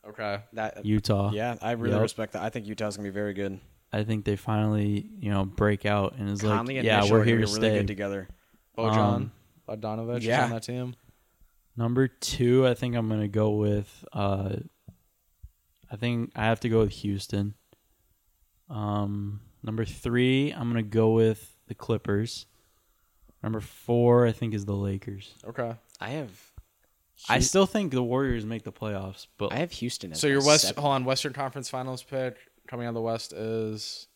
Speaker 2: Okay.
Speaker 3: That
Speaker 1: Utah.
Speaker 3: yeah, I really
Speaker 1: Yep.
Speaker 3: respect that. I think Utah's gonna be very good.
Speaker 1: I think they finally you know break out and is
Speaker 3: Conley
Speaker 1: like
Speaker 3: and
Speaker 1: yeah
Speaker 3: Mitchell
Speaker 1: we're
Speaker 3: are
Speaker 1: here to
Speaker 3: gonna be really
Speaker 1: stay.
Speaker 3: good together.
Speaker 2: Bojan Bogdanovic
Speaker 3: Um, yeah.
Speaker 2: is on that team.
Speaker 1: Number two, I think I'm gonna go with. Uh, I think I have to go with Houston. Um, number three, I'm gonna go with the Clippers. Number four, I think is the Lakers.
Speaker 2: Okay.
Speaker 3: I have.
Speaker 1: I still think the Warriors make the playoffs, but uh,
Speaker 3: I have Houston. As
Speaker 2: So
Speaker 3: my
Speaker 2: your West
Speaker 3: seventh.
Speaker 2: hold on Western Conference Finals pick coming out of the West is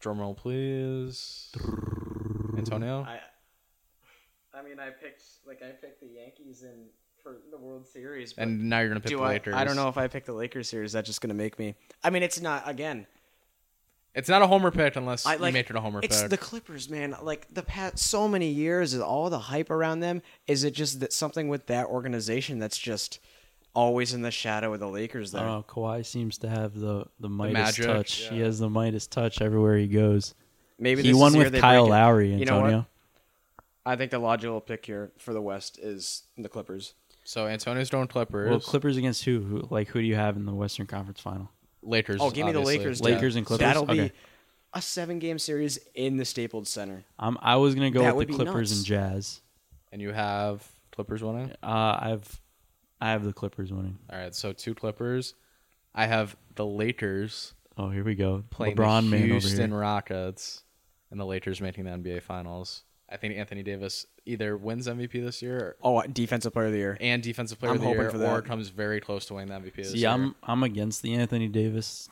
Speaker 2: drumroll please. Antonio.
Speaker 3: I, I mean, I picked like I picked the Yankees in for the World Series, but
Speaker 2: And now you're gonna pick
Speaker 3: do
Speaker 2: the
Speaker 3: I?
Speaker 2: Lakers.
Speaker 3: I don't know if I pick the Lakers series. That's just gonna make me. I mean, it's not again.
Speaker 2: It's not a homer pick unless
Speaker 3: I like
Speaker 2: you make it a homer
Speaker 3: It's
Speaker 2: pick.
Speaker 3: the Clippers, man. Like the past so many years, is all the hype around them. Is it just that something with that organization that's just always in the shadow of the Lakers?
Speaker 1: I
Speaker 3: There,
Speaker 1: don't know. Kawhi seems to have the the Midas
Speaker 2: magic,
Speaker 1: touch. He
Speaker 2: yeah.
Speaker 1: has the Midas touch everywhere he goes.
Speaker 3: maybe
Speaker 1: he
Speaker 3: this
Speaker 1: won
Speaker 3: is the year
Speaker 1: with
Speaker 3: they
Speaker 1: Kyle
Speaker 3: break it.
Speaker 1: Lowry,
Speaker 3: You
Speaker 1: Antonio.
Speaker 3: know what? I think the logical pick here for the West is the Clippers.
Speaker 2: so Antonio's doing Clippers.
Speaker 1: well, Clippers against who? who? Like who do you have in the Western Conference Final?
Speaker 2: Lakers.
Speaker 3: Oh, give me the
Speaker 2: obviously.
Speaker 3: Lakers.
Speaker 1: Lakers and Clippers?
Speaker 3: That'll
Speaker 1: Okay.
Speaker 3: be a seven-game series in the Staples Center.
Speaker 1: I'm, I was gonna go
Speaker 3: That
Speaker 1: with the
Speaker 3: would be
Speaker 1: Clippers
Speaker 3: nuts.
Speaker 1: and Jazz.
Speaker 2: and you have Clippers winning.
Speaker 1: Uh, I've I have the Clippers winning.
Speaker 2: All right, so two Clippers. I have the Lakers
Speaker 1: Oh, here we go.
Speaker 2: playing
Speaker 1: LeBron
Speaker 2: the
Speaker 1: man over
Speaker 2: Houston
Speaker 1: here.
Speaker 2: Rockets, and the Lakers making the NBA Finals. I think Anthony Davis either wins MVP this year or,
Speaker 3: Oh, defensive player of the year.
Speaker 2: and Defensive Player
Speaker 3: I'm
Speaker 2: of the
Speaker 3: hoping
Speaker 2: Year,
Speaker 3: for
Speaker 2: or
Speaker 3: that.
Speaker 2: comes very close to winning the MVP this
Speaker 1: See,
Speaker 2: year.
Speaker 1: I'm I'm against the Anthony Davis.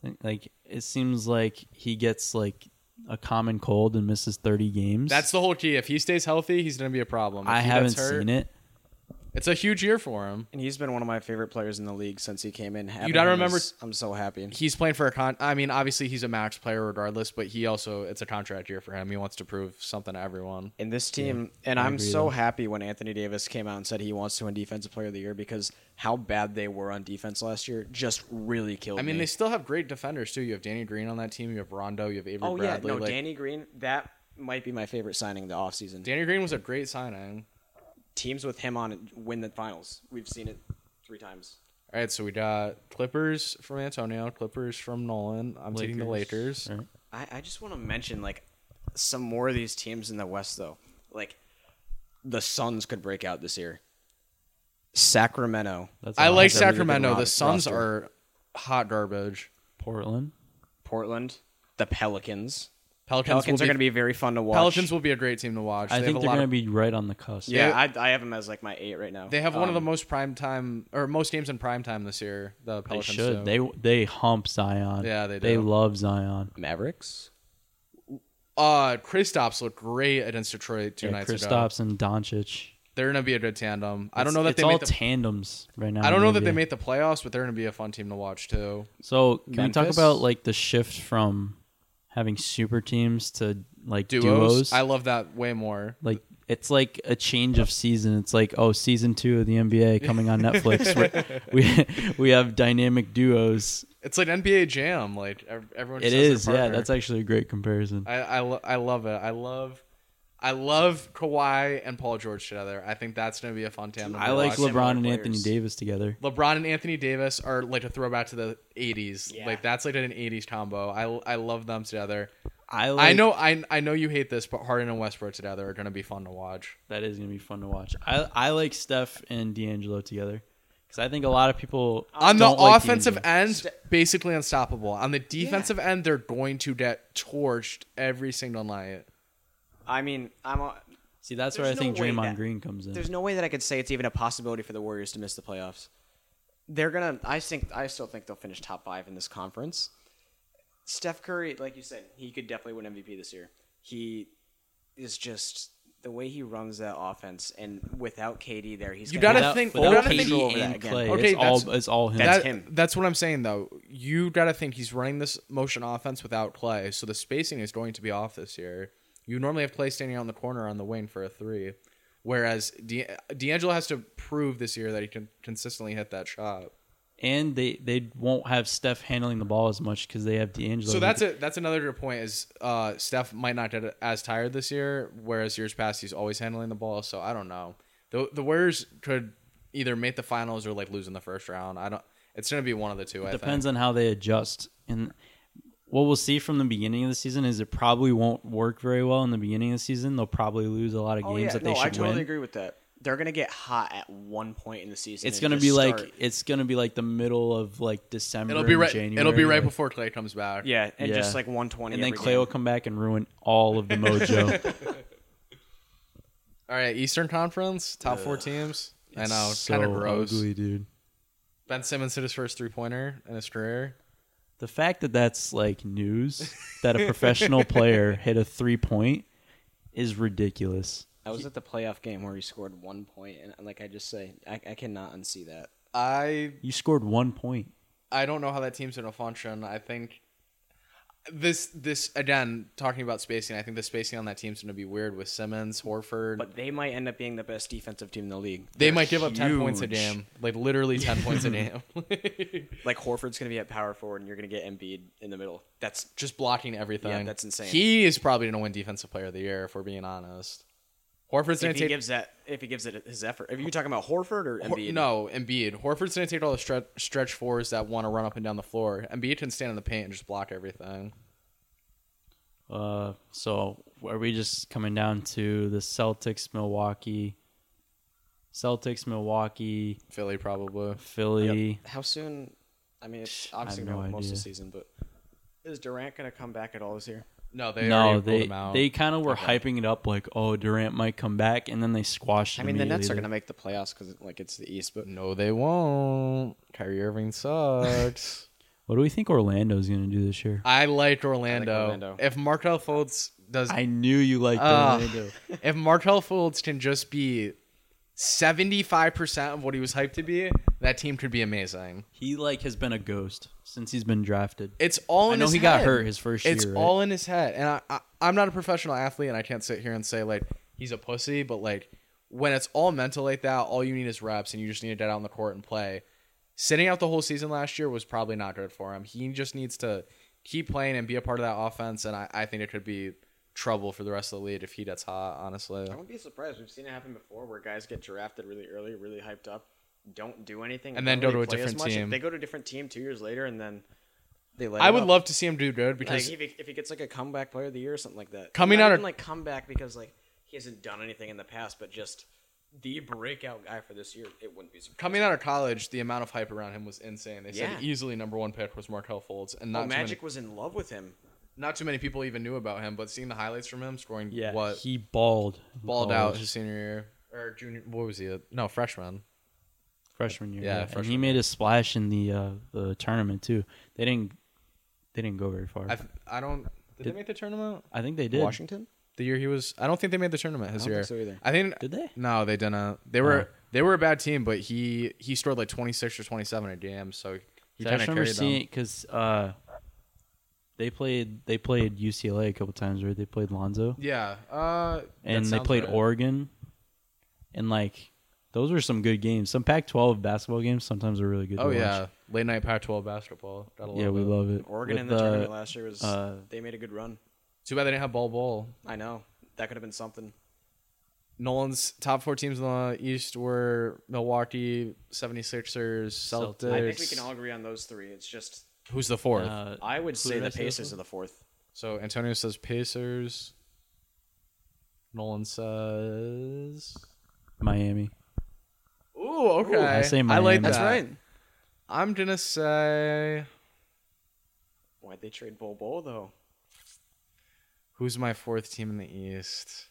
Speaker 1: thing. Like it seems like he gets like a common cold and misses 30 games.
Speaker 2: That's the whole key. If he stays healthy, he's going to be a problem. If
Speaker 1: I
Speaker 2: he gets
Speaker 1: haven't
Speaker 2: hurt,
Speaker 1: seen it.
Speaker 2: It's a huge year for him.
Speaker 3: And he's been one of my favorite players in the league since he came in. Having
Speaker 2: You gotta
Speaker 3: him
Speaker 2: remember-
Speaker 3: is- I'm so happy.
Speaker 2: He's playing for a con. I mean, obviously he's a max player regardless, but he also it's a contract year for him. He wants to prove something to everyone.
Speaker 3: in this team, and
Speaker 1: I
Speaker 3: I'm
Speaker 1: agree,
Speaker 3: so
Speaker 1: though.
Speaker 3: happy when Anthony Davis came out and said he wants to win Defensive Player of the Year because how bad they were on defense last year just really killed
Speaker 2: I mean,
Speaker 3: me.
Speaker 2: they still have great defenders too. You have Danny Green on that team. You have Rondo. You have Avery
Speaker 3: oh
Speaker 2: Bradley.
Speaker 3: yeah, no,
Speaker 2: like,
Speaker 3: Danny Green, that might be my favorite signing of the offseason.
Speaker 2: Danny Green was a great signing.
Speaker 3: Teams with him on it win the finals. We've seen it three times.
Speaker 2: All right, so we got Clippers from Antonio, Clippers from Nolan. I'm taking the Lakers.
Speaker 1: Right.
Speaker 3: I, I just want to mention like some more of these teams in the West though. Like the Suns could break out this year. Sacramento,
Speaker 1: That's
Speaker 2: I
Speaker 1: all.
Speaker 2: like
Speaker 3: That's a really good
Speaker 2: Sacramento.
Speaker 3: ro-
Speaker 2: The Suns
Speaker 3: roster.
Speaker 2: are hot garbage.
Speaker 1: Portland.
Speaker 3: Portland, the Pelicans.
Speaker 2: Pelicans,
Speaker 3: Pelicans
Speaker 2: will
Speaker 3: are going to
Speaker 2: be,
Speaker 3: be very fun to watch.
Speaker 2: Pelicans will be a great team to watch.
Speaker 1: I
Speaker 2: They
Speaker 1: think
Speaker 2: have a
Speaker 1: they're
Speaker 2: lot
Speaker 1: going to
Speaker 2: of-
Speaker 1: be right on the cusp.
Speaker 3: Yeah, I, I have them as like my eight right now.
Speaker 2: They have one of the
Speaker 3: Um,
Speaker 2: most prime time or most games in prime time this year.
Speaker 1: They
Speaker 2: The Pelicans
Speaker 1: should.
Speaker 2: do.
Speaker 1: They they hump Zion.
Speaker 2: Yeah, they
Speaker 1: They
Speaker 2: do.
Speaker 1: love Zion.
Speaker 3: Mavericks.
Speaker 2: uh Kristaps looked great against Detroit two
Speaker 1: Yeah,
Speaker 2: nights ago.
Speaker 1: Kristaps and Doncic.
Speaker 2: They're gonna be a good tandem. I
Speaker 1: It's-
Speaker 2: don't know that
Speaker 1: it's
Speaker 2: they
Speaker 1: all
Speaker 2: make the,
Speaker 1: tandems right now.
Speaker 2: I don't know
Speaker 1: in the
Speaker 2: that they
Speaker 1: NBA.
Speaker 2: made the playoffs, but they're gonna be a fun team to watch too.
Speaker 1: So can we talk
Speaker 3: Memphis?
Speaker 1: about like the shift from having super teams to like
Speaker 2: Duos,
Speaker 1: duos?
Speaker 2: I love that way more.
Speaker 1: like it's like a change of season. It's like oh, season two of the NBA coming on Netflix. where we we have dynamic duos.
Speaker 2: It's like NBA Jam. Like ev- everyone.
Speaker 1: It
Speaker 2: Just has
Speaker 1: is,
Speaker 2: their
Speaker 1: yeah.
Speaker 2: partner.
Speaker 1: That's actually a great comparison.
Speaker 2: I I, lo- I love it. I love. I love Kawhi and Paul George together. I think that's going to be a fun tandem.
Speaker 1: I
Speaker 2: to
Speaker 1: like
Speaker 2: watch.
Speaker 3: similar
Speaker 1: LeBron and
Speaker 3: players.
Speaker 1: Anthony Davis together.
Speaker 2: LeBron and Anthony Davis are like a throwback to the '80s.
Speaker 3: Yeah.
Speaker 2: Like that's like an '80s combo. I I love them together.
Speaker 1: I like,
Speaker 2: I know I I know you hate this, but Harden and Westbrook together are gonna be fun to watch.
Speaker 1: that is gonna be fun to watch. I I like Steph and D'Angelo together because I think a lot of people
Speaker 2: On the
Speaker 1: don't like
Speaker 2: offensive
Speaker 1: D'Angelo.
Speaker 2: end, basically unstoppable. On the defensive end, they're going to get torched every single night.
Speaker 3: I mean, I'm. A,
Speaker 1: See, that's where I
Speaker 3: There's no
Speaker 1: think
Speaker 3: way
Speaker 1: Draymond
Speaker 3: that-
Speaker 1: Green comes in.
Speaker 3: there's no way that I could say it's even a possibility for the Warriors to miss the playoffs. They're gonna. I think. I still think they'll finish top five in this conference. Steph Curry, like you said, he could definitely win MVP this year. He is just the way he runs that offense, and without KD there, he's
Speaker 2: You
Speaker 3: gonna
Speaker 2: gotta
Speaker 1: without,
Speaker 3: have
Speaker 2: think-
Speaker 1: without
Speaker 2: you gotta
Speaker 1: KD
Speaker 3: control over that
Speaker 1: and
Speaker 3: again.
Speaker 1: Clay,
Speaker 2: Okay,
Speaker 1: it's all
Speaker 2: that's-
Speaker 1: it's all him.
Speaker 3: That's
Speaker 2: That-
Speaker 3: him.
Speaker 2: That's what I'm saying though. You gotta think he's running this motion offense without Clay, so the spacing is going to be off this year. You normally have Clay standing out in the corner on the wing for a three, whereas De- D'Angelo has to prove this year that he can consistently hit that shot.
Speaker 1: and they they won't have Steph handling the ball as much because they have D'Angelo.
Speaker 2: So that's it. That's another good point. Is uh, Steph might not get as tired this year, whereas years past he's always handling the ball. So I don't know. The the Warriors could either make the finals or like lose in the first round. I don't. It's gonna be one of the two. I
Speaker 1: depends on how they adjust. And what we'll see from the beginning of the season is it probably won't work very well in the beginning of the season. They'll probably lose a lot of games
Speaker 3: Oh yeah,
Speaker 1: that they
Speaker 3: no,
Speaker 1: should
Speaker 3: I totally
Speaker 1: win.
Speaker 3: agree with that. They're gonna get hot at one point in the season.
Speaker 1: It's
Speaker 3: and
Speaker 1: gonna
Speaker 3: just
Speaker 1: be
Speaker 3: start-
Speaker 1: like it's gonna be like the middle of like December.
Speaker 2: It'll be
Speaker 1: and
Speaker 2: right.
Speaker 1: January,
Speaker 2: It'll be right
Speaker 1: like-
Speaker 2: before Clay comes back.
Speaker 3: yeah, and
Speaker 1: Yeah.
Speaker 3: just like one twenty.
Speaker 1: And then Clay will come back and ruin all of the mojo.
Speaker 2: All right. Eastern Conference top four teams. I know.
Speaker 1: It's so
Speaker 2: kind of gross.
Speaker 1: ugly, dude.
Speaker 2: Ben Simmons hit his first three pointer in his career.
Speaker 1: The fact that that's like news that a professional player hit a three point is ridiculous.
Speaker 3: I was at the playoff game where he scored one point, and like I just say, I, I cannot unsee that.
Speaker 2: I
Speaker 1: You scored one point.
Speaker 2: I don't know how that team's gonna function. I think this this again talking about spacing. I think the spacing on that team's gonna be weird with Simmons, Horford.
Speaker 3: But they might end up being the best defensive team in the league.
Speaker 2: they
Speaker 3: They're
Speaker 2: might give up ten points a
Speaker 3: huge.
Speaker 2: game, like literally ten points a game.
Speaker 3: Like Horford's gonna be at power forward, and you're gonna get Embiid in the middle. That's
Speaker 2: Just blocking everything.
Speaker 3: Yeah, that's insane.
Speaker 2: He is probably gonna win Defensive Player of the Year if we're being honest. Horford's gonna
Speaker 3: if he
Speaker 2: take
Speaker 3: gives that if he gives it his effort. Are you talking about Horford or
Speaker 2: Hor-
Speaker 3: Embiid?
Speaker 2: no Embiid. Horford's gonna take all the stretch stretch fours that want to run up and down the floor. Embiid can stand in the paint and just block everything.
Speaker 1: Uh, so are we just coming down to the Celtics, Milwaukee, Celtics, Milwaukee,
Speaker 2: Philly probably.
Speaker 1: Philly?
Speaker 3: How soon? I mean, it's obviously
Speaker 1: have
Speaker 3: going to
Speaker 1: no
Speaker 3: most of the
Speaker 1: idea.
Speaker 3: season, but is Durant going to come back at all this year?
Speaker 2: No, they
Speaker 1: no,
Speaker 2: already pulled
Speaker 1: they
Speaker 2: him out.
Speaker 1: they kind of were
Speaker 2: Okay.
Speaker 1: hyping it up like, oh, Durant might come back, and then they squashed.
Speaker 3: I
Speaker 1: it
Speaker 3: mean, the Nets are
Speaker 1: immediately.
Speaker 3: going to make the playoffs because like it's the East, but
Speaker 2: no, they won't. Kyrie Irving sucks.
Speaker 1: What do we think Orlando's going to do this year?
Speaker 2: I liked Orlando.
Speaker 3: Orlando.
Speaker 2: If Markel Fultz does,
Speaker 1: I knew you liked
Speaker 2: Ugh.
Speaker 1: Orlando.
Speaker 2: if Markel Fultz can just be seventy-five percent of what he was hyped to be, that team could be amazing.
Speaker 1: He like has been a ghost since he's been drafted.
Speaker 2: It's
Speaker 1: I
Speaker 2: all. In
Speaker 1: know
Speaker 2: his
Speaker 1: he got
Speaker 2: head.
Speaker 1: hurt his first
Speaker 2: It's
Speaker 1: year, right?
Speaker 2: all in his head, and I, I, I'm not a professional athlete, and I can't sit here and say like he's a pussy, but like when it's all mental like that, all you need is reps, and you just need to get out on the court and play. Sitting out the whole season last year was probably not good for him. He just needs to keep playing and be a part of that offense, and I, I think it could be trouble for the rest of the league if he gets hot. Honestly,
Speaker 3: I wouldn't be surprised. We've seen it happen before where guys get drafted really early, really hyped up, don't do anything,
Speaker 2: And then
Speaker 3: don't
Speaker 2: go
Speaker 3: really
Speaker 2: to a
Speaker 3: play as
Speaker 2: different
Speaker 3: much.
Speaker 2: team.
Speaker 3: They go to a different team two years later, and then they let
Speaker 2: I would love to see him do good
Speaker 3: like,
Speaker 2: because
Speaker 3: if, he, if he gets like a comeback player of the year or something like that.
Speaker 2: Coming
Speaker 3: Not
Speaker 2: out of-
Speaker 3: even, like comeback because like he hasn't done anything in the past, but just the breakout guy for this year. It wouldn't be surprising.
Speaker 2: coming out of college, the amount of hype around him was insane. They
Speaker 3: Yeah.
Speaker 2: said easily number one pick was Markel Fultz, and
Speaker 3: Oh,
Speaker 2: not too many-
Speaker 3: Magic was in love with him.
Speaker 2: not too many people even knew about him, but seeing the highlights from him scoring
Speaker 1: Yeah,
Speaker 2: what
Speaker 1: he balled,
Speaker 2: balled out his senior year or junior what was he a, no freshman
Speaker 1: freshman year.
Speaker 2: Yeah,
Speaker 1: Yeah, and
Speaker 2: freshman
Speaker 1: he made a splash in the uh, the tournament too. They didn't they didn't go very far.
Speaker 2: I
Speaker 1: i
Speaker 2: th- I don't did,
Speaker 1: Did-
Speaker 2: they make the tournament
Speaker 1: think they did.
Speaker 3: Washington.
Speaker 2: the year he was I don't think they made the tournament his
Speaker 3: I don't
Speaker 2: year
Speaker 3: think so either.
Speaker 2: I think
Speaker 1: Did Oh. they?
Speaker 2: no they didn't they were they were a bad team but he he scored like twenty six or twenty seven a game so he
Speaker 1: So I
Speaker 2: kind of
Speaker 1: just remember
Speaker 2: carried
Speaker 1: seeing
Speaker 2: them.
Speaker 1: it because uh, they played they played UCLA a couple times, right? They played Lonzo
Speaker 2: yeah uh, that
Speaker 1: and they
Speaker 2: sounds
Speaker 1: played
Speaker 2: right.
Speaker 1: Oregon, and like those were some good games. Some Pac-12 basketball games sometimes are really good.
Speaker 2: oh
Speaker 1: to
Speaker 2: yeah
Speaker 1: watch.
Speaker 2: late night Pac twelve basketball Gotta
Speaker 1: yeah, we
Speaker 2: it.
Speaker 1: love it.
Speaker 3: Oregon
Speaker 1: With,
Speaker 3: in the
Speaker 1: uh,
Speaker 3: tournament last year was
Speaker 1: uh,
Speaker 3: they made a good run.
Speaker 2: too bad they didn't have ball ball
Speaker 3: I know that could have been something.
Speaker 2: Nolan's top four teams in the East were Milwaukee 76ers Celtics,
Speaker 1: Celtics.
Speaker 3: I think we can all agree on those three. It's just
Speaker 2: who's the fourth
Speaker 1: uh,
Speaker 3: I would
Speaker 1: Who
Speaker 3: say
Speaker 1: did I
Speaker 3: the
Speaker 1: say this
Speaker 3: Pacers
Speaker 1: was?
Speaker 3: are the fourth.
Speaker 2: So Antonio says Pacers. Nolan says.
Speaker 1: Miami.
Speaker 2: Ooh, okay.
Speaker 1: I say
Speaker 2: I like
Speaker 1: Miami.
Speaker 2: that. I'm gonna say
Speaker 3: Why'd they trade Bol Bol though?
Speaker 2: who's my fourth team in the East.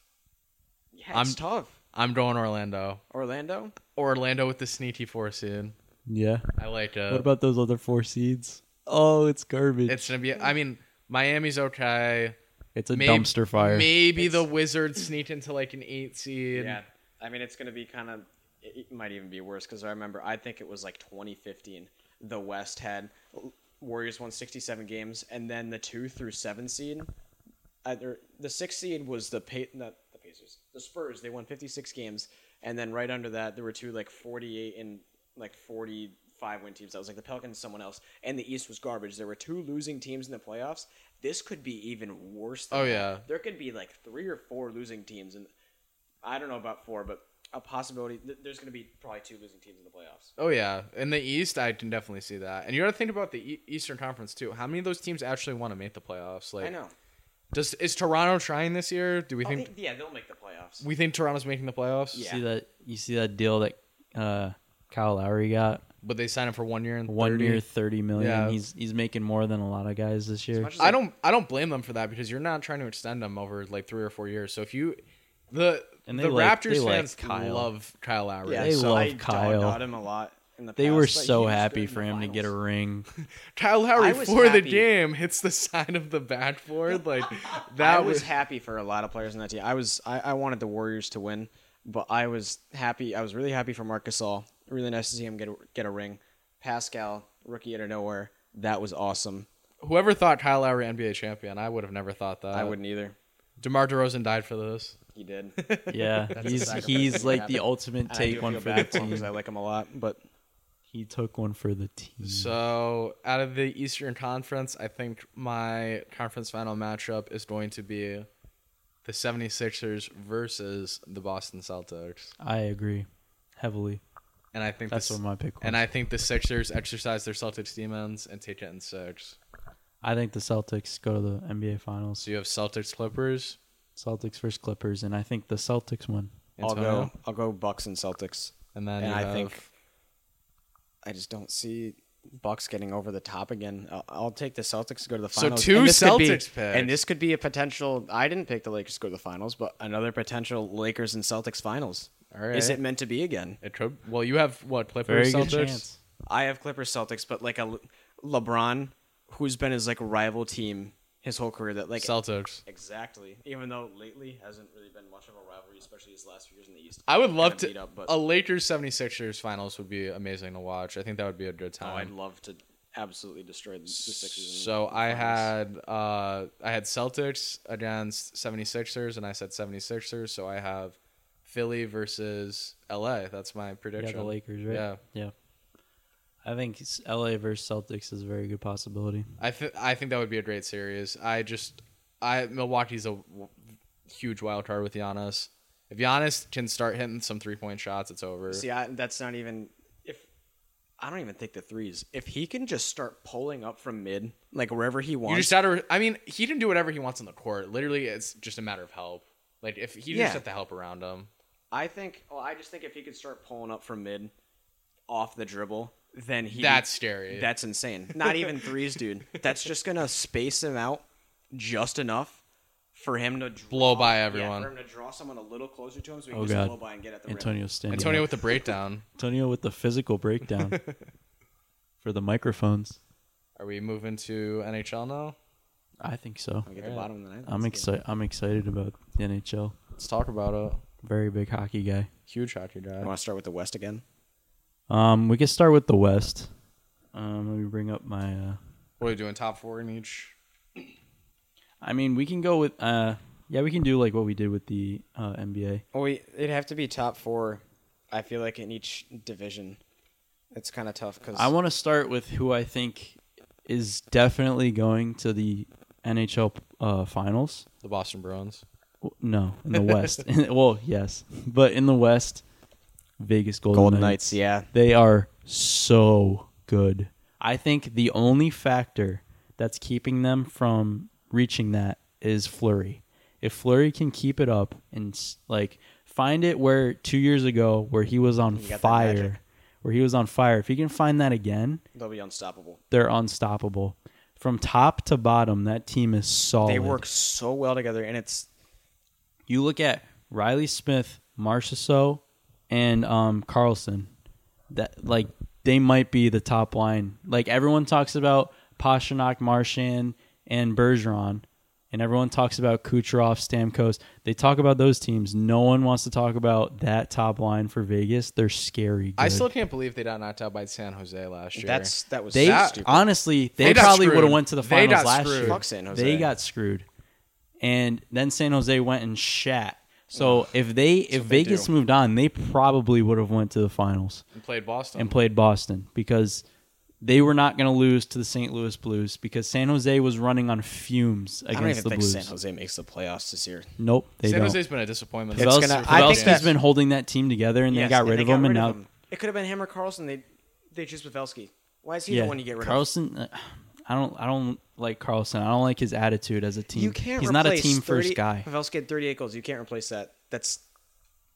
Speaker 3: Yeah, it's
Speaker 2: I'm-
Speaker 3: tough.
Speaker 2: I'm going Orlando.
Speaker 3: Orlando.
Speaker 2: Orlando with the sneaky four seed.
Speaker 1: Yeah.
Speaker 2: I like
Speaker 3: Uh,
Speaker 2: it.
Speaker 1: What about those other four seeds? Oh, it's garbage.
Speaker 2: it's gonna be. I mean, Miami's okay.
Speaker 1: It's a
Speaker 2: Maybe-
Speaker 1: dumpster fire.
Speaker 2: Maybe
Speaker 3: It's-
Speaker 2: the Wizards sneak into like an eight seed.
Speaker 3: Yeah, I mean it's gonna be kind of. It it might even be worse because I remember I think it was like 2015. The West had Warriors won 67 games, and then the two through seven seed. Either the six seed was the pa- not the Pacers, the Spurs. They won 56 games, and then right under that there were two like 48 and like 45 win teams. That was like the Pelicans, someone else, and the East was garbage. There were two losing teams in the playoffs. This could be even worse. Than
Speaker 2: Oh,
Speaker 3: that.
Speaker 2: yeah.
Speaker 3: there could be like three or four losing teams, and I don't know about four, but a possibility. Th- there's going to be probably two losing teams in the playoffs.
Speaker 2: Oh yeah, in the East, I can definitely see that. And you got to think about the e- Eastern Conference too. How many of those teams actually want to make the playoffs? Like,
Speaker 3: I know.
Speaker 2: Does is Toronto trying this year? Do we
Speaker 3: Oh,
Speaker 2: think
Speaker 3: they- yeah, they'll make the playoffs.
Speaker 2: we think Toronto's making the playoffs?
Speaker 1: You
Speaker 3: Yeah.
Speaker 1: See that you see that deal that uh, Kyle Lowry got
Speaker 2: But they sign him for one year and
Speaker 1: one
Speaker 2: 30?
Speaker 1: year thirty million.
Speaker 2: Yeah.
Speaker 1: He's he's making more than a lot of guys this year.
Speaker 3: much as
Speaker 2: I don't I don't blame them for that because you're not trying to extend them over like three or four years. So if you the
Speaker 1: And they
Speaker 2: the
Speaker 1: like-
Speaker 2: Raptors
Speaker 1: they like
Speaker 2: fans
Speaker 1: Kyle.
Speaker 2: love Kyle Lowry.
Speaker 1: they
Speaker 2: so
Speaker 1: love
Speaker 3: I dog
Speaker 1: Kyle.
Speaker 3: Got him a lot. In the
Speaker 1: they
Speaker 3: past,
Speaker 1: were
Speaker 3: but he
Speaker 1: so
Speaker 3: was
Speaker 1: happy
Speaker 3: good in
Speaker 1: for
Speaker 3: the
Speaker 1: him to get a
Speaker 3: finals.
Speaker 1: ring.
Speaker 2: Kyle Lowry
Speaker 3: I was
Speaker 2: for the
Speaker 3: happy.
Speaker 2: game hits the side of the backboard like
Speaker 3: I
Speaker 2: that
Speaker 3: was
Speaker 2: was
Speaker 3: happy for a lot of players in that team. I was I, I wanted the Warriors to win, but I was happy. I was really happy for Marc Gasol. Really nice to see him get a, get a ring. Pascal, rookie out of nowhere, that was awesome.
Speaker 2: whoever thought Kyle Lowry NBA champion. I would have never thought that.
Speaker 3: I wouldn't either.
Speaker 2: DeMar DeRozan died for this.
Speaker 3: Uh, He did.
Speaker 1: Yeah, he's he's like the ultimate
Speaker 3: And I do
Speaker 1: take one
Speaker 3: feel
Speaker 1: for the
Speaker 3: bad him
Speaker 1: team.
Speaker 3: 'cause I like him a lot, but
Speaker 1: He took one for the team.
Speaker 2: So, out of the Eastern Conference, I think my conference final matchup is going to be the 76ers versus the Boston Celtics.
Speaker 1: I agree heavily.
Speaker 2: And I think
Speaker 1: That's
Speaker 2: the,
Speaker 1: what my pick was.
Speaker 2: and I think the Sixers exercise their Celtics demons and take it in 6.
Speaker 1: I think the Celtics go to the NBA Finals.
Speaker 2: So you have Celtics Clippers.
Speaker 1: Celtics versus Clippers, and I think the Celtics won.
Speaker 3: I'll
Speaker 2: Antonio.
Speaker 3: go. I'll go Bucks and Celtics.
Speaker 2: And then
Speaker 3: and
Speaker 2: you
Speaker 3: I
Speaker 2: have-
Speaker 3: think I just don't see Bucks getting over the top again. I'll, I'll take the Celtics to go to the
Speaker 2: So
Speaker 3: finals.
Speaker 2: two
Speaker 3: and this could be,
Speaker 2: Celtics picks.
Speaker 3: and this could be a potential. I didn't pick the Lakers to go to the finals, but another potential Lakers and Celtics finals.
Speaker 2: All right.
Speaker 3: Is it meant to be again?
Speaker 2: It could. Well, you have what Clippers, Celtics.
Speaker 3: I have Clippers Celtics, but like a Le- LeBron, who's been his like rival team his whole career. That like
Speaker 2: Celtics.
Speaker 3: exactly. Even though lately hasn't really been much of a rivalry, especially these last few years in the East.
Speaker 2: I would
Speaker 3: Kinda
Speaker 2: love to.
Speaker 3: beat up, but-
Speaker 2: a Lakers 76ers finals would be amazing to watch. I think that would be a good
Speaker 3: Oh, I'd
Speaker 2: time.
Speaker 3: love to absolutely destroy the, the Sixers. in
Speaker 2: so
Speaker 3: the
Speaker 2: I
Speaker 3: finals.
Speaker 2: had uh, I had Celtics against 76ers, and I said 76ers. So I have Philly versus LA. That's my
Speaker 1: Yeah,
Speaker 2: prediction.
Speaker 1: the Lakers, right?
Speaker 2: Yeah.
Speaker 1: yeah. I think it's LA versus Celtics is a very good possibility.
Speaker 2: I th- I think that would be a great series. I just I Milwaukee's a w- huge wild card with Giannis. If Giannis can start hitting some three point shots, it's over.
Speaker 3: See, I, that's not even if I don't even think the threes. If he can just start pulling up from mid, like wherever he
Speaker 2: you
Speaker 3: wants,
Speaker 2: just gotta. I mean, he can do whatever he wants on the court. Literally, it's just a matter of help. Like if he
Speaker 3: Yeah.
Speaker 2: just had the help around him,
Speaker 3: I think. Well, I just think if he could start pulling up from mid, off the dribble, then he
Speaker 2: that's scary.
Speaker 3: that's insane. Not even threes, dude. That's just gonna space him out just enough for him to draw,
Speaker 2: Blow by
Speaker 3: yeah,
Speaker 2: everyone.
Speaker 3: for him to draw someone a little closer to him, so he can
Speaker 1: Oh
Speaker 3: just
Speaker 1: god,
Speaker 3: blow by and get at the rim.
Speaker 1: Antonio standing.
Speaker 2: Antonio
Speaker 1: Antonio,
Speaker 2: with the breakdown.
Speaker 1: Antonio with the physical breakdown for the microphones.
Speaker 2: Are we moving to NHL now?
Speaker 1: I think so.
Speaker 3: I'll get the
Speaker 2: Alright.
Speaker 3: bottom of the ninth.
Speaker 1: I'm
Speaker 3: Let's
Speaker 1: excited. I'm excited about the NHL.
Speaker 2: Let's talk about it.
Speaker 1: Very big hockey guy.
Speaker 2: Huge hockey
Speaker 3: go.
Speaker 2: guy.
Speaker 3: You want to start with the West again?
Speaker 1: Um, we can start with the West. Um, let me bring up my. Uh,
Speaker 2: What are we doing? Top four in each.
Speaker 1: I mean, we can go with. Uh, yeah, we can do like what we did with the uh, NBA.
Speaker 3: Well, we, it'd have to be top four. I feel like in each division, it's kind of tough because
Speaker 1: I want to start with who I think is definitely going to the NHL uh, finals.
Speaker 2: The Boston Bruins.
Speaker 1: W- No, in the West. well, yes, but in the West, Vegas Golden,
Speaker 3: Golden
Speaker 1: Knights.
Speaker 3: Knights. Yeah,
Speaker 1: They are so good. I think the only factor that's keeping them from reaching that is Flurry. If Flurry can keep it up and s- like find it where 2 years ago where he was on
Speaker 3: got that magic.
Speaker 1: fire, where he was on fire, if he can find that again,
Speaker 3: they'll be unstoppable.
Speaker 1: they're unstoppable. From top to bottom, that team is solid.
Speaker 3: They work so well together, and it's
Speaker 1: You look at Riley Smith, Marchessault, and um, Carlson. That like they might be the top line. Like everyone talks about Pasternak, Marchand, and Bergeron, and everyone talks about Kucherov, Stamkos. They talk about those teams. No one wants to talk about that top line for Vegas. They're scary.
Speaker 2: I
Speaker 1: good.
Speaker 2: still can't believe they got knocked out by San Jose last year.
Speaker 3: that's that was
Speaker 1: They
Speaker 3: so
Speaker 2: That-
Speaker 3: stupid.
Speaker 1: honestly, they,
Speaker 2: They got
Speaker 1: probably
Speaker 2: screwed.
Speaker 1: would have went to the
Speaker 2: They
Speaker 1: finals
Speaker 2: got
Speaker 1: last
Speaker 2: screwed.
Speaker 1: year.
Speaker 3: Fuck San Jose.
Speaker 1: They got screwed, and then San Jose went and shat. So if they if
Speaker 3: what they
Speaker 1: Vegas
Speaker 3: do.
Speaker 1: moved on, they probably would have went to the finals
Speaker 2: and played Boston.
Speaker 1: and played Boston because they were not going to lose to the St. Louis Blues because San Jose was running on fumes
Speaker 3: I don't even
Speaker 1: against the
Speaker 3: think
Speaker 1: Blues.
Speaker 3: San Jose makes the playoffs this year.
Speaker 1: Nope, they
Speaker 2: San
Speaker 1: don't.
Speaker 2: Jose's been a disappointment.
Speaker 3: It's
Speaker 1: Pavelski,
Speaker 3: gonna- I think
Speaker 1: Pavelski's
Speaker 3: that-
Speaker 1: been holding that team together, and they got rid of him, and now
Speaker 3: it could have been him or Carlson. They they choose Pavelski. Why is he
Speaker 1: yeah,
Speaker 3: the one you get rid
Speaker 1: Carlson. uh, I don't. I don't like Carlson. I don't like his attitude as a
Speaker 3: of?
Speaker 1: team.
Speaker 3: You can't.
Speaker 1: He's not a
Speaker 3: replace
Speaker 1: team
Speaker 3: 30
Speaker 1: first guy.
Speaker 3: Pavelski had 38 goals. You can't replace that. That's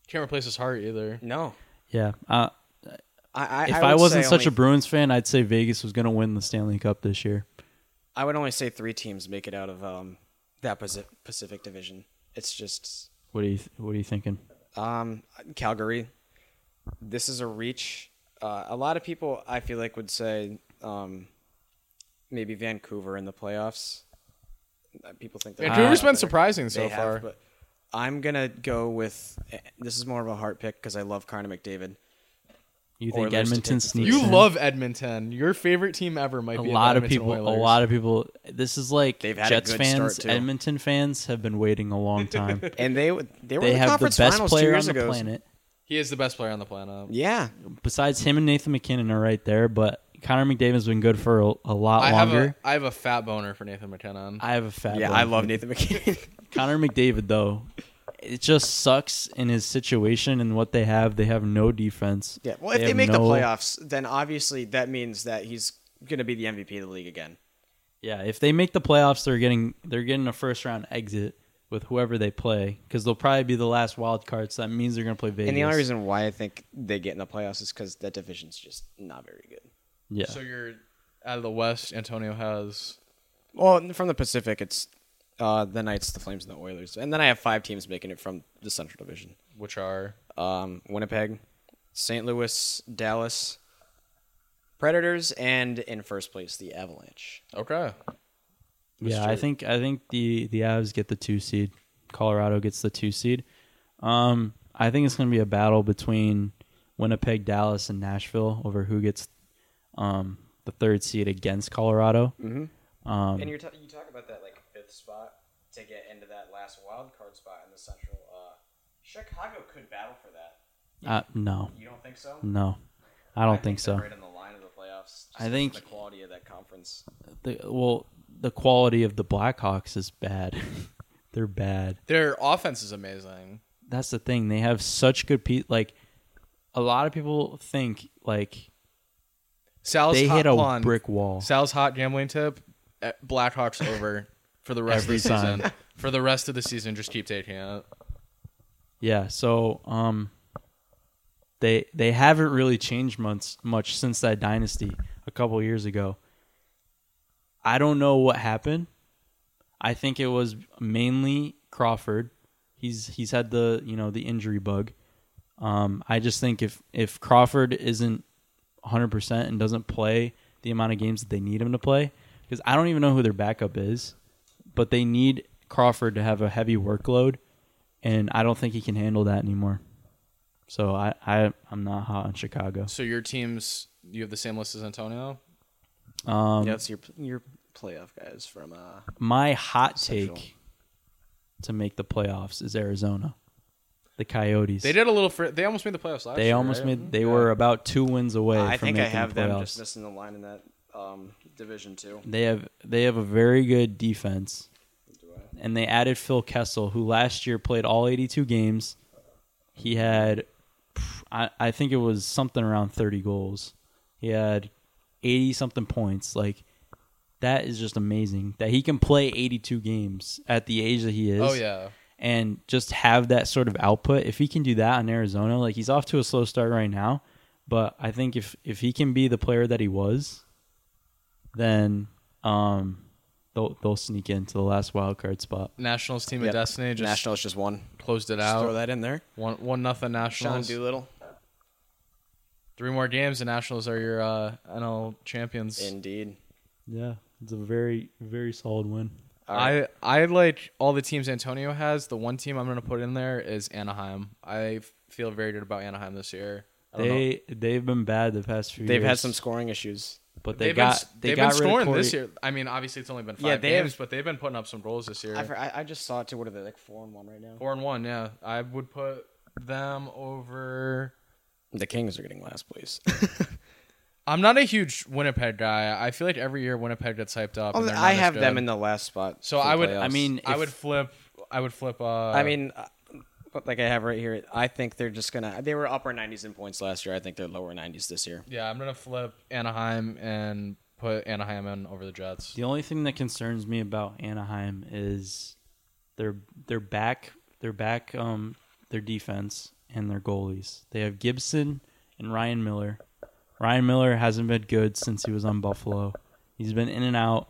Speaker 2: Can't replace his heart either.
Speaker 3: no.
Speaker 1: Yeah. Uh,
Speaker 3: I, I
Speaker 1: if
Speaker 3: I,
Speaker 1: I,
Speaker 3: would
Speaker 1: wasn't
Speaker 3: say
Speaker 1: such
Speaker 3: only-
Speaker 1: a Bruins fan, I'd say Vegas was going to win the Stanley Cup this year.
Speaker 3: I would only say three teams make it out of um, that Paci- Pacific Division. It's just
Speaker 1: What do you th- What are you thinking?
Speaker 3: um, Calgary. This is a reach. Uh, a lot of people, I feel like, would say um, maybe Vancouver in the playoffs. Uh, People think that
Speaker 2: Vancouver's
Speaker 3: Uh,
Speaker 2: been
Speaker 3: better.
Speaker 2: surprising so
Speaker 3: They have,
Speaker 2: far.
Speaker 3: but I'm gonna go with this is more of a heart pick because I love Connor McDavid.
Speaker 1: You
Speaker 3: Oilers
Speaker 1: think
Speaker 3: to
Speaker 1: Edmonton
Speaker 3: take the
Speaker 1: sneaks?
Speaker 2: you
Speaker 1: in?
Speaker 2: love Edmonton. Your favorite team ever might
Speaker 1: a
Speaker 2: be the
Speaker 1: lot of
Speaker 2: Edmonton
Speaker 1: people. A
Speaker 2: Oilers.
Speaker 1: lot of people. This is like
Speaker 3: They've had a
Speaker 1: Jets
Speaker 3: good
Speaker 1: fans,
Speaker 3: start, too.
Speaker 1: Edmonton fans have been waiting a long time.
Speaker 3: And they w- they were
Speaker 1: they
Speaker 3: in the
Speaker 1: have the
Speaker 3: conference
Speaker 1: best
Speaker 3: finals two
Speaker 1: player on
Speaker 3: years
Speaker 1: the
Speaker 3: ago.
Speaker 1: planet.
Speaker 2: He is the best player on the planet.
Speaker 3: Yeah,
Speaker 1: Besides him and Nathan McKinnon are right there, but Connor McDavid's been good for a, a lot
Speaker 2: I have
Speaker 1: longer.
Speaker 2: a I have a fat boner for Nathan McKinnon.
Speaker 1: I have a fat.
Speaker 3: yeah,
Speaker 1: one.
Speaker 3: I love Nathan McKinnon.
Speaker 1: Connor McDavid though. It just sucks in his situation and what they have. They have no defense.
Speaker 3: yeah, well, if they,
Speaker 1: have
Speaker 3: make the
Speaker 1: no-
Speaker 3: playoffs, then obviously that means that he's gonna be the MVP of the league again.
Speaker 1: Yeah, if they make the playoffs, they're getting they're getting a first round exit, with whoever they play because they'll probably be the last wild card. So that means they're going to play Vegas.
Speaker 3: And the only reason why I think they get in the playoffs is because that division's just not very good.
Speaker 1: yeah,
Speaker 2: So you're out of the West. Antonio has
Speaker 3: Well, and from the Pacific, it's uh, the Knights, the Flames, and the Oilers, and then I have five teams making it from the Central Division:
Speaker 2: which are
Speaker 3: um, Winnipeg, St. Louis, Dallas, Predators, and in first place the Avalanche.
Speaker 2: okay.
Speaker 1: yeah. I think I think the the Avs get the two seed. Colorado gets the two seed. Um, I think it's going to be a battle between Winnipeg, Dallas, and Nashville over who gets um, the third seed against Colorado. Mm-hmm. Um,
Speaker 3: And you're you talk about that like fifth spot to get into that last wild card spot in the Central. Uh, Chicago could battle for that.
Speaker 1: uh, no,
Speaker 3: You don't think so?
Speaker 1: no, I don't think so.
Speaker 3: in the line of the playoffs.
Speaker 1: I think- the
Speaker 3: quality of that conference.
Speaker 1: The, well, the quality of the Blackhawks is bad. They're bad.
Speaker 2: Their offense is amazing.
Speaker 1: that's the thing. They have such good pe like a lot of people think like
Speaker 2: Sal's
Speaker 1: they
Speaker 2: hot
Speaker 1: hit a
Speaker 2: blonde.
Speaker 1: brick wall.
Speaker 2: Sal's hot gambling tip: eh, Blackhawks over for the rest
Speaker 1: Every
Speaker 2: of the
Speaker 1: time.
Speaker 2: season. For the rest of the season, just keep taking it.
Speaker 1: Yeah, so um they they haven't really changed much much since that dynasty a couple of years ago. I don't know what happened. I think it was mainly Crawford. He's he's had the, you know, the injury bug. Um I just think if if Crawford isn't 100% and doesn't play the amount of games that they need him to play because I don't even know who their backup is, but they need Crawford to have a heavy workload and I don't think he can handle that anymore. So I, I I'm not hot on Chicago.
Speaker 2: So your teams, you have the same list as Antonio.
Speaker 1: Um,
Speaker 3: yeah, it's your your playoff guys from uh
Speaker 1: My hot
Speaker 3: Central.
Speaker 1: take to make the playoffs is Arizona, the Coyotes.
Speaker 2: They did a little. Fr- they almost made the playoffs last
Speaker 1: They
Speaker 2: year.
Speaker 1: almost
Speaker 2: right?
Speaker 1: made. They
Speaker 2: Yeah.
Speaker 1: were about two wins away.
Speaker 3: I
Speaker 1: from
Speaker 3: think I
Speaker 1: making
Speaker 3: have
Speaker 1: the
Speaker 3: them
Speaker 1: playoffs.
Speaker 3: just missing the line in that um division too.
Speaker 1: They have they have a very good defense,
Speaker 3: Do I?
Speaker 1: and they added Phil Kessel, who last year played all 82 games. He had, pff, I, I think it was something around 30 goals. He had 80 something points. Like that is just amazing that he can play 82 games at the age that he is.
Speaker 2: Oh yeah.
Speaker 1: and just have that sort of output. If he can do that in Arizona, like he's off to a slow start right now, but I think if if he can be the player that he was, then um they'll they'll sneak into the last wild card spot.
Speaker 2: Nationals team
Speaker 3: Yep.
Speaker 2: of destiny just
Speaker 3: Nationals just one.
Speaker 2: closed it
Speaker 3: Just throw
Speaker 2: out.
Speaker 3: that in there.
Speaker 2: One one nothing
Speaker 3: Sean
Speaker 2: Nationals.
Speaker 3: Doolittle.
Speaker 2: Three more games. The Nationals are your uh, NL champions.
Speaker 3: Indeed.
Speaker 1: Yeah, it's a very very solid win.
Speaker 3: All right.
Speaker 2: I I like all the teams Antonio has. The one team I'm gonna put in there is Anaheim. I f- feel very good about Anaheim this year. I don't know.
Speaker 1: They they've been bad the past few
Speaker 3: They've
Speaker 1: years.
Speaker 3: had some scoring issues.
Speaker 1: but they
Speaker 2: They've been
Speaker 1: got
Speaker 2: s-
Speaker 1: they
Speaker 2: they've
Speaker 1: got
Speaker 2: been
Speaker 1: rid of
Speaker 2: scoring this
Speaker 1: Corey-
Speaker 2: year. I mean, obviously it's only been five
Speaker 3: Yeah, they have-
Speaker 2: games, but they've been putting up some goals this year.
Speaker 3: I, for- I I just saw it too. What are they like four and one right now?
Speaker 2: Four and one. Yeah, I would put them over.
Speaker 3: The Kings are getting last place.
Speaker 2: I'm not a huge Winnipeg guy. I feel like every year Winnipeg gets hyped up. and they're not
Speaker 3: Oh, I
Speaker 2: as
Speaker 3: have them
Speaker 2: good.
Speaker 3: in the last spot.
Speaker 2: So
Speaker 3: for the
Speaker 2: I would.
Speaker 3: playoffs.
Speaker 1: I mean,
Speaker 2: I
Speaker 1: if-
Speaker 2: would flip. I would flip. Uh,
Speaker 3: I mean, uh, but like I have right here, I think they're just gonna. They were upper 90s in points last year. I think they're lower 90s this year.
Speaker 2: yeah, I'm gonna flip Anaheim and put Anaheim in over the Jets.
Speaker 1: The only thing that concerns me about Anaheim is their their back their back um their defense and their goalies. They have Gibson and Ryan Miller. Ryan Miller hasn't been good since he was on Buffalo. He's been in and out.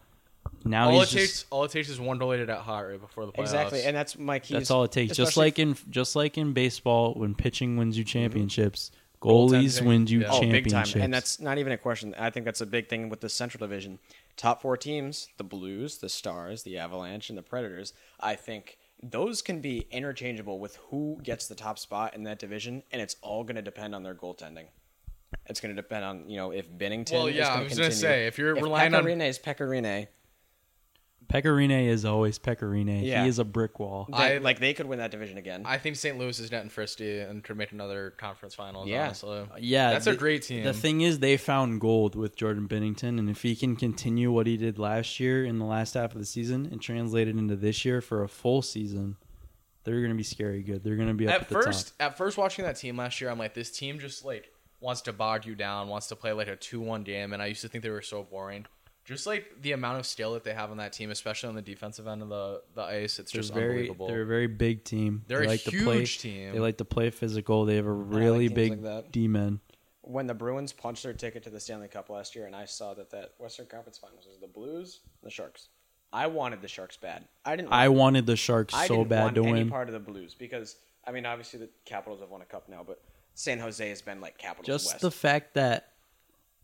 Speaker 1: Now
Speaker 2: all it
Speaker 1: he's
Speaker 2: takes,
Speaker 1: just,
Speaker 2: all it takes is one goal at hot right before the playoffs.
Speaker 3: Exactly, and that's my key.
Speaker 1: that's all it takes. Just
Speaker 3: especially-
Speaker 1: like in just like in baseball, when pitching wins you championships, goalies
Speaker 2: Goaltending.
Speaker 1: win you
Speaker 2: Yeah.
Speaker 3: oh, big time,
Speaker 1: championships.
Speaker 3: and that's not even a question. I think that's a big thing with the Central Division. Top four teams: the Blues, the Stars, the Avalanche, and the Predators. I think those can be interchangeable with who gets the top spot in that division, and it's all going to depend on their goaltending. It's going to depend on you know if Bennington.
Speaker 2: Well, yeah,
Speaker 3: is
Speaker 2: I
Speaker 3: gonna
Speaker 2: was gonna
Speaker 3: continue.
Speaker 2: say, if you're
Speaker 3: if
Speaker 2: relying on-
Speaker 3: Pecorine is Pecorine,
Speaker 1: Pecorine is always Pecorine.
Speaker 3: Yeah.
Speaker 1: He is a brick wall.
Speaker 2: I-
Speaker 3: They- like they could win that division again.
Speaker 2: I think St. Louis is net and frisky and could make another conference finals.
Speaker 3: Yeah.
Speaker 2: honestly.
Speaker 1: Yeah,
Speaker 2: that's
Speaker 1: the,
Speaker 2: a great team.
Speaker 1: The thing is, they found gold with Jordan Bennington, and if he can continue what he did last year in the last half of the season and translate it into this year for a full season, they're going to be scary good. They're going to be up at,
Speaker 2: at
Speaker 1: the
Speaker 2: first,
Speaker 1: top.
Speaker 2: at first watching that team last year, I'm like, this team just like wants to bog you down, wants to play like a two-one game, and I used to think they were so boring. Just like the amount of skill that they have on that team, especially on the defensive end of the, the ice, it's
Speaker 1: They're
Speaker 2: just
Speaker 1: very,
Speaker 2: unbelievable.
Speaker 1: They're a very big team.
Speaker 2: They're
Speaker 1: they
Speaker 2: a
Speaker 1: like to play,
Speaker 2: huge team.
Speaker 1: They like to play physical. They have a really
Speaker 3: teams
Speaker 1: big
Speaker 3: like that.
Speaker 1: D men.
Speaker 3: When the Bruins punched their ticket to the Stanley Cup last year, and I saw that that Western Conference Finals was the Blues, and the Sharks. I wanted the Sharks bad. I didn't.
Speaker 1: I wanted the Sharks
Speaker 3: I
Speaker 1: so
Speaker 3: didn't
Speaker 1: bad
Speaker 3: want
Speaker 1: to
Speaker 3: any
Speaker 1: win.
Speaker 3: part of the Blues because I mean, obviously the Capitals have won a cup now, but San Jose has been like Capitals
Speaker 1: Just
Speaker 3: West.
Speaker 1: the fact that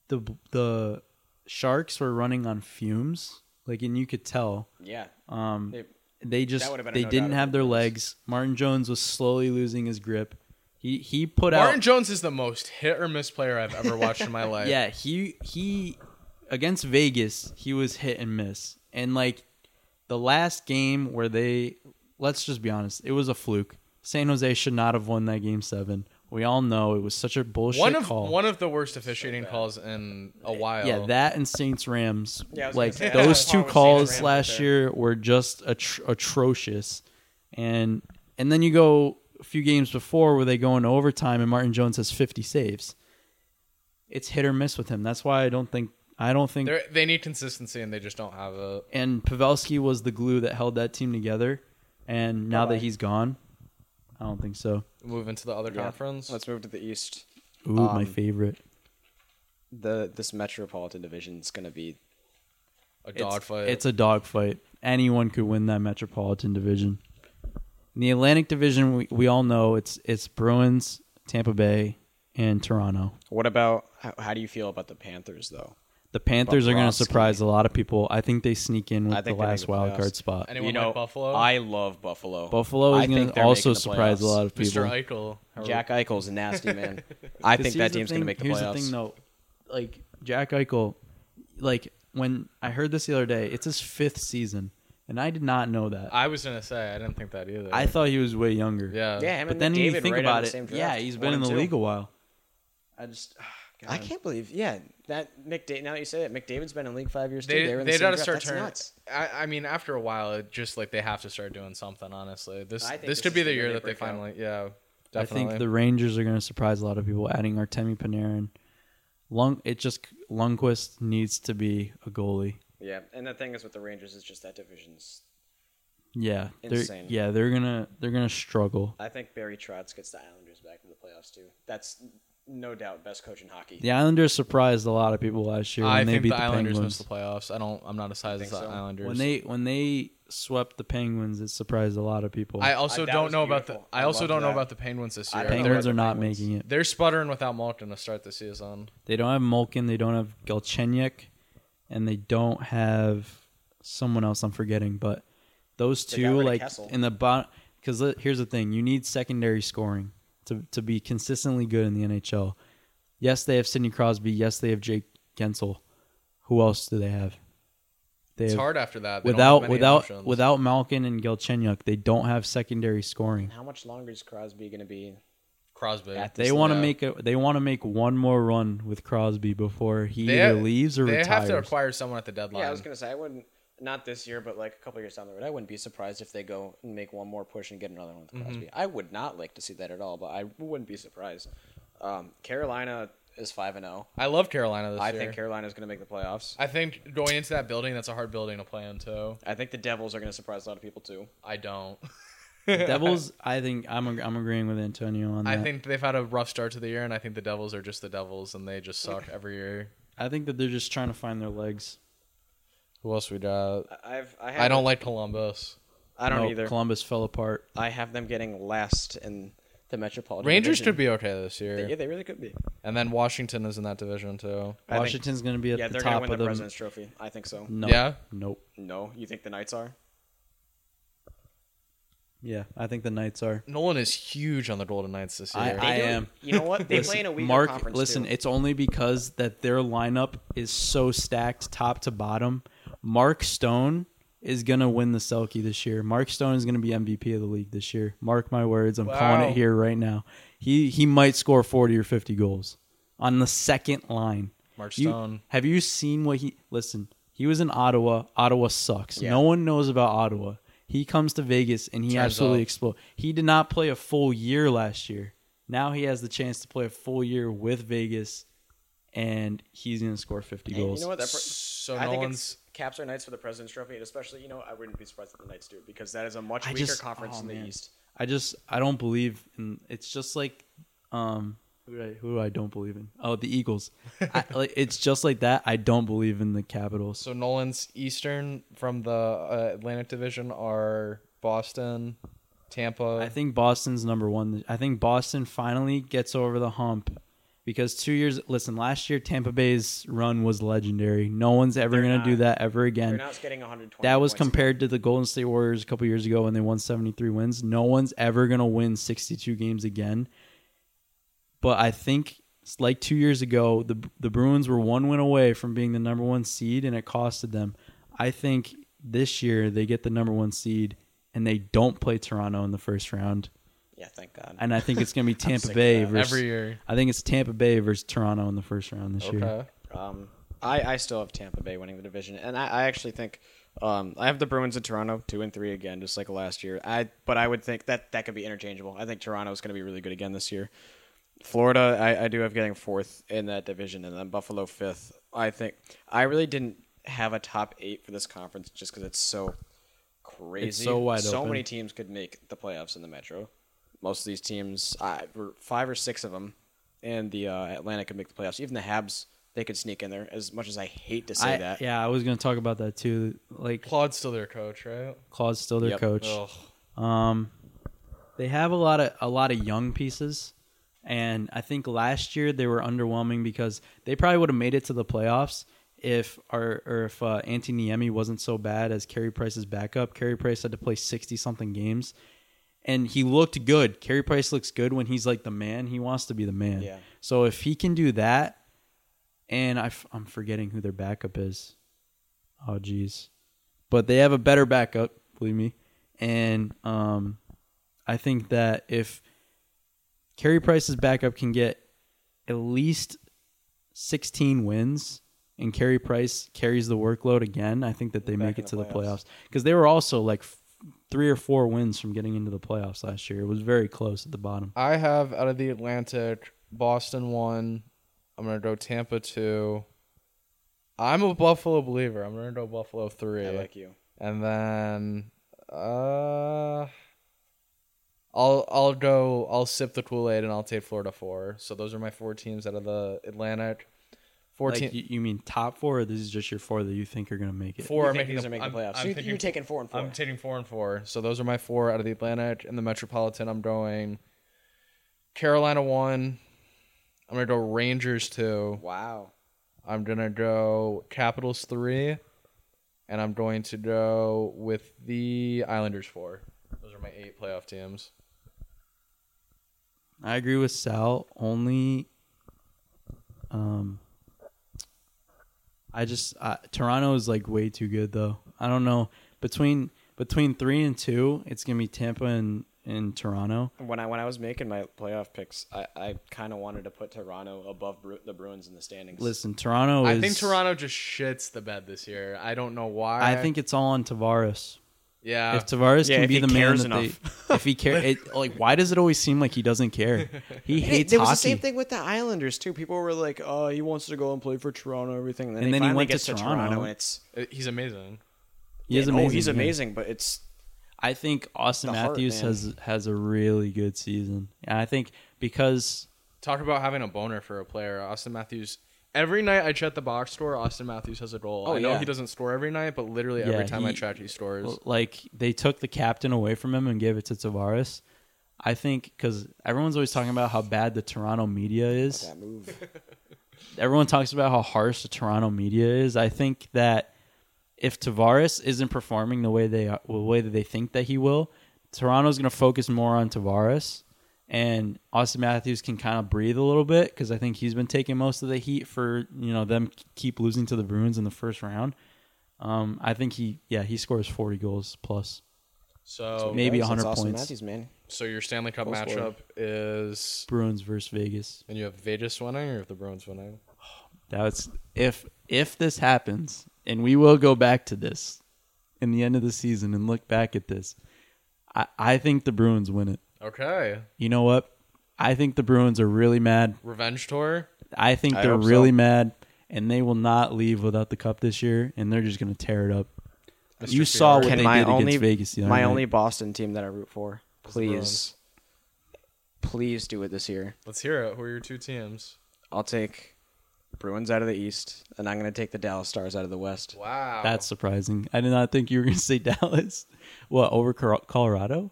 Speaker 1: the the Sharks were running on fumes, like, and you could tell.
Speaker 3: yeah,
Speaker 1: Um,
Speaker 3: They-
Speaker 1: they just
Speaker 3: would've been a
Speaker 1: they
Speaker 3: no
Speaker 1: didn't
Speaker 3: doubt
Speaker 1: have
Speaker 3: if
Speaker 1: their
Speaker 3: it was.
Speaker 1: legs. Martin Jones was slowly losing his grip. He he put out
Speaker 2: Martin Jones is the most hit or miss player I've ever watched in my life.
Speaker 1: Yeah, he he against Vegas, he was hit and miss. And like the last game where they let's just be honest, it was a fluke. San Jose should not have won that game 7. We all know it was such a bullshit
Speaker 2: one of
Speaker 1: call.
Speaker 2: one of the worst officiating calls in a while.
Speaker 1: yeah, that and Saints Rams.
Speaker 3: Yeah, I was
Speaker 1: like
Speaker 3: gonna say,
Speaker 1: those
Speaker 3: that's
Speaker 1: two
Speaker 3: why I was
Speaker 1: calls
Speaker 3: Saints Rams right
Speaker 1: last
Speaker 3: there.
Speaker 1: year were just atro- atrocious. And and then you go a few games before where they go into overtime and Martin Jones has 50 saves. It's hit or miss with him. That's why I don't think I don't think
Speaker 2: They're- they need consistency and they just don't have it.
Speaker 1: and Pavelski was the glue that held that team together. And now that
Speaker 3: Bye-bye.
Speaker 1: he's gone, I don't think so.
Speaker 2: Move into the other
Speaker 3: yeah.
Speaker 2: conference.
Speaker 3: Let's move to the East.
Speaker 1: Ooh, my
Speaker 3: Um,
Speaker 1: favorite.
Speaker 3: The this Metropolitan Division is going to be
Speaker 2: a
Speaker 1: It's,
Speaker 2: dogfight.
Speaker 1: it's a dogfight. Anyone could win that Metropolitan Division. In the Atlantic Division, we, we all know it's it's Bruins, Tampa Bay, and Toronto.
Speaker 3: What about how, how do you feel about the Panthers though?
Speaker 1: The Panthers are going to
Speaker 3: Bobrovsky.
Speaker 1: surprise a lot of people. I think they sneak in with
Speaker 3: I
Speaker 1: the
Speaker 3: think they make
Speaker 1: last
Speaker 3: the
Speaker 1: wild
Speaker 3: playoffs.
Speaker 1: card spot.
Speaker 2: Anyone like Buffalo?
Speaker 3: I love Buffalo.
Speaker 1: Buffalo
Speaker 3: I
Speaker 1: is going
Speaker 3: think
Speaker 1: to
Speaker 3: they're
Speaker 1: also
Speaker 3: making the
Speaker 1: surprise a
Speaker 3: playoffs.
Speaker 1: lot of people.
Speaker 2: Mr. Eichel. or-
Speaker 3: Jack Eichel's a nasty man. I think
Speaker 1: here's
Speaker 3: that
Speaker 1: the
Speaker 3: team's going
Speaker 1: thing-
Speaker 3: to make the
Speaker 1: here's
Speaker 3: playoffs.
Speaker 1: the thing, though. Like Jack Eichel, like when I heard this the other day, it's his fifth season, and I did not know that. I,
Speaker 2: I was gonna say I didn't think that either.
Speaker 1: thought he was way younger.
Speaker 2: yeah.
Speaker 3: yeah, him
Speaker 1: but
Speaker 3: and
Speaker 1: then
Speaker 3: David
Speaker 1: when you think
Speaker 3: right on
Speaker 1: about
Speaker 3: the
Speaker 1: it,
Speaker 3: same draft,
Speaker 1: yeah, he's been
Speaker 3: one
Speaker 1: in
Speaker 3: and
Speaker 1: the
Speaker 3: two.
Speaker 1: league a while.
Speaker 3: I just I can't believe. Yeah, that McDavid. Now that you say that McDavid's been in the league five years
Speaker 2: They
Speaker 3: too. They were in the
Speaker 2: they
Speaker 3: same
Speaker 2: gotta
Speaker 3: draft.
Speaker 2: start
Speaker 3: That's
Speaker 2: turning.
Speaker 3: nuts.
Speaker 2: I, I mean, after a while, it just like they have to start doing something. Honestly, this
Speaker 3: I
Speaker 2: this,
Speaker 3: think this
Speaker 2: could
Speaker 3: is
Speaker 2: be the
Speaker 3: the year
Speaker 2: year
Speaker 3: they
Speaker 2: that they
Speaker 3: break out.
Speaker 2: finally. Yeah, definitely.
Speaker 1: I think the Rangers are going to surprise a lot of people, adding Artemi Panarin. Lung, it just Lundqvist needs to be a goalie.
Speaker 3: Yeah, and the thing is with the Rangers is just that division's.
Speaker 1: Yeah, they're,
Speaker 3: Insane.
Speaker 1: yeah, they're gonna they're gonna struggle.
Speaker 3: I think Barry Trotz gets the Islanders back to the playoffs too. That's no doubt best coach in hockey.
Speaker 1: The Islanders surprised a lot of people last year when
Speaker 2: I
Speaker 1: they
Speaker 2: think
Speaker 1: beat
Speaker 2: the,
Speaker 1: the,
Speaker 2: Islanders
Speaker 1: Penguins.
Speaker 2: missed the playoffs. I don't. I'm not as high as the
Speaker 3: think so?
Speaker 2: Islanders.
Speaker 1: When they when they swept the Penguins, it surprised a lot of people.
Speaker 2: I also
Speaker 3: I- that
Speaker 2: don't
Speaker 3: was
Speaker 2: know about the.
Speaker 3: beautiful.
Speaker 2: I,
Speaker 3: I
Speaker 2: also
Speaker 3: loved
Speaker 2: don't know
Speaker 3: that.
Speaker 2: about the Penguins this
Speaker 3: I
Speaker 2: year.
Speaker 3: don't know
Speaker 1: Penguins
Speaker 2: They're,
Speaker 1: are not
Speaker 3: Penguins.
Speaker 1: making it.
Speaker 2: they're sputtering without Malkin to start the season.
Speaker 1: They don't have Malkin. They don't have Galchenyuk, and they don't have someone else. I'm forgetting, but those
Speaker 3: They got
Speaker 1: two,
Speaker 3: rid of
Speaker 1: like
Speaker 3: Kessel.
Speaker 1: in the bottom, because here's the thing: you need secondary scoring to to be consistently good in the NHL. Yes, they have Sidney Crosby. Yes, they have Jake Gensel. Who else do they have? They
Speaker 2: It's
Speaker 1: have,
Speaker 2: hard after that. They don't have
Speaker 1: without
Speaker 2: many
Speaker 1: without
Speaker 2: options.
Speaker 1: without Malkin and Galchenyuk. They don't have secondary scoring.
Speaker 3: How much longer is Crosby going to be?
Speaker 2: Crosby.
Speaker 3: At the
Speaker 1: They want to
Speaker 2: Yeah.
Speaker 1: make a, they want to make one more run with Crosby before he
Speaker 2: They
Speaker 1: either
Speaker 2: have-
Speaker 1: leaves or
Speaker 2: they
Speaker 1: retires.
Speaker 2: have to acquire someone at the deadline.
Speaker 3: Yeah, I was going to say I wouldn't. Not this year, but like a couple years down the road, I wouldn't be surprised if they go and make one more push and get another one with Crosby. I would not like to see that at all, but I wouldn't be surprised. Um, Carolina is five and zero.
Speaker 2: I love Carolina this
Speaker 3: I
Speaker 2: year.
Speaker 3: think Carolina is going to make the playoffs.
Speaker 2: I think going into that building, that's a hard building to play into.
Speaker 3: I think the Devils are going to surprise a lot of people too.
Speaker 2: I don't.
Speaker 1: Devils, I think I'm ag- I'm agreeing with Antonio on that.
Speaker 2: I think they've had a rough start to the year, and I think the Devils are just the Devils, and they just suck every year.
Speaker 1: I think that they're just trying to find their legs.
Speaker 2: Who else we got?
Speaker 3: I- I've I, have
Speaker 2: I don't like Columbus.
Speaker 3: I don't
Speaker 1: No,
Speaker 3: either.
Speaker 1: Columbus fell apart.
Speaker 3: I have them getting last in the Metropolitan.
Speaker 2: Rangers
Speaker 3: Division.
Speaker 2: could be okay this
Speaker 3: Yeah,
Speaker 2: year,
Speaker 3: they really could be.
Speaker 2: and then Washington is in that division too.
Speaker 3: I think-
Speaker 1: Washington's going to be at
Speaker 3: yeah,
Speaker 1: the
Speaker 3: they're going to
Speaker 1: top
Speaker 3: win the
Speaker 1: of Mm. the.
Speaker 3: President's Trophy. I think so.
Speaker 1: no,
Speaker 2: Yeah,
Speaker 1: Nope.
Speaker 3: No, you think the Knights are?
Speaker 1: Yeah, I think the Knights are.
Speaker 2: Nolan is huge on the Golden Knights this year.
Speaker 1: I- I-
Speaker 3: They do.
Speaker 1: am.
Speaker 3: You know what? They play in a weaker
Speaker 1: Mark,
Speaker 3: conference.
Speaker 1: listen,
Speaker 3: too.
Speaker 1: it's only because that their lineup is so stacked top to bottom. Mark Stone is going to win the Selkie this year. Mark Stone is going to be MVP of the league this year. Mark my words, I'm calling
Speaker 2: Wow.
Speaker 1: it here right now. He he might score 40 or 50 goals on the second line.
Speaker 2: Mark
Speaker 1: You-
Speaker 2: Stone.
Speaker 1: have you seen what he Listen, he was in Ottawa. Ottawa sucks.
Speaker 3: Yeah.
Speaker 1: No one knows about Ottawa. He comes to Vegas and he
Speaker 2: Turns
Speaker 1: absolutely
Speaker 2: out.
Speaker 1: explodes. He did not play a full year last year. Now he has the chance to play a full year with Vegas, and he's going to score 50
Speaker 3: And
Speaker 1: goals.
Speaker 3: you know what? That, pro-
Speaker 2: So
Speaker 4: I
Speaker 2: no
Speaker 4: think
Speaker 2: one's.
Speaker 4: it's Caps or Knights for the President's Trophy, and especially, you know, I wouldn't be surprised if the Knights do it because that is a much
Speaker 1: I
Speaker 4: weaker
Speaker 1: just-
Speaker 4: conference
Speaker 1: oh,
Speaker 4: in the
Speaker 1: man.
Speaker 4: East.
Speaker 1: I just I don't believe in. It's just like um who do I, who do I don't believe in? Oh, the Eagles. I, like it's just like that. I don't believe in the Capitals.
Speaker 2: So Nolan's Eastern from the uh, Atlantic Division are Boston, Tampa.
Speaker 1: I think Boston's number one. I think Boston finally gets over the hump because two years. Listen, last year Tampa Bay's run was legendary. No one's ever going to do
Speaker 4: not-
Speaker 1: that ever
Speaker 4: They're
Speaker 1: again.
Speaker 4: not getting 120.
Speaker 1: That was
Speaker 4: points a game.
Speaker 1: compared to the Golden State Warriors a couple years ago when they won 73 wins. No one's ever going to win 62 games again. But I think it's like 2 years ago the the Bruins were one win away from being the number 1 seed and it costed them. I think this year they get the number 1 seed and they don't play Toronto in the first round.
Speaker 4: Yeah, thank God.
Speaker 1: And I think it's going to be Tampa
Speaker 4: sick of
Speaker 1: Bay
Speaker 4: that.
Speaker 1: versus
Speaker 2: every year.
Speaker 1: I think it's Tampa Bay versus Toronto in the first round this year.
Speaker 2: Okay.
Speaker 4: Um,
Speaker 3: I, I still have Tampa Bay winning the division, and I, I actually think um, I have the Bruins in Toronto two and three again, just like last year. I but I would think that that could be interchangeable. I think Toronto's going to be really good again this year. Florida, I, I do have getting fourth in that division, and then Buffalo fifth. I think I really didn't have a top eight for this conference just because it's so crazy.
Speaker 1: so wide
Speaker 3: So
Speaker 1: open.
Speaker 3: many teams could make the playoffs in the Metro. Most of these teams, I, were five or six of them, and the uh, Atlantic could make the playoffs. Even the Habs, they could sneak in there. As much as I hate to say
Speaker 1: I,
Speaker 3: that,
Speaker 1: Yeah, I was going to talk about that too. Like
Speaker 2: Claude's still their coach, right?
Speaker 1: Claude's still their
Speaker 3: Yep.
Speaker 1: coach.
Speaker 2: Ugh.
Speaker 1: Um, they have a lot of a lot of young pieces, and I think last year they were underwhelming because they probably would have made it to the playoffs if our or if uh, Antti Niemi wasn't so bad as Carey Price's backup. Carey Price had to play sixty something games, and he looked good. Carey Price looks good when he's like the man. He wants to be the man.
Speaker 3: Yeah.
Speaker 1: So if he can do that, and I f- I'm forgetting who their backup is. Oh geez, but they have a better backup. Believe me and um, I think that if Carey Price's backup can get at least 16 wins and Carey Price carries the workload again, I think that they
Speaker 3: Back
Speaker 1: make
Speaker 3: in
Speaker 1: it to
Speaker 3: the
Speaker 1: the
Speaker 3: playoffs.
Speaker 1: playoffs because they were also like f- three or four wins from getting into the playoffs last year. It was very close at the bottom.
Speaker 2: I have out of the Atlantic, Boston one. I'm gonna go Tampa two. I'm a Buffalo believer. I'm gonna go Buffalo three,
Speaker 3: I like you.
Speaker 2: and then uh, I'll I'll go. I'll sip the Kool Aid and I'll take Florida four. So those are my four teams out of the Atlantic. Four
Speaker 1: Like,
Speaker 2: team-
Speaker 1: you, you mean top four, or this is just your four that you think are going to make it?
Speaker 2: Four
Speaker 4: you
Speaker 2: are
Speaker 4: think
Speaker 2: making
Speaker 4: these
Speaker 2: the
Speaker 4: are making
Speaker 2: I'm-
Speaker 4: playoffs.
Speaker 2: I'm
Speaker 4: You-
Speaker 2: thinking
Speaker 4: you're taking four and 4
Speaker 2: I'm taking four and four. So those are my four out of the Atlantic and the Metropolitan. I'm going Carolina one. I'm gonna go Rangers two.
Speaker 3: Wow.
Speaker 2: I'm gonna go Capitals three, and I'm going to go with the Islanders four. Those are my eight playoff teams.
Speaker 1: I agree with Sal. Only, um, I just I, Toronto is like way too good though. I don't know between between three and two, it's gonna be Tampa and and Toronto.
Speaker 3: When I when I was making my playoff picks, I, I kind of wanted to put Toronto above Bru- the Bruins in the standings.
Speaker 1: Listen, Toronto. Is,
Speaker 2: I think Toronto just shits the bed this year. I don't know why.
Speaker 1: I think it's all on Tavares.
Speaker 2: yeah.
Speaker 1: if Tavares
Speaker 3: yeah,
Speaker 1: can
Speaker 3: if
Speaker 1: be
Speaker 3: he
Speaker 1: the man
Speaker 3: cares
Speaker 1: that they,
Speaker 3: enough.
Speaker 1: if he cares, it, like why does it always seem like he doesn't care? He
Speaker 3: And it-
Speaker 1: hates
Speaker 3: there
Speaker 1: hockey.
Speaker 3: was the same thing with the Islanders too. People were like, "Oh, he wants to go and play for Toronto, and everything." And then,
Speaker 1: And then he
Speaker 3: finally
Speaker 1: went to
Speaker 3: gets
Speaker 1: Toronto.
Speaker 3: and it's
Speaker 2: he's amazing.
Speaker 1: He is
Speaker 3: and,
Speaker 1: amazing.
Speaker 3: Oh, he's
Speaker 1: yeah.
Speaker 3: amazing, but it's
Speaker 1: I think Austin
Speaker 3: The heart,
Speaker 1: Matthews
Speaker 3: man.
Speaker 1: has has a really good season, and I think because
Speaker 2: Talk about having a boner for a player. Austin Matthews. Every night I check the box score, Austin Matthews has a goal.
Speaker 3: Oh,
Speaker 2: I know
Speaker 3: yeah.
Speaker 2: he doesn't score every night, but literally
Speaker 1: Yeah,
Speaker 2: every time I
Speaker 1: he-
Speaker 2: check, he scores.
Speaker 1: like they took the captain away from him and gave it to Tavares, I think because everyone's always talking about how bad the Toronto media is.
Speaker 3: that move.
Speaker 1: everyone talks about how harsh the Toronto media is. I think that if Tavares isn't performing the way they are, the way that they think that he will, Toronto's going to focus more on Tavares, and Austin Matthews can kind of breathe a little bit because I think he's been taking most of the heat for you know them keep losing to the Bruins in the first round. Um, I think he, yeah, he scores forty goals plus.
Speaker 2: so
Speaker 1: Oh, Maybe
Speaker 3: That's
Speaker 1: 100
Speaker 3: Austin
Speaker 1: points.
Speaker 3: Matthews, man.
Speaker 2: so your Stanley Cup
Speaker 3: Goal scorer.
Speaker 2: matchup is
Speaker 1: Bruins versus Vegas.
Speaker 2: and you have Vegas winning or if the Bruins winning?
Speaker 1: That's if if this happens, and we will go back to this in the end of the season and look back at this. I, I think the Bruins win it.
Speaker 2: Okay.
Speaker 1: You know what? I think the Bruins are really mad.
Speaker 2: Revenge tour?
Speaker 1: I think
Speaker 3: I
Speaker 1: they're
Speaker 3: hope so.
Speaker 1: really mad. and they will not leave without the cup this year, and they're just going to tear it up.
Speaker 2: Mr.
Speaker 1: You saw what
Speaker 2: Fiore.
Speaker 1: they
Speaker 3: Can my
Speaker 1: did
Speaker 3: only
Speaker 1: against Vegas. The other
Speaker 3: my
Speaker 1: night.
Speaker 3: only Boston team that I root for?
Speaker 2: the
Speaker 3: Please, please do it this year.
Speaker 2: Let's hear it. Who are your two teams?
Speaker 3: I'll take Bruins out of the East, and I'm going to take the Dallas Stars out of the West.
Speaker 2: Wow.
Speaker 1: That's surprising. I did not think you were going to say Dallas. What over Cor- Colorado?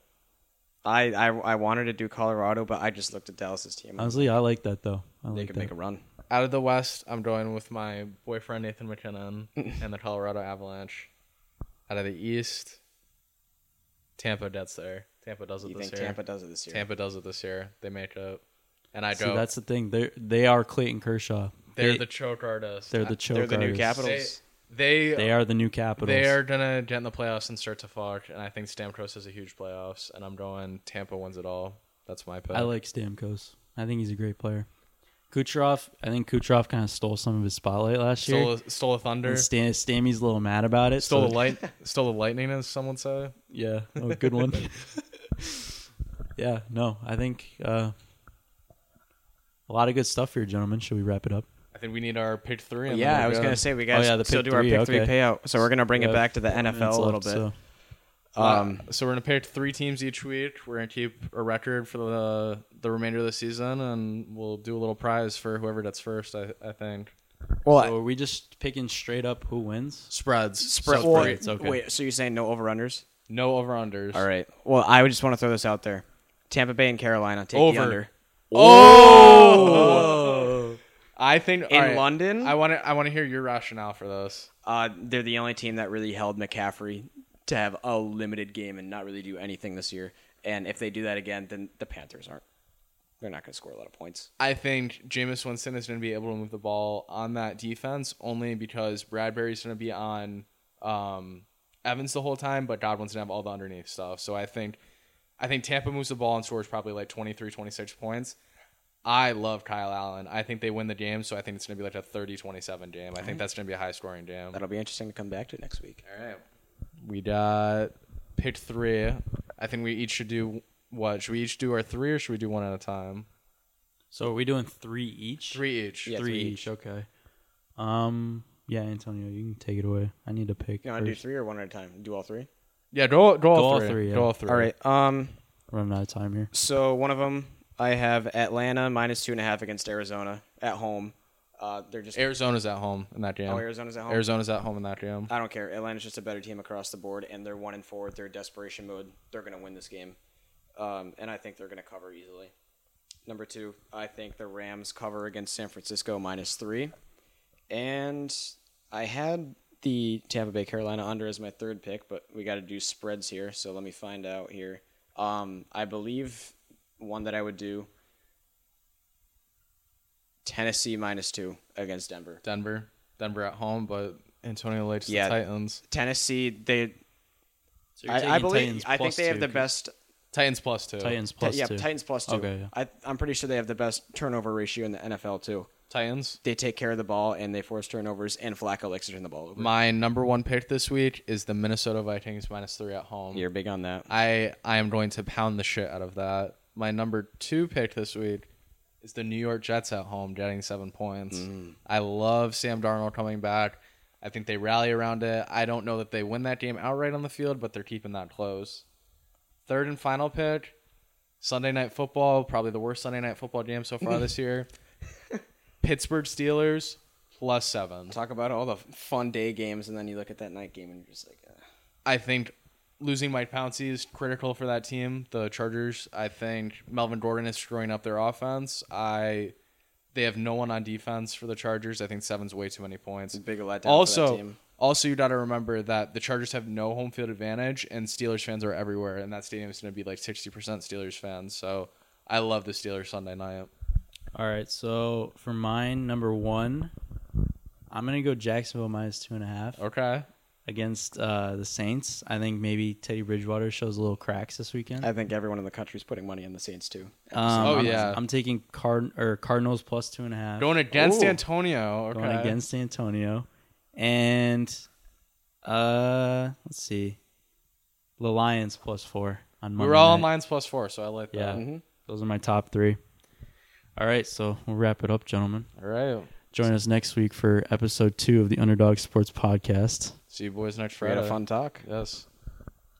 Speaker 3: I, I I wanted to do Colorado, but I just looked at Dallas's team. and
Speaker 1: Honestly, I like that though. I
Speaker 3: They
Speaker 1: like
Speaker 3: could
Speaker 1: that.
Speaker 3: make a run.
Speaker 2: out of the West. I'm going with my boyfriend Nathan McKinnon and the Colorado Avalanche. Out of the East, Tampa does there. Tampa does it
Speaker 3: You
Speaker 2: this
Speaker 3: think
Speaker 2: year.
Speaker 3: Tampa does it this year?
Speaker 2: Tampa does it this year. They make up, and I
Speaker 1: See,
Speaker 2: go.
Speaker 1: that's the thing. They they are Clayton Kershaw.
Speaker 2: they're
Speaker 1: they,
Speaker 2: the choke artists.
Speaker 1: they're the
Speaker 2: I-
Speaker 1: choke
Speaker 3: they're the new
Speaker 1: artists.
Speaker 3: Capitals.
Speaker 2: They, they,
Speaker 1: They
Speaker 2: they are.
Speaker 1: are the new Capitals.
Speaker 2: They are gonna get in the playoffs and start to fuck, and I think Stamkos has a huge playoffs, and I'm going Tampa wins it all. That's my pick.
Speaker 1: I like Stamkos. I think he's a great player. Kucherov. I think Kucherov kind of stole some of his spotlight last year.
Speaker 2: stole a, stole a Thunder,
Speaker 1: And Stan, Stammy's a little mad about it.
Speaker 2: stole a
Speaker 1: so-
Speaker 2: light, stole a lightning, as some would say.
Speaker 1: Yeah, oh, good one. yeah, no, I think uh, a lot of good stuff here, gentlemen. Should we wrap it up?
Speaker 2: I think we need our pick three. And
Speaker 3: Yeah,
Speaker 2: then
Speaker 3: I
Speaker 2: we're
Speaker 3: was
Speaker 2: good.
Speaker 3: going to say we guys
Speaker 1: Oh, yeah, the
Speaker 3: still
Speaker 1: pick
Speaker 3: do our
Speaker 1: three,
Speaker 3: pick three
Speaker 1: okay.
Speaker 3: payout, so we're going to bring
Speaker 1: Yeah,
Speaker 3: it back to the
Speaker 1: four
Speaker 3: NFL
Speaker 1: minutes
Speaker 3: a little
Speaker 1: left,
Speaker 3: bit.
Speaker 1: so-
Speaker 3: Um,
Speaker 2: so we're gonna pick three teams each week. We're gonna keep a record for the the remainder of the season, and we'll do a little prize for whoever that's first. I, I think
Speaker 3: well,
Speaker 1: So are we just picking straight up who wins?
Speaker 2: spreads,
Speaker 3: spread-
Speaker 2: So
Speaker 3: well,
Speaker 2: three, it's okay.
Speaker 3: Wait, so you're saying no over unders?
Speaker 2: No over unders.
Speaker 3: All right. Well, I would just want to throw this out there. Tampa Bay and Carolina take
Speaker 2: Over.
Speaker 3: the under.
Speaker 2: Oh! I think
Speaker 3: In
Speaker 2: all right,
Speaker 3: London?
Speaker 2: I want to I want to hear your rationale for this.
Speaker 3: Uh, they're the only team that really held McCaffrey to have a limited game and not really do anything this year. And if they do that again, then the Panthers aren't. They're not going to score a lot of points.
Speaker 2: I think Jameis Winston is going to be able to move the ball on that defense only because Bradbury's going to be on um, Evans the whole time, but Godwin's going to have all the underneath stuff. So I think I think Tampa moves the ball and scores probably like 23, 26 points. I love Kyle Allen. I think they win the game, so I think it's going to be like a 30 27 game. I think that's going to be a high scoring game.
Speaker 3: That'll be interesting to come back to next week.
Speaker 2: All right. We got pick three. I think we each should do what? Should we each do our three or should we do one at a time?
Speaker 1: So are we doing three each?
Speaker 2: Three each.
Speaker 3: Yeah,
Speaker 1: three,
Speaker 3: three
Speaker 1: each. Okay. Um. Yeah, Antonio, you can take it away. I need to pick.
Speaker 3: You want to do
Speaker 1: first.
Speaker 3: three or one at a time? Do all three?
Speaker 2: Yeah, go go all
Speaker 1: Go all
Speaker 2: three.
Speaker 1: three, yeah.
Speaker 2: Go all three.
Speaker 3: All right. Um.
Speaker 1: Running out of time here.
Speaker 3: So one of them, I have Atlanta minus two and a half against Arizona at home. Uh, they're just
Speaker 2: Arizona's at home in that game.
Speaker 3: oh, Arizona's at home.
Speaker 2: Arizona's at home in that game.
Speaker 3: I don't care. Atlanta's just a better team across the board, and they're one and four. They're desperation mode. They're going to win this game, um, and I think they're going to cover easily. Number two, I think the Rams cover against San Francisco minus three, and I had the Tampa Bay Carolina under as my third pick, but we got to do spreads here, so let me find out here. Um, I believe one that I would do Tennessee minus two against Denver.
Speaker 2: Denver. Denver at home, but Antonio likes
Speaker 3: Yeah.
Speaker 2: the Titans.
Speaker 3: Tennessee, they
Speaker 1: So you're
Speaker 3: I, I
Speaker 1: taking
Speaker 3: believe
Speaker 1: Titans
Speaker 3: I think
Speaker 1: plus
Speaker 3: they have
Speaker 1: two.
Speaker 3: the best.
Speaker 2: Titans plus two.
Speaker 1: Titans
Speaker 3: Ti-
Speaker 1: plus
Speaker 3: yeah,
Speaker 1: two.
Speaker 3: Titans plus two.
Speaker 1: Okay, yeah.
Speaker 3: I, I'm pretty sure they have the best turnover ratio in the NFL too.
Speaker 2: Titans.
Speaker 3: They take care of the ball and they force turnovers, and Flacco likes to turn the ball over.
Speaker 2: My number one pick this week is the Minnesota Vikings minus three at home.
Speaker 3: You're big on that.
Speaker 2: I I am going to pound the shit out of that. My number two pick this week is the New York Jets at home, getting seven points. I love Sam Darnold coming back. I think they rally around it. I don't know that they win that game outright on the field, but they're keeping that close. Third and final pick, Sunday night football, probably the worst Sunday night football game so far this year. Pittsburgh Steelers plus seven.
Speaker 3: Talk about all the fun day games, and then you look at that night game and you're just like, uh,
Speaker 2: I think losing Mike Pouncey is critical for that team, the Chargers. I think Melvin Gordon is screwing up their offense. I they have no one on defense for the Chargers. I think seven's way too many points.
Speaker 3: it's a big letdown. for that
Speaker 2: Also,
Speaker 3: team.
Speaker 2: also you got to remember that the Chargers have no home field advantage, and Steelers fans are everywhere, and that stadium is going to be like sixty percent Steelers fans. So I love the Steelers Sunday night.
Speaker 1: All right, so for mine, number one, I'm gonna go Jacksonville minus two and a half
Speaker 2: Okay,
Speaker 1: against uh, the Saints. I think maybe Teddy Bridgewater shows a little cracks this weekend.
Speaker 3: I think everyone in the country's putting money on the Saints too.
Speaker 1: Um,
Speaker 2: Oh,
Speaker 1: I'm-
Speaker 2: yeah.
Speaker 1: I'm taking Card or Cardinals plus two and a half
Speaker 2: going against
Speaker 3: Ooh.
Speaker 2: Antonio. Okay,
Speaker 1: going against Antonio, and uh, let's see, the Lions plus four on Monday.
Speaker 2: we were all on
Speaker 1: night.
Speaker 2: Lions plus four, so I like that.
Speaker 3: Mm-hmm.
Speaker 1: Yeah, those are my top three. All right, so we'll wrap it up, gentlemen.
Speaker 2: All right.
Speaker 1: Join us next week for episode two of the Underdog Sports Podcast.
Speaker 2: See you boys next
Speaker 3: We had
Speaker 2: Friday.
Speaker 3: a fun talk.
Speaker 2: Yes.